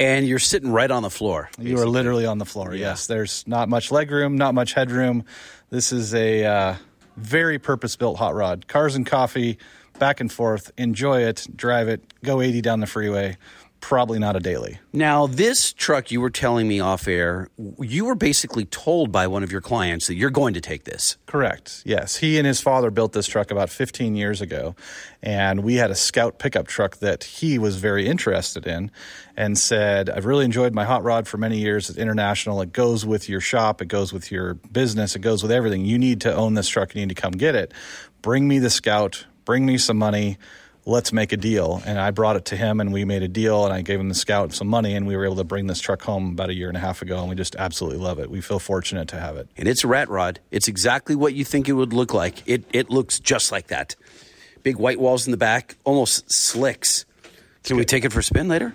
[SPEAKER 1] And you're sitting right on the floor.
[SPEAKER 12] You are literally on the floor. Yes, there's not much leg room, not much headroom. This is a uh, very purpose-built hot rod. Cars and coffee, back and forth. Enjoy it, drive it, go 80 down the freeway. Probably not a daily.
[SPEAKER 1] Now, this truck you were telling me off air, you were basically told by one of your clients that you're going to take this.
[SPEAKER 12] Correct. Yes, he and his father built this truck about 15 years ago, and we had a Scout pickup truck that he was very interested in, and said, "I've really enjoyed my hot rod for many years. It's international. It goes with your shop. It goes with your business. It goes with everything. You need to own this truck. You need to come get it. Bring me the Scout. Bring me some money." Let's make a deal. And I brought it to him and we made a deal and I gave him the scout some money and we were able to bring this truck home about a year and a half ago and we just absolutely love it. We feel fortunate to have it.
[SPEAKER 1] And it's a rat rod. It's exactly what you think it would look like. It, it looks just like that. Big white walls in the back, almost slicks. Can we take it for a spin later?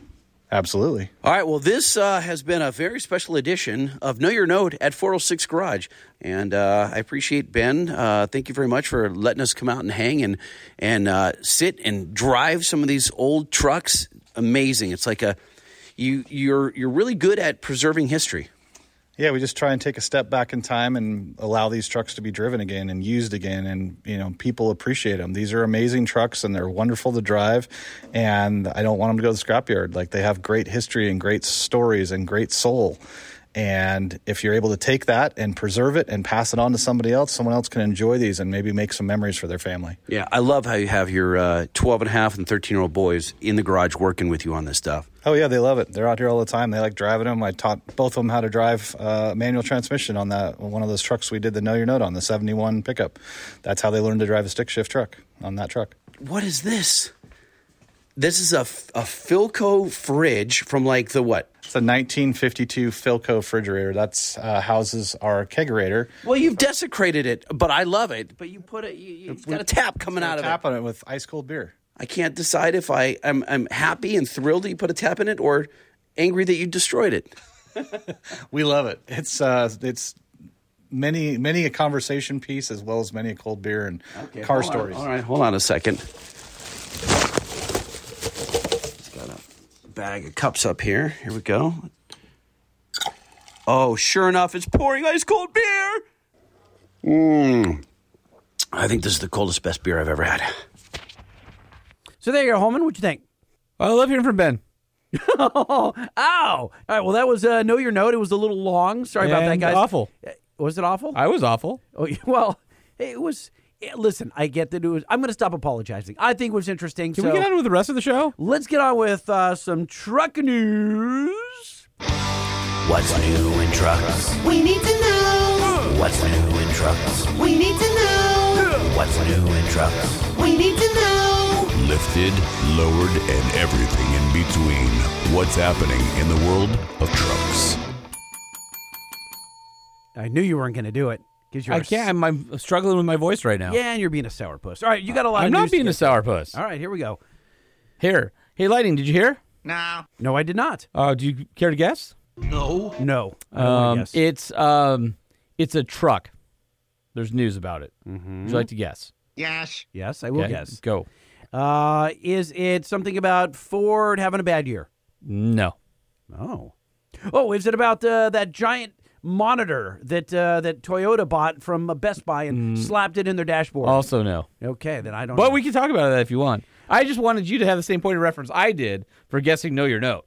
[SPEAKER 12] Absolutely.
[SPEAKER 1] All right, well, this uh, has been a very special edition of Know Your Node at 406 Garage. And uh, I appreciate Ben. Uh, thank you very much for letting us come out and hang and, and uh, sit and drive some of these old trucks. Amazing. It's like a, you, you're, you're really good at preserving history.
[SPEAKER 12] Yeah, we just try and take a step back in time and allow these trucks to be driven again and used again, and you know people appreciate them. These are amazing trucks, and they're wonderful to drive. And I don't want them to go to the scrapyard. Like they have great history and great stories and great soul. And if you're able to take that and preserve it and pass it on to somebody else, someone else can enjoy these and maybe make some memories for their family.
[SPEAKER 1] Yeah, I love how you have your uh, 12 and a half and 13 year old boys in the garage working with you on this stuff.
[SPEAKER 12] Oh yeah, they love it. They're out here all the time. They like driving them. I taught both of them how to drive uh, manual transmission on that one of those trucks we did the Know Your Note on the '71 pickup. That's how they learned to drive a stick shift truck on that truck.
[SPEAKER 1] What is this? This is a, f- a Philco fridge from like the what?
[SPEAKER 12] It's a 1952 Philco refrigerator. That's uh, houses our kegerator.
[SPEAKER 1] Well, you've desecrated it, but I love it. But you put it, you, you've got a tap coming out of
[SPEAKER 12] tap
[SPEAKER 1] it.
[SPEAKER 12] on it with ice cold beer.
[SPEAKER 1] I can't decide if I, I'm, I'm happy and thrilled that you put a tap in it or angry that you destroyed it.
[SPEAKER 12] We love it. It's uh, it's many many a conversation piece as well as many a cold beer and car
[SPEAKER 1] hold on.
[SPEAKER 12] stories.
[SPEAKER 1] All right, hold on a second. It's got a bag of cups up here. Here we go. Oh, sure enough, it's pouring ice cold beer. Mmm. I think this is the coldest, best beer I've ever had.
[SPEAKER 5] So there you go, Holman. What'd you think?
[SPEAKER 2] I love hearing from Ben.
[SPEAKER 5] oh, ow! All right. Well, that was uh, know your note. It was a little long. Sorry about that,
[SPEAKER 2] And
[SPEAKER 5] guys. Uh,
[SPEAKER 2] awful.
[SPEAKER 5] Was it awful?
[SPEAKER 2] I was awful.
[SPEAKER 5] Oh, yeah, well, it was. yeah, listen, I get that it was. I'm going to stop apologizing. I think it was interesting.
[SPEAKER 2] Can
[SPEAKER 5] so
[SPEAKER 2] we get on with the rest of the show?
[SPEAKER 5] Let's get on with uh, some truck news.
[SPEAKER 15] What's new in trucks?
[SPEAKER 16] We need to know.
[SPEAKER 15] What's new in trucks?
[SPEAKER 16] We need to know.
[SPEAKER 15] What's new in trucks?
[SPEAKER 16] We need to know.
[SPEAKER 17] Lifted, lowered, and everything in between. What's happening in the world of trucks?
[SPEAKER 5] I knew you weren't going to do it because you're.
[SPEAKER 2] I
[SPEAKER 5] a s-
[SPEAKER 2] can't. I'm, I'm struggling with my voice right now.
[SPEAKER 5] Yeah, and you're being a sourpuss. All right, you got a lot.
[SPEAKER 2] I'm
[SPEAKER 5] of
[SPEAKER 2] not
[SPEAKER 5] news to
[SPEAKER 2] being a
[SPEAKER 5] get through.
[SPEAKER 2] sourpuss.
[SPEAKER 5] All right, here we go.
[SPEAKER 2] Here. Hey, Lightning, did you hear?
[SPEAKER 5] No, I did not.
[SPEAKER 2] Uh, do you care to guess?
[SPEAKER 5] No, I don't wanna
[SPEAKER 2] Um,
[SPEAKER 5] guess.
[SPEAKER 2] it's um, it's a truck. There's news about it. Would you like to guess?
[SPEAKER 5] yes, I will
[SPEAKER 2] Okay,
[SPEAKER 5] Mm-hmm. guess.
[SPEAKER 2] Go.
[SPEAKER 5] Uh, is it something about Ford having a bad year?
[SPEAKER 2] No.
[SPEAKER 5] Oh, oh, is it about uh, that giant monitor that uh, that Toyota bought from uh, Best Buy and slapped it in their dashboard?
[SPEAKER 2] Also no.
[SPEAKER 5] okay, then I don't.
[SPEAKER 2] Mm. But
[SPEAKER 5] know.
[SPEAKER 2] we can talk about that if you want. I just wanted you to have the same point of reference I did for guessing no your note.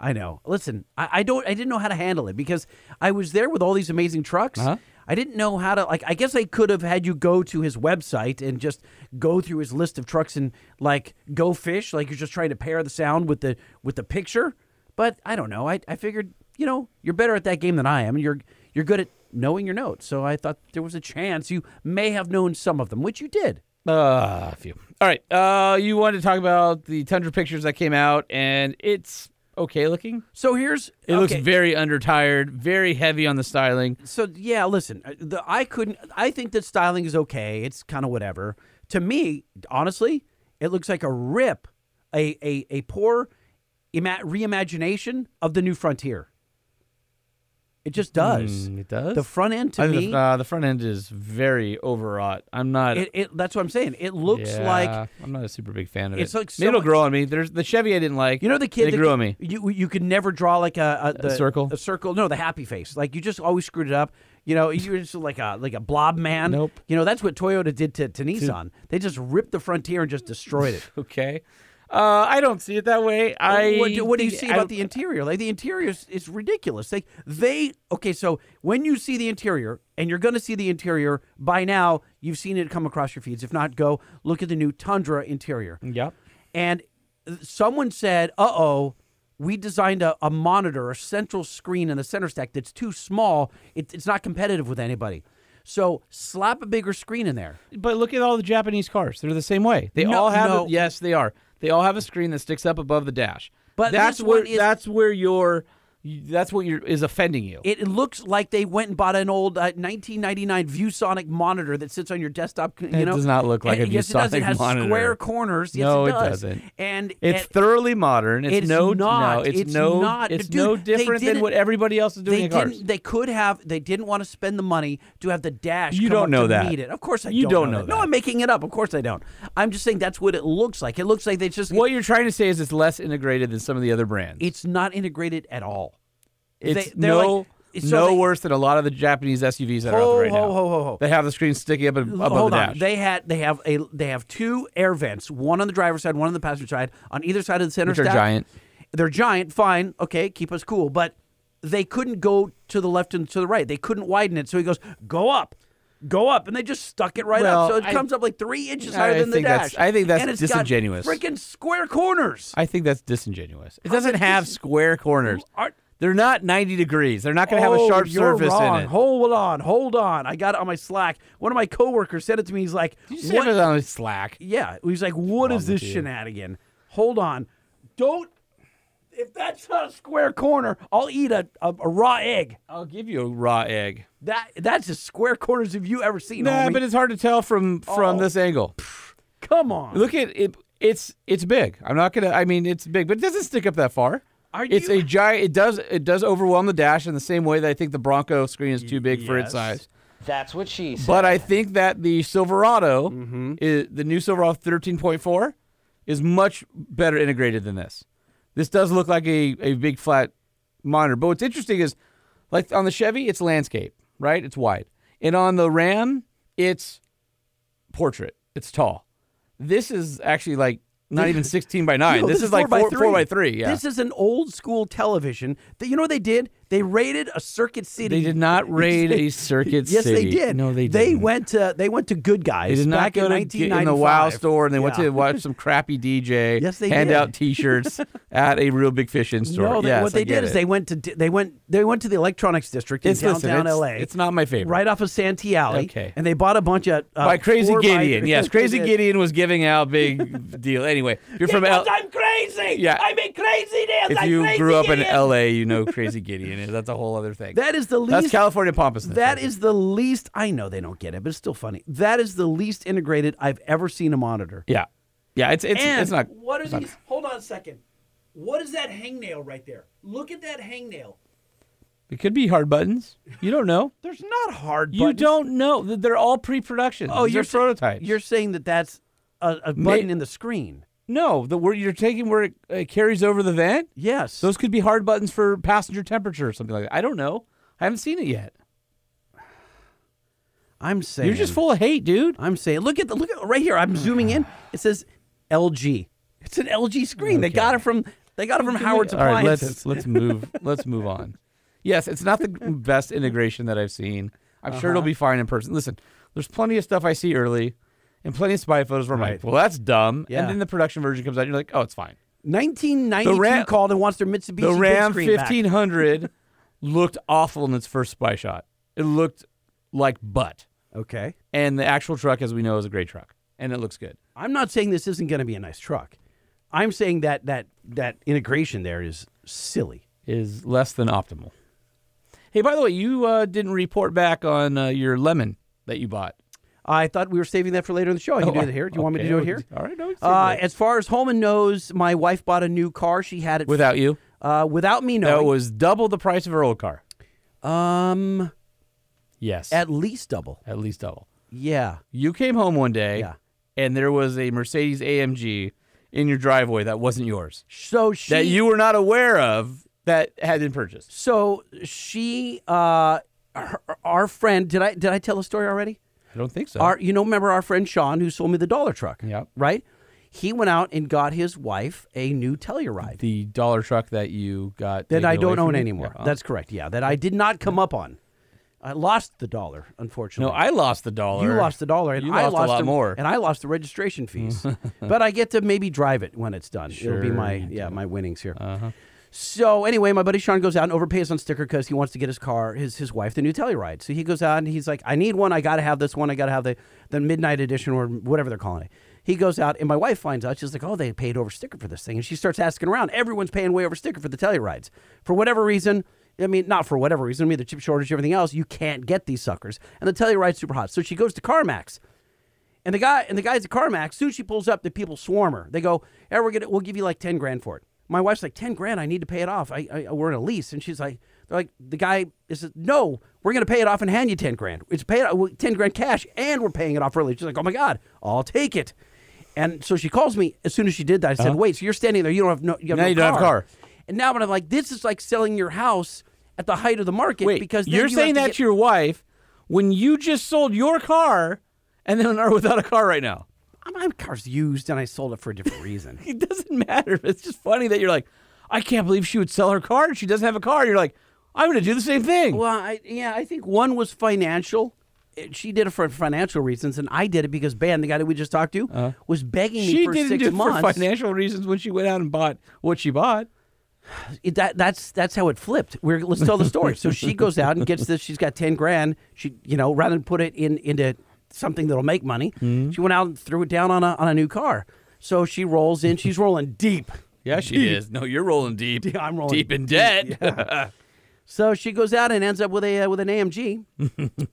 [SPEAKER 1] I know. Listen, I, I don't. I didn't know how to handle it because I was there with all these amazing trucks.
[SPEAKER 2] Uh-huh.
[SPEAKER 1] I didn't know how to like. I guess I could have had you go to his website and just go through his list of trucks and like go fish. Like you're just trying to pair the sound with the with the picture. But I don't know. I I figured you know you're better at that game than I am, and you're you're good at knowing your notes. So I thought there was a chance you may have known some of them, which you did.
[SPEAKER 2] Uh, a few. All right. Uh, you wanted to talk about the Tundra pictures that came out, and it's okay looking.
[SPEAKER 1] So here's
[SPEAKER 2] it looks
[SPEAKER 1] okay.
[SPEAKER 2] very undertired, very heavy on the styling.
[SPEAKER 1] So yeah, listen, uh, the, I couldn't. I think that styling is okay. It's kind of whatever. To me, honestly, it looks like a rip, a a a poor ima- reimagination of the new frontier. It just does.
[SPEAKER 2] Mm, it does.
[SPEAKER 1] The front end to
[SPEAKER 2] I think
[SPEAKER 1] me,
[SPEAKER 2] the, uh, the front end is very overwrought. I'm not.
[SPEAKER 1] it, it that's what I'm saying. It looks
[SPEAKER 2] Yeah,
[SPEAKER 1] like
[SPEAKER 2] I'm not a super big fan of
[SPEAKER 1] it's
[SPEAKER 2] it.
[SPEAKER 1] like so
[SPEAKER 2] Maybe it'll
[SPEAKER 1] much-
[SPEAKER 2] grow on me. There's the Chevy I didn't like.
[SPEAKER 1] you know the kid
[SPEAKER 2] and it
[SPEAKER 1] that
[SPEAKER 2] grew
[SPEAKER 1] could-
[SPEAKER 2] on me.
[SPEAKER 1] You you could never draw like a, a, the,
[SPEAKER 2] circle?
[SPEAKER 1] a circle. No, the happy face. Like you just always screwed it up. You know, you were just like a like a blob man.
[SPEAKER 2] Nope.
[SPEAKER 1] You know that's what Toyota did to, to Nissan. They just ripped the frontier and just destroyed it.
[SPEAKER 2] Okay. Uh, I don't see it that way. I
[SPEAKER 1] what do, what do you
[SPEAKER 2] think-
[SPEAKER 1] see
[SPEAKER 2] I-
[SPEAKER 1] about the interior? Like the interior is, is ridiculous. Like they okay, so when you see the interior, and you're going to see the interior by now, you've seen it come across your feeds. If not, go look at the new Tundra interior.
[SPEAKER 2] Yep.
[SPEAKER 1] And th- someone said, "Uh oh." We designed a, a monitor, a central screen in the center stack that's too small. It, it's not competitive with anybody. So slap a bigger screen in there.
[SPEAKER 2] But look at all the Japanese cars. They're the same way. They
[SPEAKER 1] No,
[SPEAKER 2] all have.
[SPEAKER 1] no.
[SPEAKER 2] A, yes, they are. They all have a screen that sticks up above the dash.
[SPEAKER 1] But
[SPEAKER 2] that's
[SPEAKER 1] this
[SPEAKER 2] where
[SPEAKER 1] one is-
[SPEAKER 2] that's where your that's what you're, is offending you.
[SPEAKER 1] It it looks like they went and bought an old uh, 1999 ViewSonic monitor that sits on your desktop. You
[SPEAKER 2] It
[SPEAKER 1] know,
[SPEAKER 2] does not look like
[SPEAKER 1] And-
[SPEAKER 2] a
[SPEAKER 1] yes, it does. It
[SPEAKER 2] ViewSonic
[SPEAKER 1] has
[SPEAKER 2] monitor.
[SPEAKER 1] square corners. Yes,
[SPEAKER 2] no,
[SPEAKER 1] it,
[SPEAKER 2] it,
[SPEAKER 1] does.
[SPEAKER 2] doesn't.
[SPEAKER 1] And
[SPEAKER 2] it's
[SPEAKER 1] and
[SPEAKER 2] thoroughly modern. It's
[SPEAKER 1] it's
[SPEAKER 2] no,
[SPEAKER 1] not.
[SPEAKER 2] no, it's,
[SPEAKER 1] It's
[SPEAKER 2] no,
[SPEAKER 1] not.
[SPEAKER 2] it's
[SPEAKER 1] Dude,
[SPEAKER 2] no
[SPEAKER 1] they
[SPEAKER 2] different than
[SPEAKER 1] didn't-
[SPEAKER 2] what everybody else is doing
[SPEAKER 1] they
[SPEAKER 2] in cars.
[SPEAKER 1] didn't. They could have. They didn't want to spend the money to have the dash.
[SPEAKER 2] You
[SPEAKER 1] come
[SPEAKER 2] don't
[SPEAKER 1] up
[SPEAKER 2] know
[SPEAKER 1] to
[SPEAKER 2] that.
[SPEAKER 1] Meet it. Of course, I
[SPEAKER 2] You
[SPEAKER 1] don't,
[SPEAKER 2] don't
[SPEAKER 1] know
[SPEAKER 2] know
[SPEAKER 1] No,
[SPEAKER 2] that.
[SPEAKER 1] I'm making it up. Of course, I don't. I'm just saying that's what it looks like. It looks like they just.
[SPEAKER 2] What you're trying to say is it's less integrated than some of the other brands.
[SPEAKER 1] It's not integrated at all.
[SPEAKER 2] It's
[SPEAKER 1] they're
[SPEAKER 2] no
[SPEAKER 1] like- so
[SPEAKER 2] no
[SPEAKER 1] they-
[SPEAKER 2] worse than a lot of the Japanese SUVs that are out
[SPEAKER 1] Ho,
[SPEAKER 2] there right
[SPEAKER 1] ho,
[SPEAKER 2] now.
[SPEAKER 1] ho, ho, ho.
[SPEAKER 2] They have the screen sticking up ab- above
[SPEAKER 1] Hold
[SPEAKER 2] the
[SPEAKER 1] on.
[SPEAKER 2] dash.
[SPEAKER 1] They had they have a they have two air vents, one on the driver's side, one on the passenger side, on either side of the center
[SPEAKER 2] Which are
[SPEAKER 1] stack.
[SPEAKER 2] giant.
[SPEAKER 1] They're giant, fine, okay, keep us cool. But they couldn't go to the left and to the right. They couldn't widen it. So he goes, Go up. Go up. And they just stuck it right
[SPEAKER 2] Well,
[SPEAKER 1] up. So it
[SPEAKER 2] I-
[SPEAKER 1] comes up like three inches
[SPEAKER 2] I
[SPEAKER 1] higher than
[SPEAKER 2] think
[SPEAKER 1] the
[SPEAKER 2] that's-
[SPEAKER 1] dash.
[SPEAKER 2] I think that's
[SPEAKER 1] and it's
[SPEAKER 2] disingenuous.
[SPEAKER 1] Freaking square corners.
[SPEAKER 2] I think that's disingenuous. It doesn't have square corners. They're not 90 degrees. They're not going to have
[SPEAKER 1] Oh,
[SPEAKER 2] a sharp
[SPEAKER 1] you're
[SPEAKER 2] surface
[SPEAKER 1] wrong.
[SPEAKER 2] in it.
[SPEAKER 1] Hold on, hold on. I got it on my Slack. One of my coworkers sent it to me. He's like,
[SPEAKER 2] Did you say it was on Slack?
[SPEAKER 1] Yeah. He's like, what is this
[SPEAKER 2] with you?
[SPEAKER 1] shenanigan? Hold on. Don't. If that's not a square corner, I'll eat a, a, a raw egg.
[SPEAKER 2] I'll give you a raw egg.
[SPEAKER 1] That That's as square corners have you ever seen.
[SPEAKER 2] Nah,
[SPEAKER 1] homie.
[SPEAKER 2] but it's hard to tell from from
[SPEAKER 1] Oh.
[SPEAKER 2] this angle.
[SPEAKER 1] Come on.
[SPEAKER 2] Look at it. It's it's big. I'm not gonna. I mean, it's big, but it doesn't stick up that far.
[SPEAKER 1] Are
[SPEAKER 2] it's
[SPEAKER 1] you-
[SPEAKER 2] a giant. It does it does overwhelm the dash in the same way that I think the Bronco screen is too big for its
[SPEAKER 1] yes.
[SPEAKER 2] size.
[SPEAKER 18] That's what she said.
[SPEAKER 2] But I think that the Silverado,
[SPEAKER 1] Mm-hmm.
[SPEAKER 2] is, the new Silverado 13.4, is much better integrated than this. This does look like a, a big flat monitor. But what's interesting is, like on the Chevy, it's landscape, right? It's wide. And on the Ram, it's portrait. It's tall. This is actually like not even 16 by 9.
[SPEAKER 1] No,
[SPEAKER 2] this, is, like 4
[SPEAKER 1] by
[SPEAKER 2] by 3. 4 by 3 yeah.
[SPEAKER 1] This is an old school television. That you know what they did? They raided a Circuit City.
[SPEAKER 2] they did not raid a circuit
[SPEAKER 1] Yes,
[SPEAKER 2] city.
[SPEAKER 1] they did.
[SPEAKER 2] No, they
[SPEAKER 1] They
[SPEAKER 2] didn't.
[SPEAKER 1] went to they went to Good Guys.
[SPEAKER 2] They did not
[SPEAKER 1] back
[SPEAKER 2] go
[SPEAKER 1] in
[SPEAKER 2] to get in the Wow
[SPEAKER 1] 1995.
[SPEAKER 2] store and they went
[SPEAKER 1] Yeah.
[SPEAKER 2] to watch some crappy DJ.
[SPEAKER 1] Yes, they
[SPEAKER 2] hand
[SPEAKER 1] did.
[SPEAKER 2] out T-shirts at a real big fish in store.
[SPEAKER 1] No, they,
[SPEAKER 2] Yes,
[SPEAKER 1] what
[SPEAKER 2] I
[SPEAKER 1] they
[SPEAKER 2] get
[SPEAKER 1] did is
[SPEAKER 2] it.
[SPEAKER 1] they went to they went they went to the electronics district in
[SPEAKER 2] It's- listen,
[SPEAKER 1] downtown
[SPEAKER 2] it's-
[SPEAKER 1] LA.
[SPEAKER 2] it's not my favorite.
[SPEAKER 1] Right off of Santee Alley.
[SPEAKER 2] Okay.
[SPEAKER 1] and they bought a bunch of uh,
[SPEAKER 2] by Crazy
[SPEAKER 1] four by-
[SPEAKER 2] Gideon. yes,
[SPEAKER 1] they
[SPEAKER 2] Crazy
[SPEAKER 1] did.
[SPEAKER 2] Gideon was giving out big deal. Anyway, if you're from L-
[SPEAKER 1] Because I'm crazy.
[SPEAKER 2] Yeah.
[SPEAKER 1] I make crazy deals.
[SPEAKER 2] if
[SPEAKER 1] I'm
[SPEAKER 2] you
[SPEAKER 1] Crazy
[SPEAKER 2] grew up in
[SPEAKER 1] Gideon.
[SPEAKER 2] LA, you know Crazy Gideon is. That's a whole other thing.
[SPEAKER 1] that is the least.
[SPEAKER 2] That's California pompousness.
[SPEAKER 1] That is the least. I know they don't get it, but it's still funny. That is the least integrated I've ever seen a monitor.
[SPEAKER 2] yeah, yeah. It's it's
[SPEAKER 1] and
[SPEAKER 2] it's not.
[SPEAKER 1] What are
[SPEAKER 2] it's not-
[SPEAKER 1] these? Hold on a second. What is that hangnail right there? Look at that hangnail.
[SPEAKER 2] It could be hard buttons. You don't know.
[SPEAKER 1] There's not hard.
[SPEAKER 2] you
[SPEAKER 1] buttons.
[SPEAKER 2] don't know. Th- They're all pre-production.
[SPEAKER 1] Oh,
[SPEAKER 2] These
[SPEAKER 1] you're
[SPEAKER 2] are
[SPEAKER 1] sa-
[SPEAKER 2] prototypes.
[SPEAKER 1] You're saying that that's a, a
[SPEAKER 2] Ma-
[SPEAKER 1] button in the screen.
[SPEAKER 2] no. The where you're taking where it uh, carries over the vent.
[SPEAKER 1] Yes.
[SPEAKER 2] Those could be hard buttons for passenger temperature or something like that. I don't know. I haven't seen it yet.
[SPEAKER 1] I'm saying
[SPEAKER 2] You're just full of hate, dude.
[SPEAKER 1] I'm saying. Look at the look at right here. I'm zooming in. It says LG. It's an LG screen. They got it from they got it from Howard's
[SPEAKER 2] All right,
[SPEAKER 1] Appliances.
[SPEAKER 2] let's let's move let's move on. Yes, it's not the best integration that I've seen. I'm sure it'll
[SPEAKER 1] Uh-huh.
[SPEAKER 2] be fine in person. Listen, there's plenty of stuff I see early, and plenty of spy photos where I'm
[SPEAKER 1] Right.
[SPEAKER 2] like, well, that's dumb.
[SPEAKER 1] Yeah.
[SPEAKER 2] And then the production version comes out, and you're like, oh, it's fine.
[SPEAKER 1] 1992
[SPEAKER 2] The Ram-
[SPEAKER 1] called and wants their Mitsubishi
[SPEAKER 2] the
[SPEAKER 1] big
[SPEAKER 2] Ram
[SPEAKER 1] screen back.
[SPEAKER 2] 1500 looked awful in its first spy shot. It looked like butt.
[SPEAKER 1] Okay.
[SPEAKER 2] And the actual truck, as we know, is a great truck, and it looks good.
[SPEAKER 1] I'm not saying this isn't going to be a nice truck. I'm saying that that that integration there is silly.
[SPEAKER 2] Is less than optimal. Hey, by the way, you uh, didn't report back on uh, your lemon that you bought.
[SPEAKER 1] I thought we were saving that for later in the show. I can
[SPEAKER 2] Oh,
[SPEAKER 1] do it here. Do you want me to
[SPEAKER 2] okay.
[SPEAKER 1] do it here?
[SPEAKER 2] All right, no, it's
[SPEAKER 1] Uh,
[SPEAKER 2] okay.
[SPEAKER 1] as far as Holman knows, my wife bought a new car. She had it
[SPEAKER 2] Without you?
[SPEAKER 1] Uh, without me
[SPEAKER 2] That
[SPEAKER 1] knowing.
[SPEAKER 2] was double the price of her old car.
[SPEAKER 1] um,
[SPEAKER 2] Yes.
[SPEAKER 1] at least double.
[SPEAKER 2] At least double.
[SPEAKER 1] Yeah.
[SPEAKER 2] You came home one day
[SPEAKER 1] Yeah.
[SPEAKER 2] and there was a Mercedes AMG in your driveway that wasn't yours.
[SPEAKER 1] So she
[SPEAKER 2] that you were not aware of that had been purchased.
[SPEAKER 1] So she, uh, her, our friend, did I did I tell the story already?
[SPEAKER 2] I don't think so.
[SPEAKER 1] Our, you know, remember our friend Sean who sold me the dollar truck?
[SPEAKER 2] Yep.
[SPEAKER 1] Right. He went out and got his wife a new Telluride
[SPEAKER 2] the dollar truck that you got
[SPEAKER 1] that
[SPEAKER 2] taken
[SPEAKER 1] I
[SPEAKER 2] away
[SPEAKER 1] don't
[SPEAKER 2] from
[SPEAKER 1] own
[SPEAKER 2] you?
[SPEAKER 1] anymore.
[SPEAKER 2] Yeah.
[SPEAKER 1] That's correct. Yeah, that I did not come up on. I lost the dollar, unfortunately.
[SPEAKER 2] no, I lost the dollar.
[SPEAKER 1] You lost the dollar, and
[SPEAKER 2] You
[SPEAKER 1] I
[SPEAKER 2] lost a
[SPEAKER 1] lost
[SPEAKER 2] lot
[SPEAKER 1] the,
[SPEAKER 2] more.
[SPEAKER 1] and I lost the registration fees. but I get to maybe drive it when it's done. It'll be
[SPEAKER 2] Sure
[SPEAKER 1] my
[SPEAKER 2] you Uh-huh.
[SPEAKER 1] yeah my winnings here. So anyway, my buddy Sean goes out and overpays on sticker because he wants to get his car, his his wife, the new Telluride. So he goes out and he's like, I need one. I got to have this one. I got to have the the midnight edition or whatever they're calling it. He goes out and my wife finds out. She's like, Oh, they paid over sticker for this thing, and she starts asking around. Everyone's paying way over sticker for the Tellurides for whatever reason. I mean, not for whatever reason. I mean, the chip shortage, everything else. You can't get these suckers, and the Telluride's super hot. So she goes to CarMax. And the guy and the guys at CarMax, soon as she pulls up, the people swarm her. They go, "Hey, we're gonna, we'll give you like ten grand for it." My wife's like, 10 grand, I need to pay it off. I, I we're in a lease." And she's like, "They're like the guy is no, we're gonna pay it off and hand you ten grand. It's paid well, ten grand cash, and we're paying it off early." She's like, "Oh my god, I'll take it." And so she calls me as soon as she did that. I said, "Wait, so you're standing there? You don't have no, you have
[SPEAKER 2] Now
[SPEAKER 1] no
[SPEAKER 2] you don't have car.
[SPEAKER 1] And now, when I'm like, "This is like selling your house at the height of the market
[SPEAKER 2] Wait,
[SPEAKER 1] because then
[SPEAKER 2] you're
[SPEAKER 1] you have
[SPEAKER 2] saying
[SPEAKER 1] to
[SPEAKER 2] that
[SPEAKER 1] get-
[SPEAKER 2] to your wife when you just sold your car and then are without a car right now.
[SPEAKER 1] my car's used and I sold it for a different reason."
[SPEAKER 2] It doesn't matter. It's just funny that you're like, I can't believe she would sell her car. She doesn't have a car. You're like, I'm going to do the same thing.
[SPEAKER 1] Well, I, yeah, I think one was financial. It- She did it for financial reasons, and I did it because Ben, the guy that we just talked to, was begging me
[SPEAKER 2] Uh-huh. she
[SPEAKER 1] for
[SPEAKER 2] didn't
[SPEAKER 1] six
[SPEAKER 2] do it
[SPEAKER 1] months.
[SPEAKER 2] for financial reasons when she went out and bought what she bought.
[SPEAKER 1] It- that, that's that's how it flipped. We're, let's tell the story. so she goes out and gets this. She's got ten grand. She, you know, rather than put it in into something that'll make money, she went out and threw it down on a on a new car. So she rolls in. She's rolling deep.
[SPEAKER 2] Yeah, she is. No, you're rolling deep.
[SPEAKER 1] I'm rolling
[SPEAKER 2] deep in debt.
[SPEAKER 1] So she goes out and ends up with a uh, with an AMG.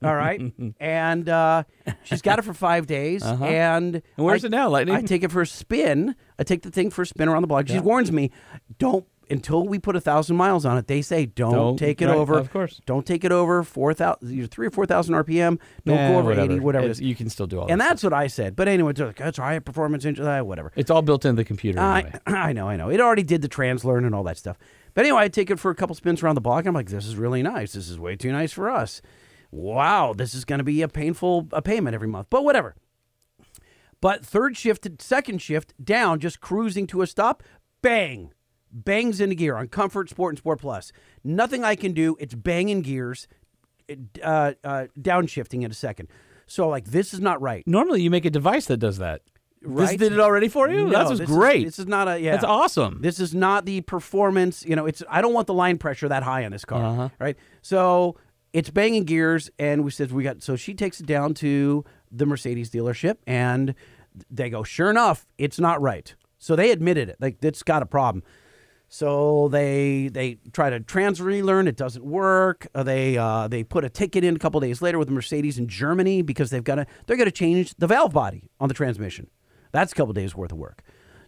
[SPEAKER 1] all right, and uh, she's got it for five days. And,
[SPEAKER 2] Uh-huh. And where's
[SPEAKER 1] I-
[SPEAKER 2] it now, Lightning?
[SPEAKER 1] I take it for a spin. I take the thing for a spin around the block. She warns me, don't until we put a thousand miles on it. They say don't,
[SPEAKER 2] Don't-
[SPEAKER 1] take it
[SPEAKER 2] right,
[SPEAKER 1] over.
[SPEAKER 2] of course.
[SPEAKER 1] don't take it over four thousand, three or four thousand RPM. Don't
[SPEAKER 2] Nah,
[SPEAKER 1] go over eighty, whatever it
[SPEAKER 2] It's-
[SPEAKER 1] is.
[SPEAKER 2] You can still do all
[SPEAKER 1] and
[SPEAKER 2] that.
[SPEAKER 1] that's what I said. But anyway, they're like, that's all right, performance engine, ah, whatever.
[SPEAKER 2] It's all built into the computer. Anyway.
[SPEAKER 1] I, I know, I know. It already did the translearn and all that stuff. But anyway, I take it for a couple spins around the block. And I'm like, this is really nice. This is way too nice for us. Wow, this is going to be a painful a payment every month. But whatever. But third shift to second shift down, just cruising to a stop. Bang. Bangs into gear on Comfort, Sport, and Sport Plus. Nothing I can do. It's banging gears, uh, uh, downshifting in a second. So, like, this is not right.
[SPEAKER 2] Normally, you make a device that does that. This
[SPEAKER 1] Right?
[SPEAKER 2] did it already for you.
[SPEAKER 1] No,
[SPEAKER 2] That's just
[SPEAKER 1] this is-
[SPEAKER 2] great.
[SPEAKER 1] this is not a yeah.
[SPEAKER 2] That's awesome.
[SPEAKER 1] This is not the performance. You know, it's I don't want the line pressure that high on this car,
[SPEAKER 2] Uh-huh.
[SPEAKER 1] right? So it's banging gears, and we said we got. So she takes it down to the Mercedes dealership, and they go, sure enough, it's not right. So they admitted it, like it's got a problem. So they they try to transfer relearn. It doesn't work. Uh, they uh, they put a ticket in a couple days later with Mercedes in Germany because they've got to they're going to change the valve body on the transmission. That's a couple days worth of work.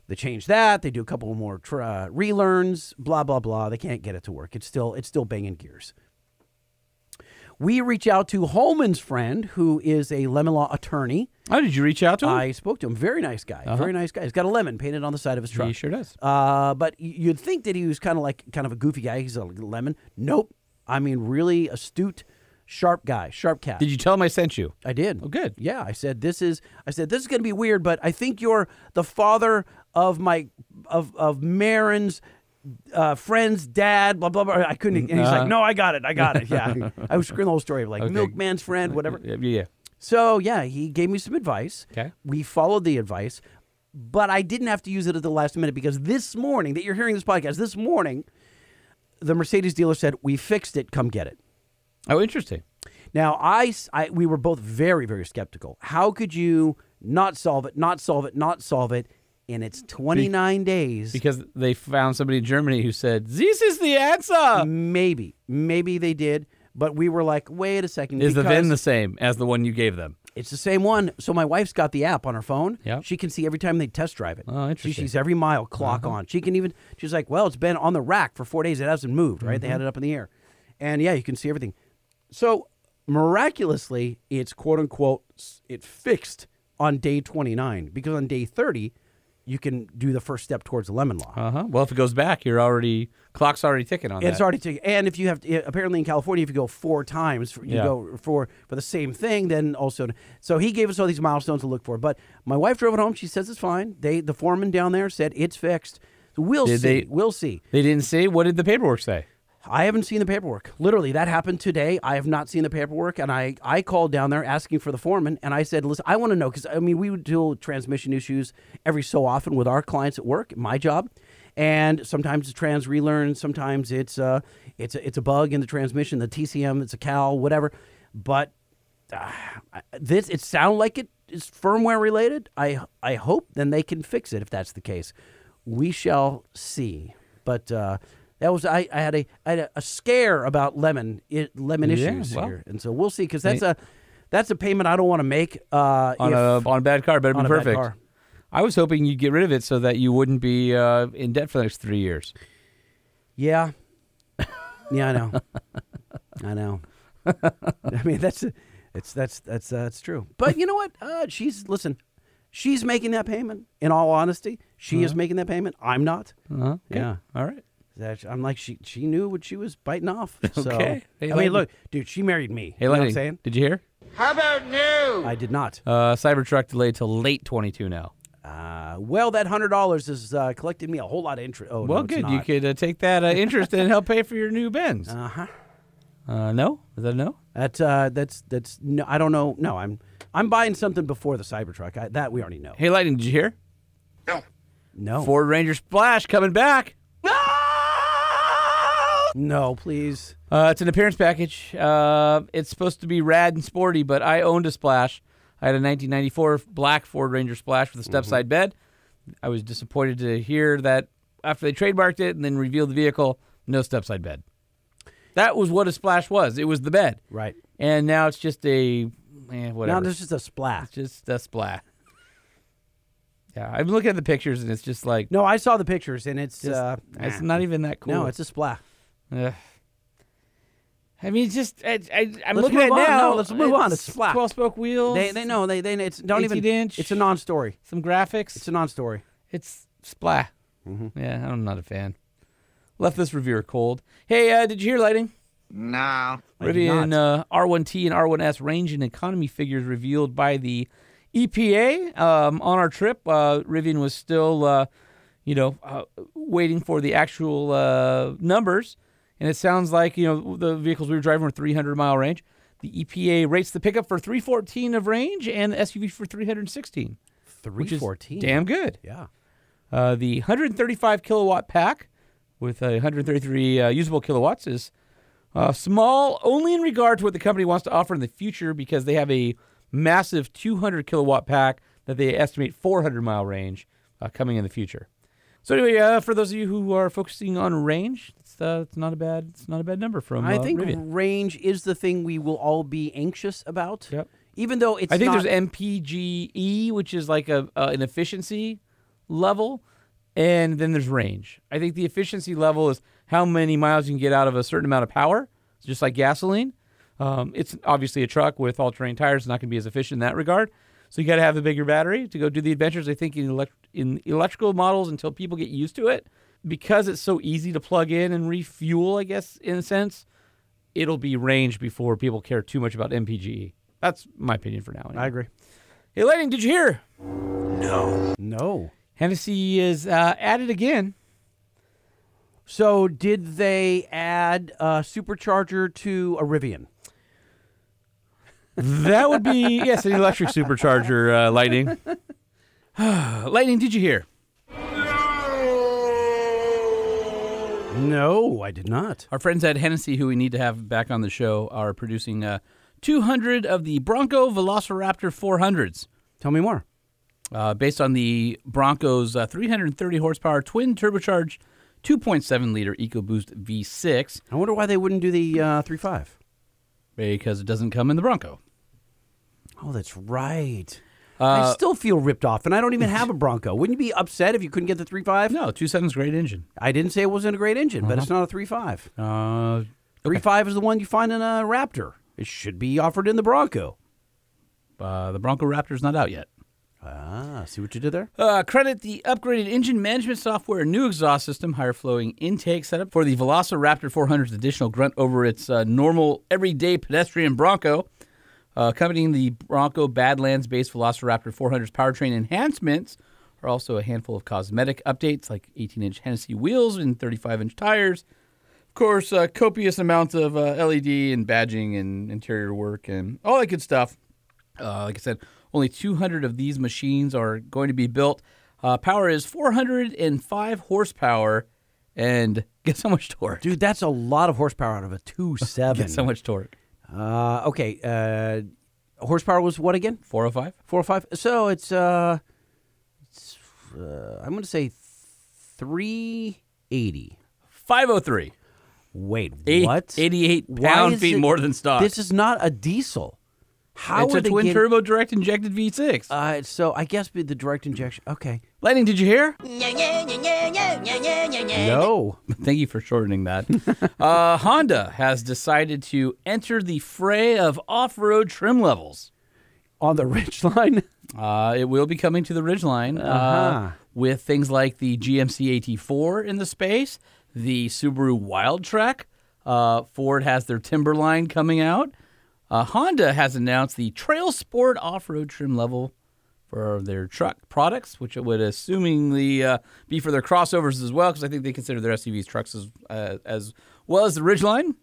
[SPEAKER 1] They change that. They do a couple more tr- uh, relearns. Blah blah blah. They can't get it to work. It's still it's still banging gears. We reach out to Holman's friend, who is a lemon law attorney.
[SPEAKER 2] How Oh, did you reach out to him?
[SPEAKER 1] I spoke to him. Very nice guy. Very nice guy. He's got a lemon painted on the side of his truck.
[SPEAKER 2] he sure does.
[SPEAKER 1] Uh, but y- you'd think that he was kind of like kind of a goofy guy. He's a lemon. Nope. I mean, really astute, Sharp guy, sharp cat.
[SPEAKER 2] Did you tell him I sent you?
[SPEAKER 1] I did.
[SPEAKER 2] Oh, good.
[SPEAKER 1] Yeah, I said this is. I said this is going to be weird, but I think you're the father of my of of Marin's uh, friend's dad. Blah blah blah. I couldn't. And he's
[SPEAKER 2] Uh-huh.
[SPEAKER 1] like, no, I got it. I got it. Yeah, I was screwing the whole story of like
[SPEAKER 2] Okay.
[SPEAKER 1] milkman's friend, whatever.
[SPEAKER 2] Yeah, yeah.
[SPEAKER 1] So yeah, he gave me some advice.
[SPEAKER 2] Okay.
[SPEAKER 1] We followed the advice, but I didn't have to use it at the last minute because this morning that you're hearing this podcast, this morning, the Mercedes dealer said we fixed it. Come get it.
[SPEAKER 2] Oh, interesting.
[SPEAKER 1] Now, I, s- I- we were both very, very skeptical. How could you not solve it, not solve it, not solve it? And it's 29 days.
[SPEAKER 2] Because they found somebody in Germany who said, This is the
[SPEAKER 1] Mm,
[SPEAKER 2] answer.
[SPEAKER 1] Maybe, maybe they did, but we were like, wait a second.
[SPEAKER 2] Is the VIN the
[SPEAKER 1] because
[SPEAKER 2] same as the one you gave them?
[SPEAKER 1] It's the same one. So my wife's got the app on her phone.
[SPEAKER 2] Yep.
[SPEAKER 1] She can see every time they test drive it.
[SPEAKER 2] Oh,
[SPEAKER 1] She
[SPEAKER 2] interesting. Uh-huh.
[SPEAKER 1] sees every mile clock on. She can even, she's like, well, it's been on the rack for four days. It hasn't moved, right? They had
[SPEAKER 2] Mm-hmm.
[SPEAKER 1] it up in the air. And yeah, you can see everything. So miraculously, it's quote unquote, s- it fixed on day 29 because on day 30, you can do the first step towards the lemon law.
[SPEAKER 2] Uh huh. Well, if it goes back, you're already, clock's already ticking on
[SPEAKER 1] Uh-huh. It's
[SPEAKER 2] that.
[SPEAKER 1] already taken. And if you have, to, apparently in California, if you go four times, for- you
[SPEAKER 2] Yeah.
[SPEAKER 1] go for for the same thing. Then also, so he gave us all these milestones to look for. But my wife drove it home. She says it's fine. They, the foreman down there said it's fixed. So we'll
[SPEAKER 2] Did
[SPEAKER 1] see.
[SPEAKER 2] they-
[SPEAKER 1] we'll see.
[SPEAKER 2] they didn't say, What did the paperwork say?
[SPEAKER 1] I haven't seen the paperwork. Literally, that happened today. I have not seen the paperwork, and I I called down there asking for the foreman, and I said, "Listen, I want to know because I mean we would deal with transmission issues every so often with our clients at work, my job, and sometimes it's trans relearn, sometimes it's uh it's a, it's a bug in the transmission, the TCM, it's a cal, whatever, but uh, I- this it sounded like it is firmware related. I I hope then they can fix it if that's the case. We shall see. But uh, that was I, I had a I had a, a scare about lemon it, lemon
[SPEAKER 2] Yeah,
[SPEAKER 1] issues
[SPEAKER 2] well.
[SPEAKER 1] here, and so we'll see because that's
[SPEAKER 2] Hey.
[SPEAKER 1] a that's a payment I don't want to make. Uh,
[SPEAKER 2] on
[SPEAKER 1] if,
[SPEAKER 2] a on a bad car. Better
[SPEAKER 1] on
[SPEAKER 2] be
[SPEAKER 1] a bad
[SPEAKER 2] perfect.
[SPEAKER 1] car.
[SPEAKER 2] I was hoping you'd get rid of it so that you wouldn't be uh, in debt for the next three years.
[SPEAKER 1] yeah, yeah, I know, I know. I mean that's it's that's that's uh, that's true. But you know what? Uh, she's listen. She's making that payment. In all honesty, she is making that payment. I'm not.
[SPEAKER 2] Uh-huh. Okay.
[SPEAKER 1] Yeah.
[SPEAKER 2] All right.
[SPEAKER 1] That I'm like she she knew what she was biting off. So
[SPEAKER 2] Okay. Hey,
[SPEAKER 1] I
[SPEAKER 2] Lightning.
[SPEAKER 1] mean, look, dude, she married me. you
[SPEAKER 2] Hey,
[SPEAKER 1] know what
[SPEAKER 2] Lightning,
[SPEAKER 1] I'm saying?
[SPEAKER 2] did you hear?
[SPEAKER 19] How about new?
[SPEAKER 1] I did not.
[SPEAKER 2] Uh, Cybertruck delayed till late 22 now.
[SPEAKER 1] Uh, well, that hundred dollars has uh, collected me a whole lot of interest. Oh,
[SPEAKER 2] well,
[SPEAKER 1] no,
[SPEAKER 2] good. You could uh, take that uh, interest and help pay for your new Benz.
[SPEAKER 1] Uh huh.
[SPEAKER 2] Uh, no? Is that a no?
[SPEAKER 1] That uh, that's that's no. I don't know. No, I'm I'm buying something before the Cybertruck. I, that we already know.
[SPEAKER 2] Hey, Lightning, did you hear?
[SPEAKER 1] No.
[SPEAKER 2] Ford Ranger Splash coming back.
[SPEAKER 1] no, please.
[SPEAKER 2] Uh, it's an appearance package. Uh, it's supposed to be rad and sporty, but I owned a Splash. I had a 1994 black Ford Ranger Splash with a
[SPEAKER 1] Mm-hmm.
[SPEAKER 2] step side bed. I was disappointed to hear that after they trademarked it and then revealed the vehicle, no step side bed. That was what a Splash was. It was the bed,
[SPEAKER 1] Right
[SPEAKER 2] and now it's just a eh,
[SPEAKER 1] now,
[SPEAKER 2] whatever.
[SPEAKER 1] there's just a splash.
[SPEAKER 2] it's just a Splash. Yeah, I'm looking at the pictures and it's just like
[SPEAKER 1] No, I saw the pictures and it's
[SPEAKER 2] just-
[SPEAKER 1] uh,
[SPEAKER 2] it's
[SPEAKER 1] nah.
[SPEAKER 2] not even that cool.
[SPEAKER 1] No, it's a splash.
[SPEAKER 2] Ugh. I mean, it's just I, I, I'm
[SPEAKER 1] Let's
[SPEAKER 2] looking
[SPEAKER 1] move
[SPEAKER 2] at it
[SPEAKER 1] on.
[SPEAKER 2] now.
[SPEAKER 1] No, let's move on. It's flat.
[SPEAKER 2] twelve spoke wheels.
[SPEAKER 1] They they know they they it's don't even
[SPEAKER 2] 18 inch.
[SPEAKER 1] It's a non-story.
[SPEAKER 2] some graphics.
[SPEAKER 1] It's
[SPEAKER 2] It's,
[SPEAKER 1] a non-story.
[SPEAKER 2] splat.
[SPEAKER 1] Mm-hmm.
[SPEAKER 2] Yeah, I'm not a fan. Left this reviewer cold. Hey, uh, did you hear lighting?
[SPEAKER 19] No.
[SPEAKER 1] I did
[SPEAKER 2] Rivian uh, R1T and R1S range and economy figures revealed by the EPA um, on our trip. Uh, Rivian was still, uh, you know, uh, waiting for the actual uh, numbers, and it sounds like you know the vehicles we were driving were 300 mile range. The EPA rates the pickup for 314 of range and the SUV for 316, which
[SPEAKER 1] Three
[SPEAKER 2] is
[SPEAKER 1] fourteen.
[SPEAKER 2] damn good.
[SPEAKER 1] Yeah.
[SPEAKER 2] Uh, the 135 kilowatt pack with uh, 133 uh, usable kilowatts is uh, small only in regard to what the company wants to offer in the future because they have a massive 200 kilowatt pack that they estimate 400 mile range uh, coming in the future. So anyway, uh, for those of you who are focusing on range, it's, uh, it's not a bad it's not a bad number from
[SPEAKER 1] I
[SPEAKER 2] uh,
[SPEAKER 1] think
[SPEAKER 2] Rivian.
[SPEAKER 1] range is the thing we will all be anxious about.
[SPEAKER 2] Yep.
[SPEAKER 1] Even though it's
[SPEAKER 2] I think
[SPEAKER 1] not-
[SPEAKER 2] there's MPGE, E, which is like a uh, an efficiency level, and then there's range. I think the efficiency level is how many miles you can get out of a certain amount of power, just like gasoline. Um, it's obviously a truck with all-terrain tires, it's not going to be as efficient in that regard. So you got to have a bigger battery to go do the adventures. I think in, elect- in electrical models, until people get used to it, because it's so easy to plug in and refuel, I guess in a sense, it'll be range before people care too much about MPGE. E. That's my opinion for now.
[SPEAKER 1] I agree.
[SPEAKER 2] Hey, Lightning, did you hear?
[SPEAKER 1] No. No.
[SPEAKER 2] Hennessy is uh, added again.
[SPEAKER 1] So, did they add a supercharger to a Rivian?
[SPEAKER 2] That would be yes, an electric supercharger, uh, Lightning. Lightning, did you hear?
[SPEAKER 1] No, I did not.
[SPEAKER 2] Our friends at Hennessy, who we need to have back on the show, are producing uh, 200 of the Bronco Velociraptor 400s.
[SPEAKER 1] Tell me more.
[SPEAKER 2] Uh, based on the Bronco's uh, 330 horsepower twin turbocharged 2.7 liter EcoBoost V6.
[SPEAKER 1] I wonder why they wouldn't do the uh, 3.5.
[SPEAKER 2] Because it doesn't come in the Bronco.
[SPEAKER 1] Oh, that's right. I still feel ripped off, and I don't even have a Bronco. Wouldn't you be upset if you couldn't get the 3.5?
[SPEAKER 2] No, 2.7 is a great engine.
[SPEAKER 1] I didn't say it wasn't a great engine, but it's not a 3.5.
[SPEAKER 2] Uh,
[SPEAKER 1] 3.5 is the one you find in a Raptor. It should be offered in the Bronco.
[SPEAKER 2] Uh, the Bronco Raptor's not out yet.
[SPEAKER 1] Ah, see what you did there?
[SPEAKER 2] Uh, credit the upgraded engine management software, new exhaust system, higher flowing intake setup for the Velociraptor 400's additional grunt over its uh, normal everyday pedestrian Bronco. Uh, accompanying the Bronco Badlands based Velociraptor 400's powertrain enhancements are also a handful of cosmetic updates like 18 inch Hennessy wheels and 35 inch tires. Of course, uh, copious amounts of uh, LED and badging and interior work and all that good stuff. Uh, like I said, only 200 of these machines are going to be built. Uh, power is 405 horsepower, and guess how much torque?
[SPEAKER 1] Dude, that's a lot of horsepower out of a 2.7.
[SPEAKER 2] Guess how much torque?
[SPEAKER 1] Uh, okay. Uh, horsepower was what again?
[SPEAKER 2] 405.
[SPEAKER 1] 405. So it's, uh, it's uh, I'm going to say 380.
[SPEAKER 2] 503.
[SPEAKER 1] Wait,
[SPEAKER 2] Eight-
[SPEAKER 1] what?
[SPEAKER 2] 88
[SPEAKER 1] Why
[SPEAKER 2] pound
[SPEAKER 1] is
[SPEAKER 2] feet
[SPEAKER 1] it-
[SPEAKER 2] more than stock.
[SPEAKER 1] This is not a diesel. How
[SPEAKER 2] it's
[SPEAKER 1] are
[SPEAKER 2] a
[SPEAKER 1] they
[SPEAKER 2] twin
[SPEAKER 1] getting-
[SPEAKER 2] turbo direct injected V6.
[SPEAKER 1] Uh, so I guess be the direct injection. Okay.
[SPEAKER 2] Lightning, did you hear?
[SPEAKER 1] No.
[SPEAKER 2] Thank you for shortening that. uh, Honda has decided to enter the fray of off road trim levels.
[SPEAKER 1] On the ridge line.
[SPEAKER 2] Uh, it will be coming to the Ridgeline uh,
[SPEAKER 1] Uh-huh.
[SPEAKER 2] with things like the GMC AT4 in the space, the Subaru Wildtrak. Uh, Ford has their Timberline coming out. Uh, Honda has announced the Trail Sport off-road trim level for their truck products, which it would assumingly uh, be for their crossovers as well, because I think they consider their SUVs trucks as uh, as well as the Ridgeline.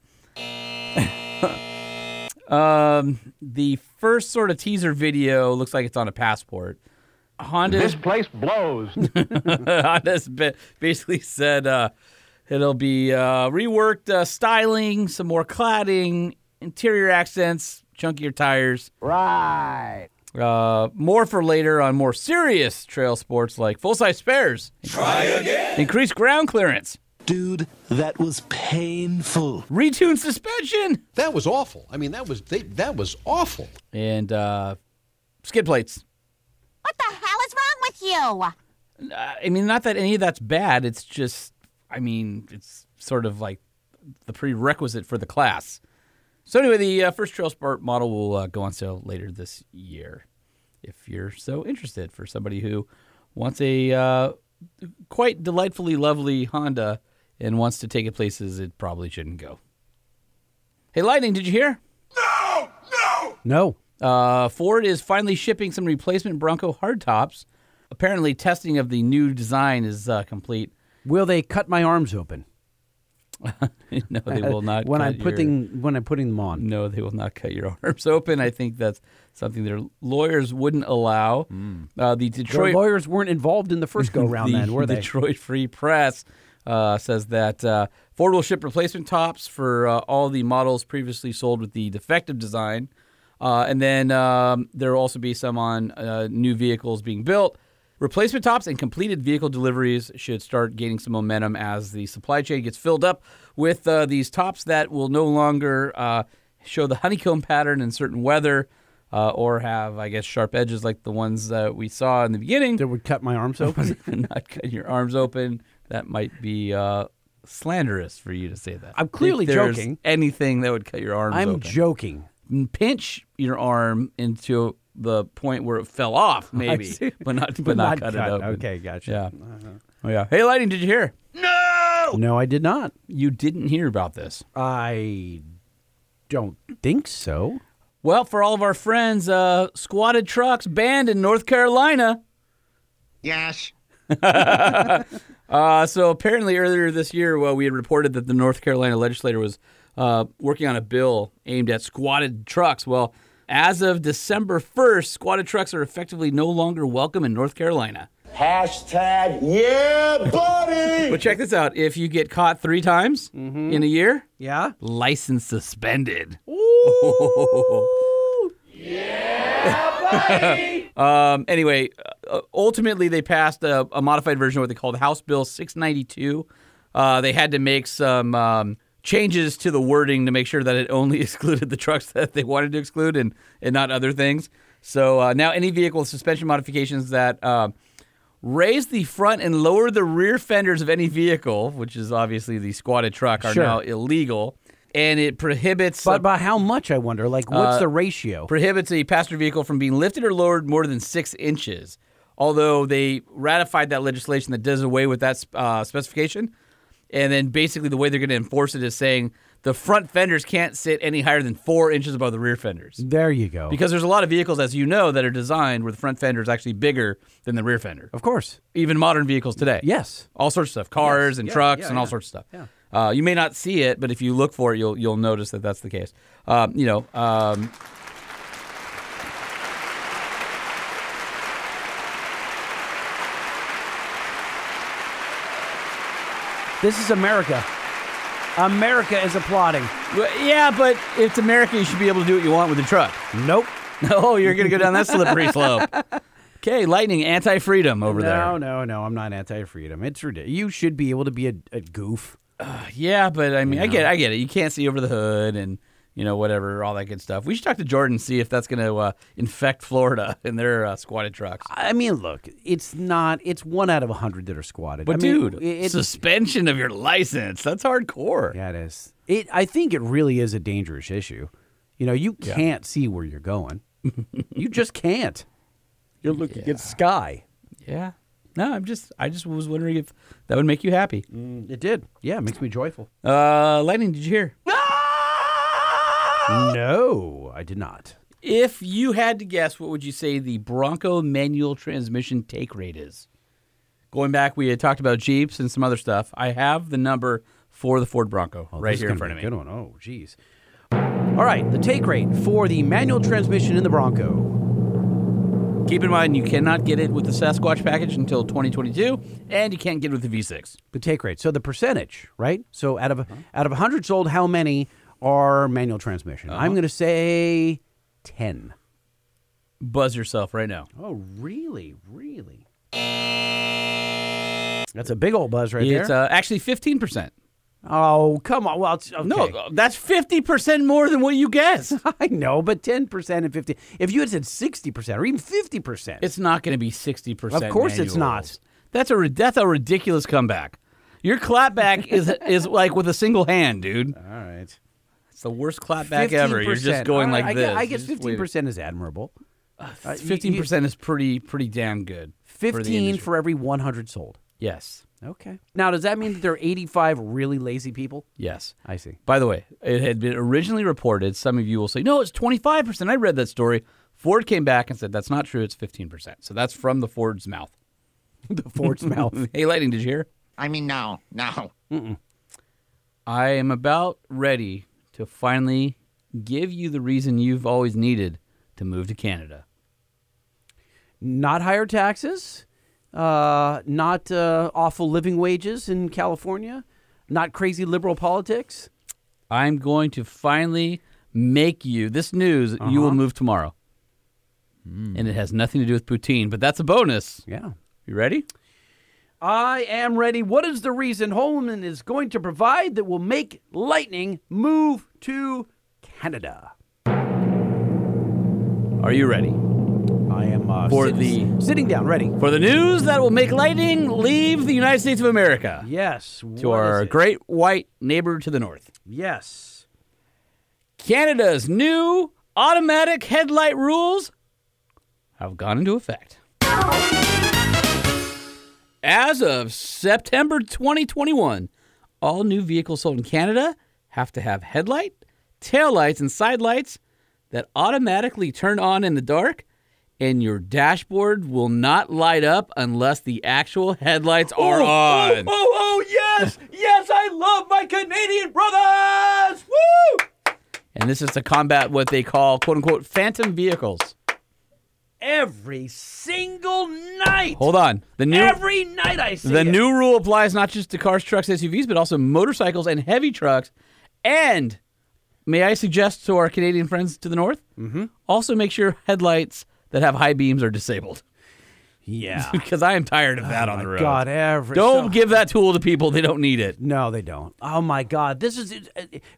[SPEAKER 2] Um, the first sort of teaser video looks like it's on a passport. Honda. This
[SPEAKER 18] place blows.
[SPEAKER 2] Honda's ba- basically said uh, it'll be uh, reworked uh, styling, some more cladding, interior accents, chunkier tires.
[SPEAKER 18] Right.
[SPEAKER 2] Uh, more for later on more serious trail sports like full size spares. Try again. Increased ground clearance.
[SPEAKER 20] Dude, that was painful.
[SPEAKER 2] Retune suspension.
[SPEAKER 20] That was awful. I mean, that was they, that was awful.
[SPEAKER 2] And uh, skid plates.
[SPEAKER 21] hell is wrong with you?
[SPEAKER 2] I mean, not that any of that's bad. It's just, I mean, it's sort of like the prerequisite for the class. So anyway, the uh, first Trail Sport model will uh, go on sale later this year, if you're so interested. For somebody who wants a uh, quite delightfully lovely Honda and wants to take it places it probably shouldn't go. Hey, Lightning, did you hear?
[SPEAKER 1] No.
[SPEAKER 2] Uh, Ford is finally shipping some replacement Bronco hardtops. Apparently, testing of the new design is uh, complete.
[SPEAKER 1] Will they cut my arms open? Uh,
[SPEAKER 2] no, they will not.
[SPEAKER 1] when
[SPEAKER 2] cut
[SPEAKER 1] I'm
[SPEAKER 2] your-
[SPEAKER 1] putting when I'm putting them on.
[SPEAKER 2] No, they will not cut your arms open. I think that's something their lawyers wouldn't allow. Uh, the Detroit
[SPEAKER 1] Their lawyers weren't involved in the first go round
[SPEAKER 2] the
[SPEAKER 1] then, were they?
[SPEAKER 2] Detroit Free Press uh, says that uh, Ford will ship replacement tops for uh, all the models previously sold with the defective design. Uh, and then um, there will also be some on uh, new vehicles being built. Replacement tops and completed vehicle deliveries should start gaining some momentum as the supply chain gets filled up with uh, these tops that will no longer uh, show the honeycomb pattern in certain weather uh, or have, I guess, sharp edges like the ones that we saw in the beginning. That
[SPEAKER 1] would cut my arms open?
[SPEAKER 2] Not cut your arms open. That might be uh, slanderous for you to say that.
[SPEAKER 1] I'm clearly
[SPEAKER 2] If there's
[SPEAKER 1] joking.
[SPEAKER 2] Anything that would cut your arms
[SPEAKER 1] I'm
[SPEAKER 2] open.
[SPEAKER 1] joking.
[SPEAKER 2] Pinch your arm into the point where it fell off, maybe,
[SPEAKER 1] see.
[SPEAKER 2] but not, but
[SPEAKER 1] But
[SPEAKER 2] not,
[SPEAKER 1] not
[SPEAKER 2] cut,
[SPEAKER 1] cut.
[SPEAKER 2] it open.
[SPEAKER 1] Okay, gotcha.
[SPEAKER 2] Yeah. Oh, yeah. Hey, Lightning, did you hear?
[SPEAKER 1] No, I did not.
[SPEAKER 2] You didn't hear about this.
[SPEAKER 1] I don't think so.
[SPEAKER 2] Well, for all of our friends, uh, squatted trucks banned in North Carolina.
[SPEAKER 19] Yes.
[SPEAKER 2] uh, so apparently earlier this year, well, we had reported that the North Carolina legislator was uh, working on a bill aimed at squatted trucks. Well, as of December 1st, squatted trucks are effectively no longer welcome in North Carolina.
[SPEAKER 19] Hashtag yeah, buddy.
[SPEAKER 2] But check this out: if you get caught three times in a year,
[SPEAKER 1] yeah,
[SPEAKER 2] license suspended. um, anyway, uh, ultimately they passed a, a modified version of what they called House Bill 692. Uh, they had to make some um, changes to the wording to make sure that it only excluded the trucks that they wanted to exclude and, and not other things. So uh, now any vehicle with suspension modifications that uh, raise the front and lower the rear fenders of any vehicle, which is obviously the squatted truck, are
[SPEAKER 1] Sure.
[SPEAKER 2] now illegal. And it prohibits.
[SPEAKER 1] But by how much I wonder? Like, what's
[SPEAKER 2] Uh,
[SPEAKER 1] the ratio?
[SPEAKER 2] Prohibits a passenger vehicle from being lifted or lowered more than six inches. Although they ratified that legislation that does away with that uh, specification. And then basically the way they're going to enforce it is saying the front fenders can't sit any higher than four inches above the rear fenders.
[SPEAKER 1] There you go.
[SPEAKER 2] Because there's a lot of vehicles, as you know, that are designed where the front fender is actually bigger than the rear fender.
[SPEAKER 1] Of course.
[SPEAKER 2] Even modern vehicles today.
[SPEAKER 1] Yes.
[SPEAKER 2] All sorts of stuff cars
[SPEAKER 1] Yes.
[SPEAKER 2] and
[SPEAKER 1] Yeah,
[SPEAKER 2] trucks
[SPEAKER 1] yeah,
[SPEAKER 2] and all
[SPEAKER 1] yeah.
[SPEAKER 2] sorts of stuff.
[SPEAKER 1] Yeah.
[SPEAKER 2] Uh, you may not see it, but if you look for it, you'll you'll notice that that's the case. Um, you know, um,
[SPEAKER 1] This is America. America is applauding.
[SPEAKER 2] Well, yeah, but if it's America, you should be able to do what you want with a truck.
[SPEAKER 1] Nope.
[SPEAKER 2] No, you're going to go down that slippery slope. Okay, lightning anti-freedom over
[SPEAKER 1] no,
[SPEAKER 2] there.
[SPEAKER 1] No, no, I'm not anti-freedom. It's ridiculous. You should be able to be a, a goof.
[SPEAKER 2] Yeah, but I mean, I
[SPEAKER 1] Yeah.
[SPEAKER 2] get, I get it. You can't see over the hood and you know whatever, all that good stuff. We should talk to Jordan and see if that's going to uh, infect Florida and their uh, squatted trucks.
[SPEAKER 1] I mean, look, it's not. It's one out of a hundred that are squatted.
[SPEAKER 2] But
[SPEAKER 1] I mean,
[SPEAKER 2] dude,
[SPEAKER 1] it- it-
[SPEAKER 2] suspension of your license—that's hardcore.
[SPEAKER 1] Yeah, it is. It. I think it really is a dangerous issue. You know, you
[SPEAKER 2] Yeah.
[SPEAKER 1] can't see where you're going. you just can't. You're looking at sky.
[SPEAKER 2] Yeah. No, I'm just, I just was wondering if that would make you happy.
[SPEAKER 1] It did. Yeah, it makes me joyful.
[SPEAKER 2] Uh, lightning, did you hear?
[SPEAKER 1] No, I did not.
[SPEAKER 2] If you had to guess, what would you say the Bronco manual transmission take rate is? Going back, we had talked about Jeeps and some other stuff. I have the number for the Ford Bronco
[SPEAKER 1] Oh,
[SPEAKER 2] right
[SPEAKER 1] this is
[SPEAKER 2] here in front
[SPEAKER 1] gonna
[SPEAKER 2] of me.
[SPEAKER 1] be a Good one. Oh, geez. All right, the take rate for the manual transmission in the Bronco.
[SPEAKER 2] Keep in mind, you cannot get it with the Sasquatch package until 2022, and you can't get it with the V6.
[SPEAKER 1] The take rate. So the percentage, right? So out of
[SPEAKER 2] Uh-huh.
[SPEAKER 1] out of hundred sold, how many are manual transmission?
[SPEAKER 2] Uh-huh.
[SPEAKER 1] I'm going to say ten.
[SPEAKER 2] Buzz yourself right now.
[SPEAKER 1] Oh, really? Really? That's a big old buzz right
[SPEAKER 2] It's
[SPEAKER 1] there.
[SPEAKER 2] uh, actually 15%.
[SPEAKER 1] oh, come on. Well, it's, okay.
[SPEAKER 2] No, that's 50% more than what you guessed.
[SPEAKER 1] I know, but ten percent and fifty. If you had said sixty percent or even fifty percent,
[SPEAKER 2] It's not going to be 60%.
[SPEAKER 1] Of course it's
[SPEAKER 2] manuals. That's a, ri- that's a ridiculous comeback. Your clapback is, is like with a single hand, dude.
[SPEAKER 1] all right.
[SPEAKER 2] It's the worst clapback ever. You're
[SPEAKER 1] 15%.
[SPEAKER 2] just going
[SPEAKER 1] All right,
[SPEAKER 2] like
[SPEAKER 1] I, gu-
[SPEAKER 2] this.
[SPEAKER 1] I
[SPEAKER 2] You're
[SPEAKER 1] guess
[SPEAKER 2] just waving.
[SPEAKER 1] fifteen percent is admirable. Uh, you-
[SPEAKER 2] Fifteen percent is pretty pretty damn good. for the
[SPEAKER 1] Fifteen
[SPEAKER 2] industry.
[SPEAKER 1] for every one hundred sold.
[SPEAKER 2] yes,
[SPEAKER 1] Okay. Now, does that mean that there are eighty-five really lazy people?
[SPEAKER 2] yes.
[SPEAKER 1] I see.
[SPEAKER 2] By the way, it had been originally reported. Some of you will say, "No, it's twenty five percent." I read that story. Ford came back and said, "That's not true. It's fifteen percent." So that's from the Ford's mouth.
[SPEAKER 1] the Ford's mouth.
[SPEAKER 2] Hey, lightning, did you hear?
[SPEAKER 19] I mean, no, no.
[SPEAKER 2] I am about ready to finally give you the reason you've always needed to move to Canada.
[SPEAKER 1] Not higher taxes. Uh, not uh, awful living wages in California. Not crazy liberal politics.
[SPEAKER 2] I'm going to finally make you this news. You
[SPEAKER 1] Uh-huh.
[SPEAKER 2] will move tomorrow. And it has nothing to do with poutine, but that's a bonus.
[SPEAKER 1] Hmm. Yeah.
[SPEAKER 2] You ready?
[SPEAKER 1] I am ready. What is the reason Holman is going to provide that will make Lightning move to Canada?
[SPEAKER 2] Are you ready
[SPEAKER 1] I am uh,
[SPEAKER 2] for
[SPEAKER 1] sit-
[SPEAKER 2] the
[SPEAKER 1] sitting down, ready.
[SPEAKER 2] for the news that will make lightning leave the United States of America
[SPEAKER 1] Yes. what
[SPEAKER 2] to our
[SPEAKER 1] is it?
[SPEAKER 2] great white neighbor to the north?
[SPEAKER 1] Yes.
[SPEAKER 2] Canada's new automatic headlight rules have gone into effect. As of September 2021, all new vehicles sold in Canada have to have headlight, taillights and side lights that automatically turn on in the dark, and your dashboard will not light up unless the actual headlights are
[SPEAKER 5] Oh,
[SPEAKER 2] on.
[SPEAKER 5] Oh, oh, oh, yes, yes, I love my Canadian brothers. Woo!
[SPEAKER 2] And this is to combat what they call quote unquote phantom vehicles.
[SPEAKER 1] Every single night.
[SPEAKER 2] Hold on. The new
[SPEAKER 1] Every night I see
[SPEAKER 2] The
[SPEAKER 1] it.
[SPEAKER 2] new rule applies not just to cars, trucks, SUVs, but also motorcycles and heavy trucks. And may I suggest to our Canadian friends to the north,
[SPEAKER 1] Mm-hmm.
[SPEAKER 2] also make sure headlights that have high beams are disabled.
[SPEAKER 1] Yeah. Oh
[SPEAKER 2] because I am tired of that on the road.
[SPEAKER 1] God, every-
[SPEAKER 2] Don't
[SPEAKER 1] so-
[SPEAKER 2] give that tool to people. They don't need it.
[SPEAKER 1] No, they don't. Oh my God! This is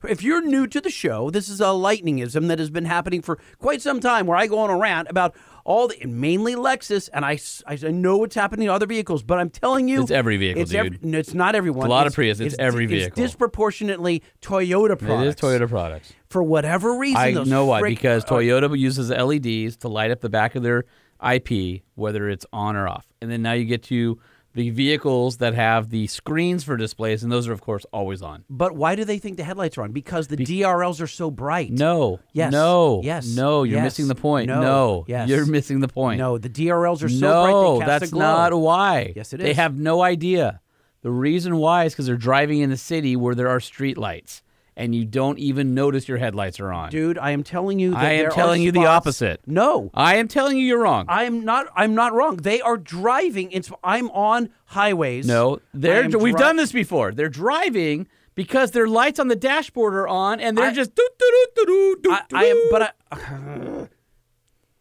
[SPEAKER 1] if you're new to the show, this is a lightningism that has been happening for quite some time. Where I go on a rant about all the mainly Lexus, and I, s- I know what's happening to other vehicles, but I'm telling you,
[SPEAKER 2] It's every vehicle,
[SPEAKER 1] it's ev-
[SPEAKER 2] dude.
[SPEAKER 1] no, it's not everyone.
[SPEAKER 2] It's a lot of Prius. It's every vehicle.
[SPEAKER 1] It's disproportionately Toyota
[SPEAKER 2] It is
[SPEAKER 1] products.
[SPEAKER 2] Toyota products.
[SPEAKER 1] for whatever reason.
[SPEAKER 2] I
[SPEAKER 1] those
[SPEAKER 2] know why
[SPEAKER 1] frick-
[SPEAKER 2] because Toyota uses LEDs to light up the back of their IP, whether it's on or off. And then now you get to the vehicles that have the screens for displays, and those are of course always on.
[SPEAKER 1] But why do they think the headlights are on? Because the DRLs are so bright.
[SPEAKER 2] No.
[SPEAKER 1] Yes.
[SPEAKER 2] No.
[SPEAKER 1] Yes.
[SPEAKER 2] No. You're
[SPEAKER 1] Yes.
[SPEAKER 2] missing the point.
[SPEAKER 1] No.
[SPEAKER 2] No.
[SPEAKER 1] Yes.
[SPEAKER 2] You're missing the point.
[SPEAKER 1] No, Oh, the DRLs are so
[SPEAKER 2] no,
[SPEAKER 1] bright they cast
[SPEAKER 2] that's
[SPEAKER 1] a glow.
[SPEAKER 2] not why.
[SPEAKER 1] Yes, it
[SPEAKER 2] They
[SPEAKER 1] is.
[SPEAKER 2] have no idea. The reason why is because they're driving in a city where there are street lights, and you don't even notice your headlights are on.
[SPEAKER 1] Dude, I am telling you. That
[SPEAKER 2] I
[SPEAKER 1] there
[SPEAKER 2] am
[SPEAKER 1] are
[SPEAKER 2] telling you the
[SPEAKER 1] spots-
[SPEAKER 2] opposite.
[SPEAKER 1] No.
[SPEAKER 2] I am telling you you're wrong.
[SPEAKER 1] I'm not. I'm not wrong. They are driving. It's. I'm on highways.
[SPEAKER 2] No, they're
[SPEAKER 1] I am
[SPEAKER 2] we've
[SPEAKER 1] dri-
[SPEAKER 2] done this before. They're driving because their lights on the dashboard are on, and they're
[SPEAKER 1] I-
[SPEAKER 2] just doo doo doo doo doo.
[SPEAKER 1] I, I am. But I.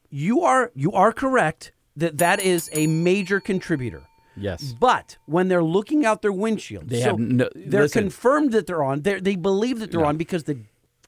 [SPEAKER 1] You are. You are correct. That that is a major contributor.
[SPEAKER 2] Yes.
[SPEAKER 1] But when they're looking out their windshield,
[SPEAKER 2] They
[SPEAKER 1] so
[SPEAKER 2] have no-
[SPEAKER 1] they're
[SPEAKER 2] listen.
[SPEAKER 1] confirmed that they're on. They they believe that they're on because the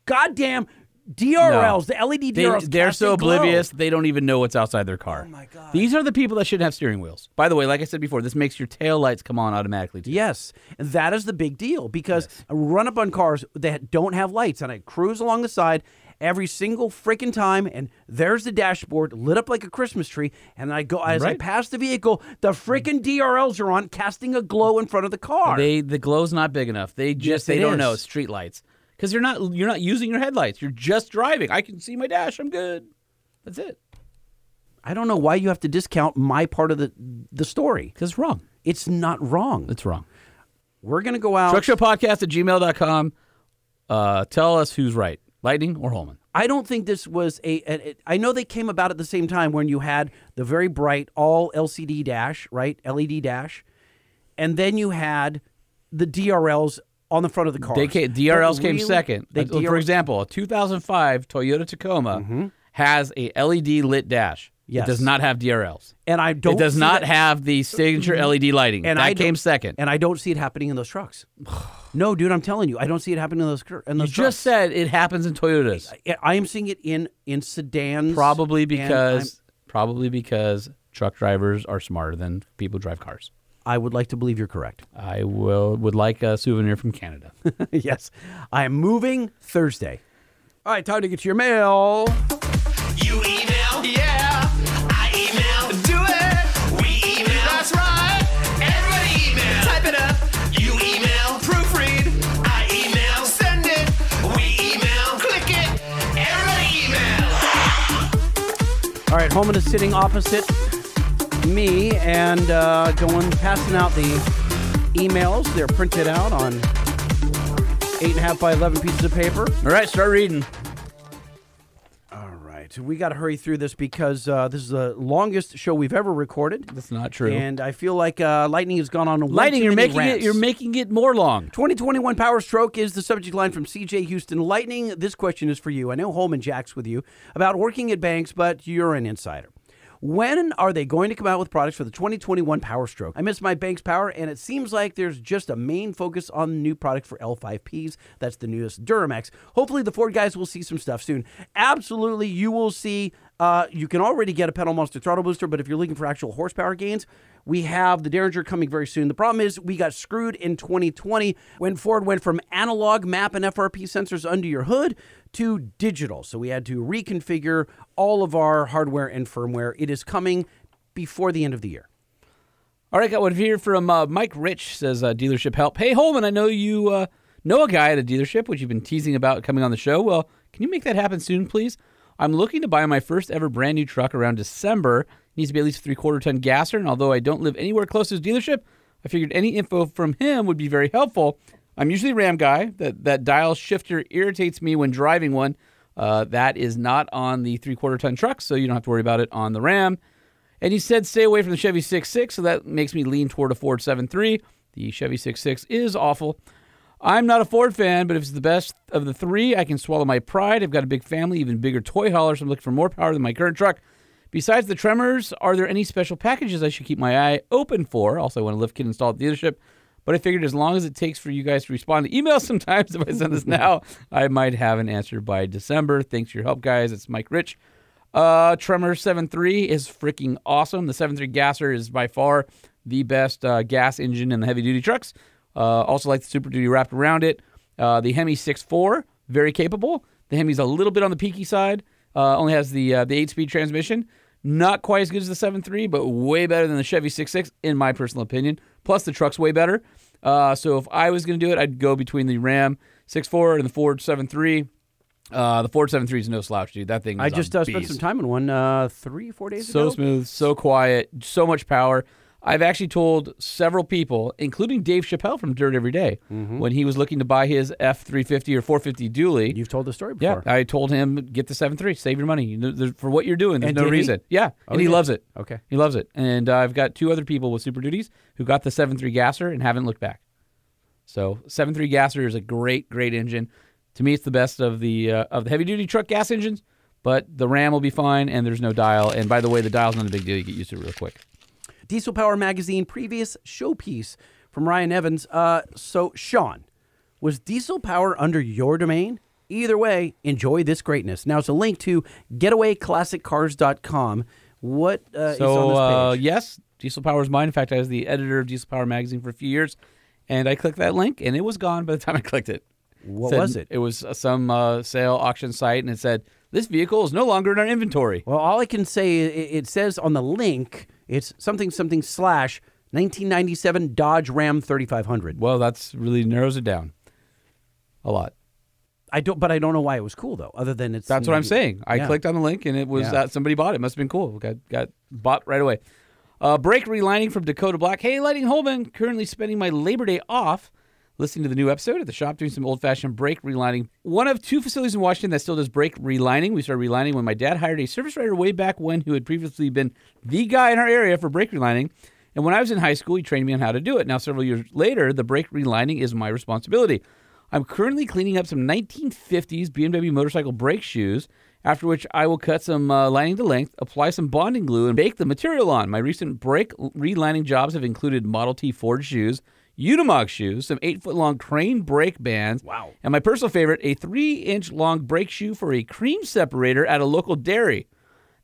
[SPEAKER 1] goddamn DRLs, the E LED DRLs,
[SPEAKER 2] They, are
[SPEAKER 1] cast
[SPEAKER 2] so
[SPEAKER 1] a glow.
[SPEAKER 2] oblivious they don't even know what's outside their car. Oh my god! These are the people that shouldn't have steering wheels. By the way, like I said before, this makes your tail lights come on automatically. Too.
[SPEAKER 1] Yes, and that is the big deal because I run up on cars that don't have lights, and I cruise along the side every single freaking time, and there's the dashboard lit up like a Christmas tree, and I go as I
[SPEAKER 2] Right.
[SPEAKER 1] pass the vehicle, the freaking DRLs are on, casting a glow in front of the car.
[SPEAKER 2] They the glow's not big enough. They just
[SPEAKER 1] it
[SPEAKER 2] they don't
[SPEAKER 1] is.
[SPEAKER 2] know street lights because you're not you're not using your headlights. You're just driving. I can see my dash. I'm good. That's it.
[SPEAKER 1] I don't know why you have to discount my part of the the story.
[SPEAKER 2] Because it's wrong.
[SPEAKER 1] It's not wrong.
[SPEAKER 2] It's wrong.
[SPEAKER 1] We're gonna go out.
[SPEAKER 2] Podcast at gmail.com. Uh, tell us who's right, Lightning or Holman.
[SPEAKER 1] I don't think this was a. an- it- I know they came about at the same time when you had the very bright all LCD dash, right? LED dash, and then you had the DRLs on the front of the car.
[SPEAKER 2] They came, DRLs came second.
[SPEAKER 1] They
[SPEAKER 2] Uh, For example, a 2005 Toyota Tacoma has a LED lit dash.
[SPEAKER 1] Mm-hmm. Yes.
[SPEAKER 2] It does not have DRLs.
[SPEAKER 1] and I don't.
[SPEAKER 2] it does
[SPEAKER 1] see
[SPEAKER 2] not
[SPEAKER 1] that-
[SPEAKER 2] have the signature LED lighting.
[SPEAKER 1] And
[SPEAKER 2] that
[SPEAKER 1] I don't-
[SPEAKER 2] came second.
[SPEAKER 1] And I don't see it happening in those trucks. no, dude, I'm telling you, I don't see it happening in those. cur- In
[SPEAKER 2] You
[SPEAKER 1] those
[SPEAKER 2] just
[SPEAKER 1] trucks.
[SPEAKER 2] said it happens in Toyotas.
[SPEAKER 1] I- I am seeing it in in sedans.
[SPEAKER 2] Probably
[SPEAKER 1] and
[SPEAKER 2] because probably because truck drivers are smarter than people who drive cars.
[SPEAKER 1] I'm- I would like to believe you're correct.
[SPEAKER 2] I will would like a souvenir from Canada.
[SPEAKER 1] yes, I am moving Thursday. All right, time to get to your mail.
[SPEAKER 5] You email, yeah. I email, do it. We email, that's right. Everybody email, type it up. You email, proofread. I email, send it. We email, click it. Everybody email.
[SPEAKER 1] All right, Holman is sitting opposite me and uh, going passing out the emails. They're printed out on eight and a half by eleven pieces of paper.
[SPEAKER 2] All right, start reading.
[SPEAKER 1] All right, we got to hurry through this because uh, this is the longest show we've ever recorded.
[SPEAKER 2] That's not true.
[SPEAKER 1] And I feel like uh, lightning has gone on. one
[SPEAKER 2] Lightning,
[SPEAKER 1] too
[SPEAKER 2] you're
[SPEAKER 1] many
[SPEAKER 2] making it
[SPEAKER 1] rants.
[SPEAKER 2] you're making it more long.
[SPEAKER 1] 2021 Power Stroke is the subject line from CJ Houston. Lightning, this question is for you. I know Holman Jack's with you about working at banks, but you're an insider. When are they going to come out with products for the 2021 Power Stroke? I miss my bank's power, and it seems like there's just a main focus on the new product for L5Ps. That's the newest Duramax. Hopefully, the Ford guys will see some stuff soon. Absolutely, you will see. Uh, you can already get a pedal monster throttle booster, but if you're looking for actual horsepower gains, we have the Derringer coming very soon. The problem is we got screwed in 2020 when Ford went from analog map and FRP sensors under your hood to digital. So we had to reconfigure all of our hardware and firmware. It is coming before the end of the year.
[SPEAKER 2] All right, got one here from uh, Mike Rich says uh, dealership help. Hey Holman, I know you uh, Know a guy at a dealership, which you've been teasing about coming on the show? Well, can you make that happen soon, please? I'm looking to buy my first ever brand new truck around December. It needs to be at least a three quarter ton gasser, and although I don't live anywhere close to his dealership, I figured any info from him would be very helpful. I'm usually a Ram guy. That that dial shifter irritates me when driving one. Uh, that is not on the three quarter ton truck, so you don't have to worry about it on the Ram. And he said stay away from the Chevy 6.6, so that makes me lean toward a Ford 7.3. The Chevy 6.6 is awful. I'm not a Ford fan, but if it's the best of the three, I can swallow my pride. I've got a big family, even bigger toy haulers. I'm looking for more power than my current truck. Besides the Tremors, are there any special packages I should keep my eye open for? Also, I want a lift kit installed at the dealership, but I figured as long as it takes for you guys to respond to emails sometimes, if I send this now, I might have an answer by December. Thanks for your help, guys. It's Mike Rich. Uh, Tremor 7.3 is freaking awesome. The 7.3 gasser is by far the best uh, gas engine in the heavy duty trucks. Uh, also like the Super Duty wrapped around it. Uh, the Hemi 6.4, very capable. The Hemi's a little bit on the peaky side. Uh, only has the uh, the eight speed transmission. Not quite as good as the 7.3, but way better than the Chevy 6.6, in my personal opinion. Plus, the truck's way better. Uh, so if I was going to do it, I'd go between the Ram 6.4 and the Ford 7.3. Uh, the Ford 7.3 is no slouch, dude. That thing.
[SPEAKER 1] I
[SPEAKER 2] is a
[SPEAKER 1] just uh, spent
[SPEAKER 2] beast
[SPEAKER 1] some time on one uh, three, four days
[SPEAKER 2] so
[SPEAKER 1] ago.
[SPEAKER 2] smooth, so quiet, so much power. I've actually told several people, including Dave Chappelle from Dirt Every Day, when he was looking to buy his F three fifty or four fifty dually. You've
[SPEAKER 1] told the story
[SPEAKER 2] before. Yeah, I told him get the seven three, save your money You know, there- for what you're doing. There's
[SPEAKER 1] And
[SPEAKER 2] no
[SPEAKER 1] did he?
[SPEAKER 2] reason. Yeah,
[SPEAKER 1] Oh,
[SPEAKER 2] and he
[SPEAKER 1] he did?
[SPEAKER 2] loves it.
[SPEAKER 1] Okay.
[SPEAKER 2] he loves it. And uh, I've got two other people with Super Duties who got the seven three gasser and haven't looked back. So 7.3 Gasser is a great, great engine. To me, it's the best of the uh, of the heavy duty truck gas engines. But the Ram will be fine, and there's no dial. And by the way, the dial's not a big deal. You get used to it real quick.
[SPEAKER 1] Diesel Power Magazine previous showpiece from Ryan Evans. Uh, so, Sean, was Diesel Power under your domain? Either way, enjoy this greatness. Now, it's a link to getawayclassiccars.com. What uh, is on
[SPEAKER 2] so
[SPEAKER 1] this page?
[SPEAKER 2] uh, yes, Diesel Power is mine. In fact, I was the editor of Diesel Power magazine for a few years, and I clicked that link, and it was gone by the time I clicked it.
[SPEAKER 1] What
[SPEAKER 2] Said-
[SPEAKER 1] was it?
[SPEAKER 2] It was uh, some uh, sale auction site, and it said this vehicle is no longer in our inventory.
[SPEAKER 1] Well, all I can say, it, it says on the link, it's something something slash 1997 Dodge Ram 3500.
[SPEAKER 2] Well, that's really narrows it down a lot.
[SPEAKER 1] I don't, but I don't know why it was cool though. Other than it's
[SPEAKER 2] That's what I'm saying. I clicked on the link and it was
[SPEAKER 1] Yeah.
[SPEAKER 2] uh, somebody bought it. Must have been cool. Got got bought right away. Uh, break relining from Dakota Black. Hey, Lighting Holman, currently spending my Labor Day off listening to the new episode at the shop doing some old fashioned brake relining. One of two facilities in Washington that still does brake relining. We started relining when my dad hired a service writer way back when who had previously been the guy in our area for brake relining. And when I was in high school, he trained me on how to do it. Now, several years later, the brake relining is my responsibility. I'm currently cleaning up some 1950s BMW motorcycle brake shoes, after which I will cut some uh, lining to length, apply some bonding glue, and bake the material on. My recent brake l- relining jobs have included Model T Ford shoes, Unimog shoes, some 8 foot long crane brake bands, wow. and my personal favorite, a 3 inch long brake shoe for a cream separator at a local dairy.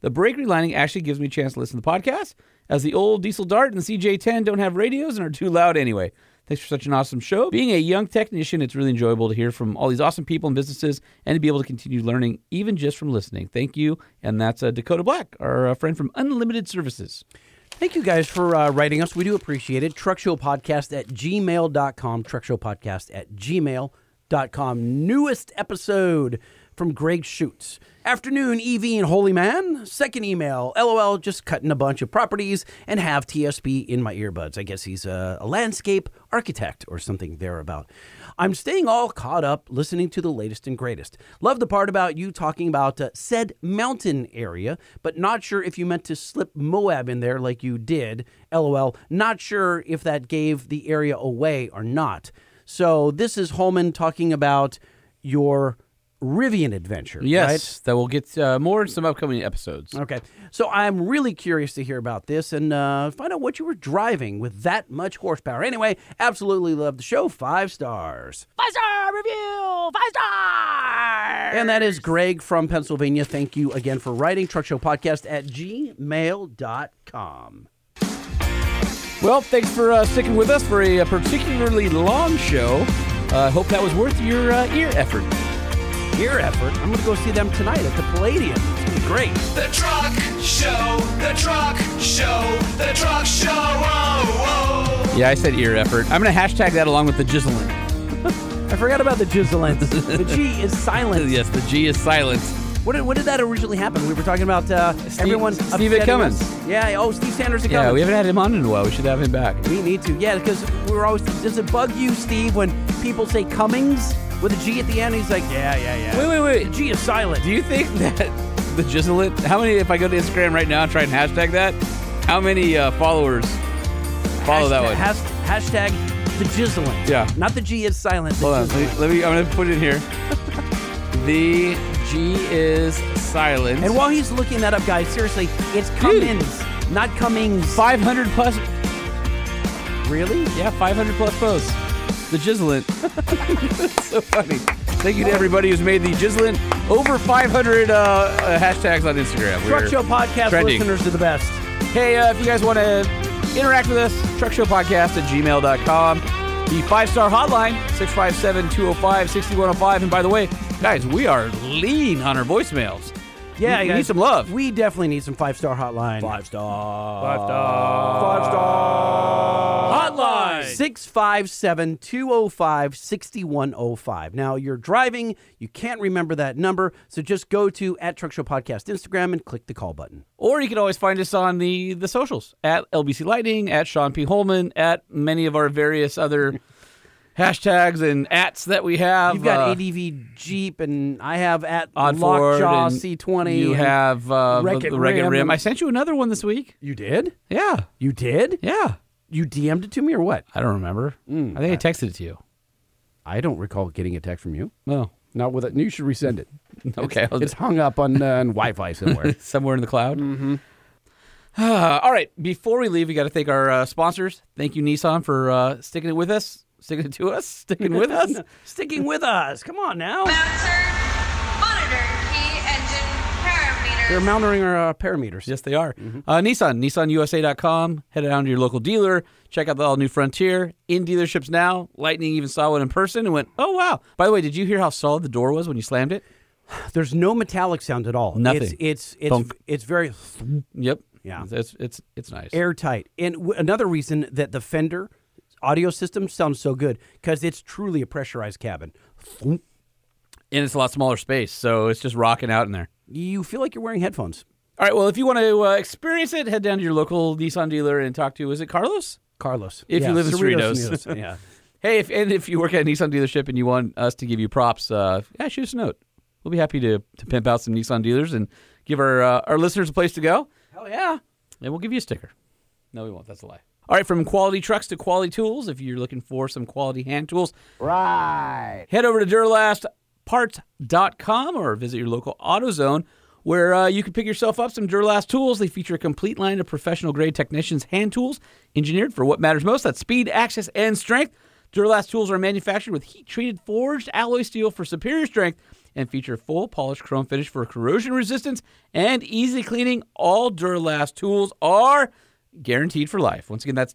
[SPEAKER 2] The brake relining actually gives me a chance to listen to the podcast, as the old Diesel Dart and the CJ10 don't have radios and are too loud anyway. Thanks for such an awesome show. Being a young technician, it's really enjoyable to hear from all these awesome people and businesses and to be able to continue learning even just from listening. Thank you. And that's uh, Dakota Black, our uh, friend from Unlimited Services.
[SPEAKER 1] Thank you guys for uh, writing us. We do appreciate it. Truckshowpodcast at gmail.com. Truckshowpodcast at gmail.com. Newest episode from Greg Schutz. Afternoon, EV and Holy Man. Second email, LOL, just cutting a bunch of properties and have TSB in my earbuds. I guess he's a, a landscape architect or something thereabout. I'm staying all caught up listening to the latest and greatest. Love the part about you talking about uh, said mountain area, but not sure if you meant to slip Moab in there like you did. LOL. Not sure if that gave the area away or not. So this is Holman talking about your Rivian adventure. right?
[SPEAKER 2] Yes, that will get uh, more in some upcoming episodes.
[SPEAKER 1] Okay. So I'm really curious to hear about this and uh, find out what you were driving with that much horsepower. Anyway, absolutely love the show. Five stars.
[SPEAKER 5] Five star review. Five star.
[SPEAKER 1] And that is Greg from Pennsylvania. Thank you again for writing. Truck Show Podcast at gmail.com.
[SPEAKER 2] Well, thanks for uh, sticking with us for a, uh, particularly long show. Uh, hope that was worth your uh, ear effort.
[SPEAKER 1] Ear effort? I'm going to go see them tonight at the Palladium. It's going to be great.
[SPEAKER 5] The truck show. The truck show. The truck show. Oh, oh.
[SPEAKER 2] Yeah, I said ear effort. I'm going to hashtag that along with the jizzling.
[SPEAKER 1] I forgot about the jizzolence. the G is silent.
[SPEAKER 2] yes, the G is silent.
[SPEAKER 1] What did, when did that originally happen? We were talking about uh, everyone.
[SPEAKER 2] Steve
[SPEAKER 1] upsetting
[SPEAKER 2] Cummins.
[SPEAKER 1] us. Yeah. Oh, Steve Sanders. at
[SPEAKER 2] Yeah,
[SPEAKER 1] Cummins.
[SPEAKER 2] we haven't had him on in a while. We should have him back.
[SPEAKER 1] We need to. Yeah, because we were always. Does it bug you, Steve, when people say Cummings with a G at the end? He's like, yeah, yeah, yeah.
[SPEAKER 2] Wait, wait, wait.
[SPEAKER 1] The G is silent.
[SPEAKER 2] Do you think that the Jizzlet, how many, if I go to Instagram right now and try and hashtag that, how many uh, followers follow that one?
[SPEAKER 1] Has, hashtag the jizzling.
[SPEAKER 2] Yeah.
[SPEAKER 1] Not the G is silent. the
[SPEAKER 2] Hold on.
[SPEAKER 1] jizzling.
[SPEAKER 2] Let me, let me- I'm going to put it here. the G is silent.
[SPEAKER 1] And while he's looking that up, guys, seriously, it's Cummins, not Cummings.
[SPEAKER 2] 500 plus.
[SPEAKER 1] Really?
[SPEAKER 2] Yeah, 500 plus posts. The Jizzlet. That's so funny. Thank you to everybody who's made the Jizzlet over 500 uh, uh, hashtags on Instagram.
[SPEAKER 1] Truck
[SPEAKER 2] We're
[SPEAKER 1] Show Podcast
[SPEAKER 2] trending.
[SPEAKER 1] listeners are the best.
[SPEAKER 2] Hey, uh, if you guys want to interact with us, truckshowpodcast at gmail.com. The five star hotline, 657 205 6105. And by the way, guys, we are lean on our voicemails.
[SPEAKER 1] Yeah,
[SPEAKER 2] we, we
[SPEAKER 1] guys,
[SPEAKER 2] need some love.
[SPEAKER 1] We definitely need some five star hotline. Five star. Five
[SPEAKER 2] star.
[SPEAKER 1] Five star.
[SPEAKER 2] Hotline.
[SPEAKER 1] 657 205 6105. Now, you're driving, you can't remember that number, so just go to at Truck Show Podcast Instagram and click the call button.
[SPEAKER 2] Or you can always find us on the, the socials at LBC Lightning, at Sean P. Holman, at many of our various other hashtags and ats that we have.
[SPEAKER 1] You've got
[SPEAKER 2] uh,
[SPEAKER 1] ADV Jeep, and I have at
[SPEAKER 2] Odd Ford
[SPEAKER 1] Lockjaw
[SPEAKER 2] and
[SPEAKER 1] C20.
[SPEAKER 2] You
[SPEAKER 1] and
[SPEAKER 2] have uh,
[SPEAKER 1] Wreck-It
[SPEAKER 2] the, the Wreck-It
[SPEAKER 1] Rim.
[SPEAKER 2] Rim. I sent you another one this week.
[SPEAKER 1] You did?
[SPEAKER 2] Yeah.
[SPEAKER 1] You did?
[SPEAKER 2] Yeah.
[SPEAKER 1] You DM'd it to me or what?
[SPEAKER 2] I don't remember. I think I texted it to you.
[SPEAKER 1] I don't recall getting a text from you.
[SPEAKER 2] No.
[SPEAKER 1] Not with it. You should resend it.
[SPEAKER 2] Okay.
[SPEAKER 1] It's, it's hung up on, uh, on Wi Fi somewhere.
[SPEAKER 2] somewhere in the cloud. Mm-hmm. all right. Before we leave, we got to thank our uh, sponsors. Thank you, Nissan, for uh, sticking it with us, sticking it to us, sticking with us.
[SPEAKER 1] Sticking with us. Come on now.
[SPEAKER 22] Monitor key engine parameter.
[SPEAKER 1] They're monitoring our uh, parameters.
[SPEAKER 2] Yes, they are.
[SPEAKER 1] Mm-hmm.
[SPEAKER 2] Uh, Nissan, nissanusa.com. Head down to your local dealer. Check out the all new Frontier in dealerships now. Lightning even saw one in person and went, "Oh wow!" By the way, did you hear how solid the door was when you slammed it?
[SPEAKER 1] There's no metallic sound at all.
[SPEAKER 2] Nothing.
[SPEAKER 1] It's it's it's,
[SPEAKER 2] Thunk.
[SPEAKER 1] it's very
[SPEAKER 2] Yep.
[SPEAKER 1] Yeah.
[SPEAKER 2] It's it's it's nice.
[SPEAKER 1] airtight. And w- another reason that the Fender audio system sounds so good because it's truly a pressurized cabin.
[SPEAKER 2] and it's a lot smaller space, so it's just rocking out in there.
[SPEAKER 1] You feel like you're wearing headphones.
[SPEAKER 2] All right. Well, if you want to uh, experience it, head down to your local Nissan dealer and talk to. Is it Carlos?
[SPEAKER 1] Carlos,
[SPEAKER 2] If
[SPEAKER 1] Yeah,
[SPEAKER 2] you live in
[SPEAKER 1] Cerritos
[SPEAKER 2] Cerritos.
[SPEAKER 1] News. yeah.
[SPEAKER 2] Hey, if, and if you work at a Nissan dealership and you want us to give you props, uh, yeah, shoot us a note. We'll be happy to, to pimp out some Nissan dealers and give our uh, our listeners a place to go.
[SPEAKER 1] Hell yeah.
[SPEAKER 2] And we'll give you a sticker. No, we won't. That's a lie. All right, from quality trucks to quality tools. If you're looking for some quality hand tools,
[SPEAKER 18] Right.
[SPEAKER 2] head over to DurlastParts.com or visit your local AutoZone where uh, you can pick yourself up some Duralast tools. They feature a complete line of professional grade technicians' hand tools engineered for what matters most that's speed, access, and strength. Duralast tools are manufactured with heat treated forged alloy steel for superior strength and feature full polished chrome finish for corrosion resistance and easy cleaning. All Duralast tools are guaranteed for life. Once again, that's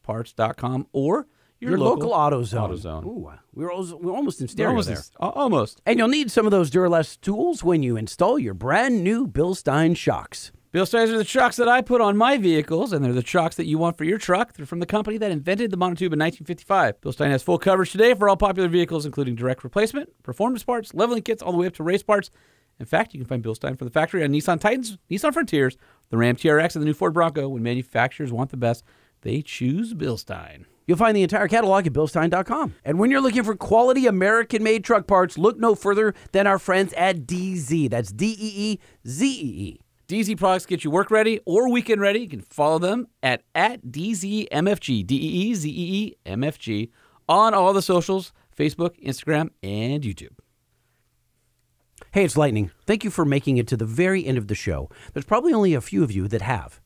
[SPEAKER 2] DuralastParts.com or your,
[SPEAKER 1] Your local, auto AutoZone.
[SPEAKER 2] AutoZone.
[SPEAKER 1] Ooh, we're, al- we're almost in stereo
[SPEAKER 2] Almost
[SPEAKER 1] there.
[SPEAKER 2] is- al- almost.
[SPEAKER 1] And you'll need some of those Duralast tools when you install your brand new Bilstein shocks.
[SPEAKER 2] Bill Stiles are the trucks that I put on my vehicles, and they're the trucks that you want for your truck. They're from the company that invented the monotube in 1955. Bill Stein has full coverage today for all popular vehicles, including direct replacement, performance parts, leveling kits, all the way up to race parts. In fact, you can find Bill Stein from the factory on Nissan Titans, Nissan Frontiers, the Ram TRX, and the new Ford Bronco. When manufacturers want the best, they choose Bill Stein.
[SPEAKER 1] You'll find the entire catalog at BillStein.com. And when you're looking for quality American made truck parts, look no further than our friends at DZ. That's D E E Z E E.
[SPEAKER 2] DZ products get you work ready or weekend ready. You can follow them at, at DZMFG, D E E Z E E M F G, on all the socials Facebook, Instagram, and YouTube.
[SPEAKER 1] Hey, it's Lightning. Thank you for making it to the very end of the show. There's probably only a few of you that have.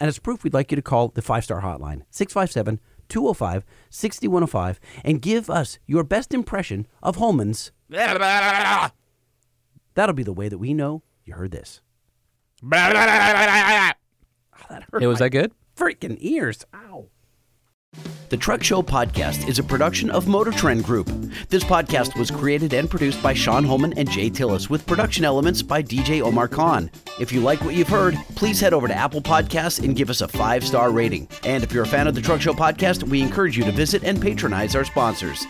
[SPEAKER 1] And as proof, we'd like you to call the five oh star hotline, 657 205 6105, and give us your best impression of Holman's. That'll be the way that we know you heard this.
[SPEAKER 2] Hey, was that good?
[SPEAKER 1] Freaking ears. Ow.
[SPEAKER 5] The Truck Show Podcast is a production of Motor Trend Group. This podcast was created and produced by Sean Holman and Jay Tillis, with production elements by DJ Omar Khan. If you like what you've heard, please head over to Apple Podcasts and give us a five star rating. And if you're a fan of the Truck Show Podcast, we encourage you to visit and patronize our sponsors.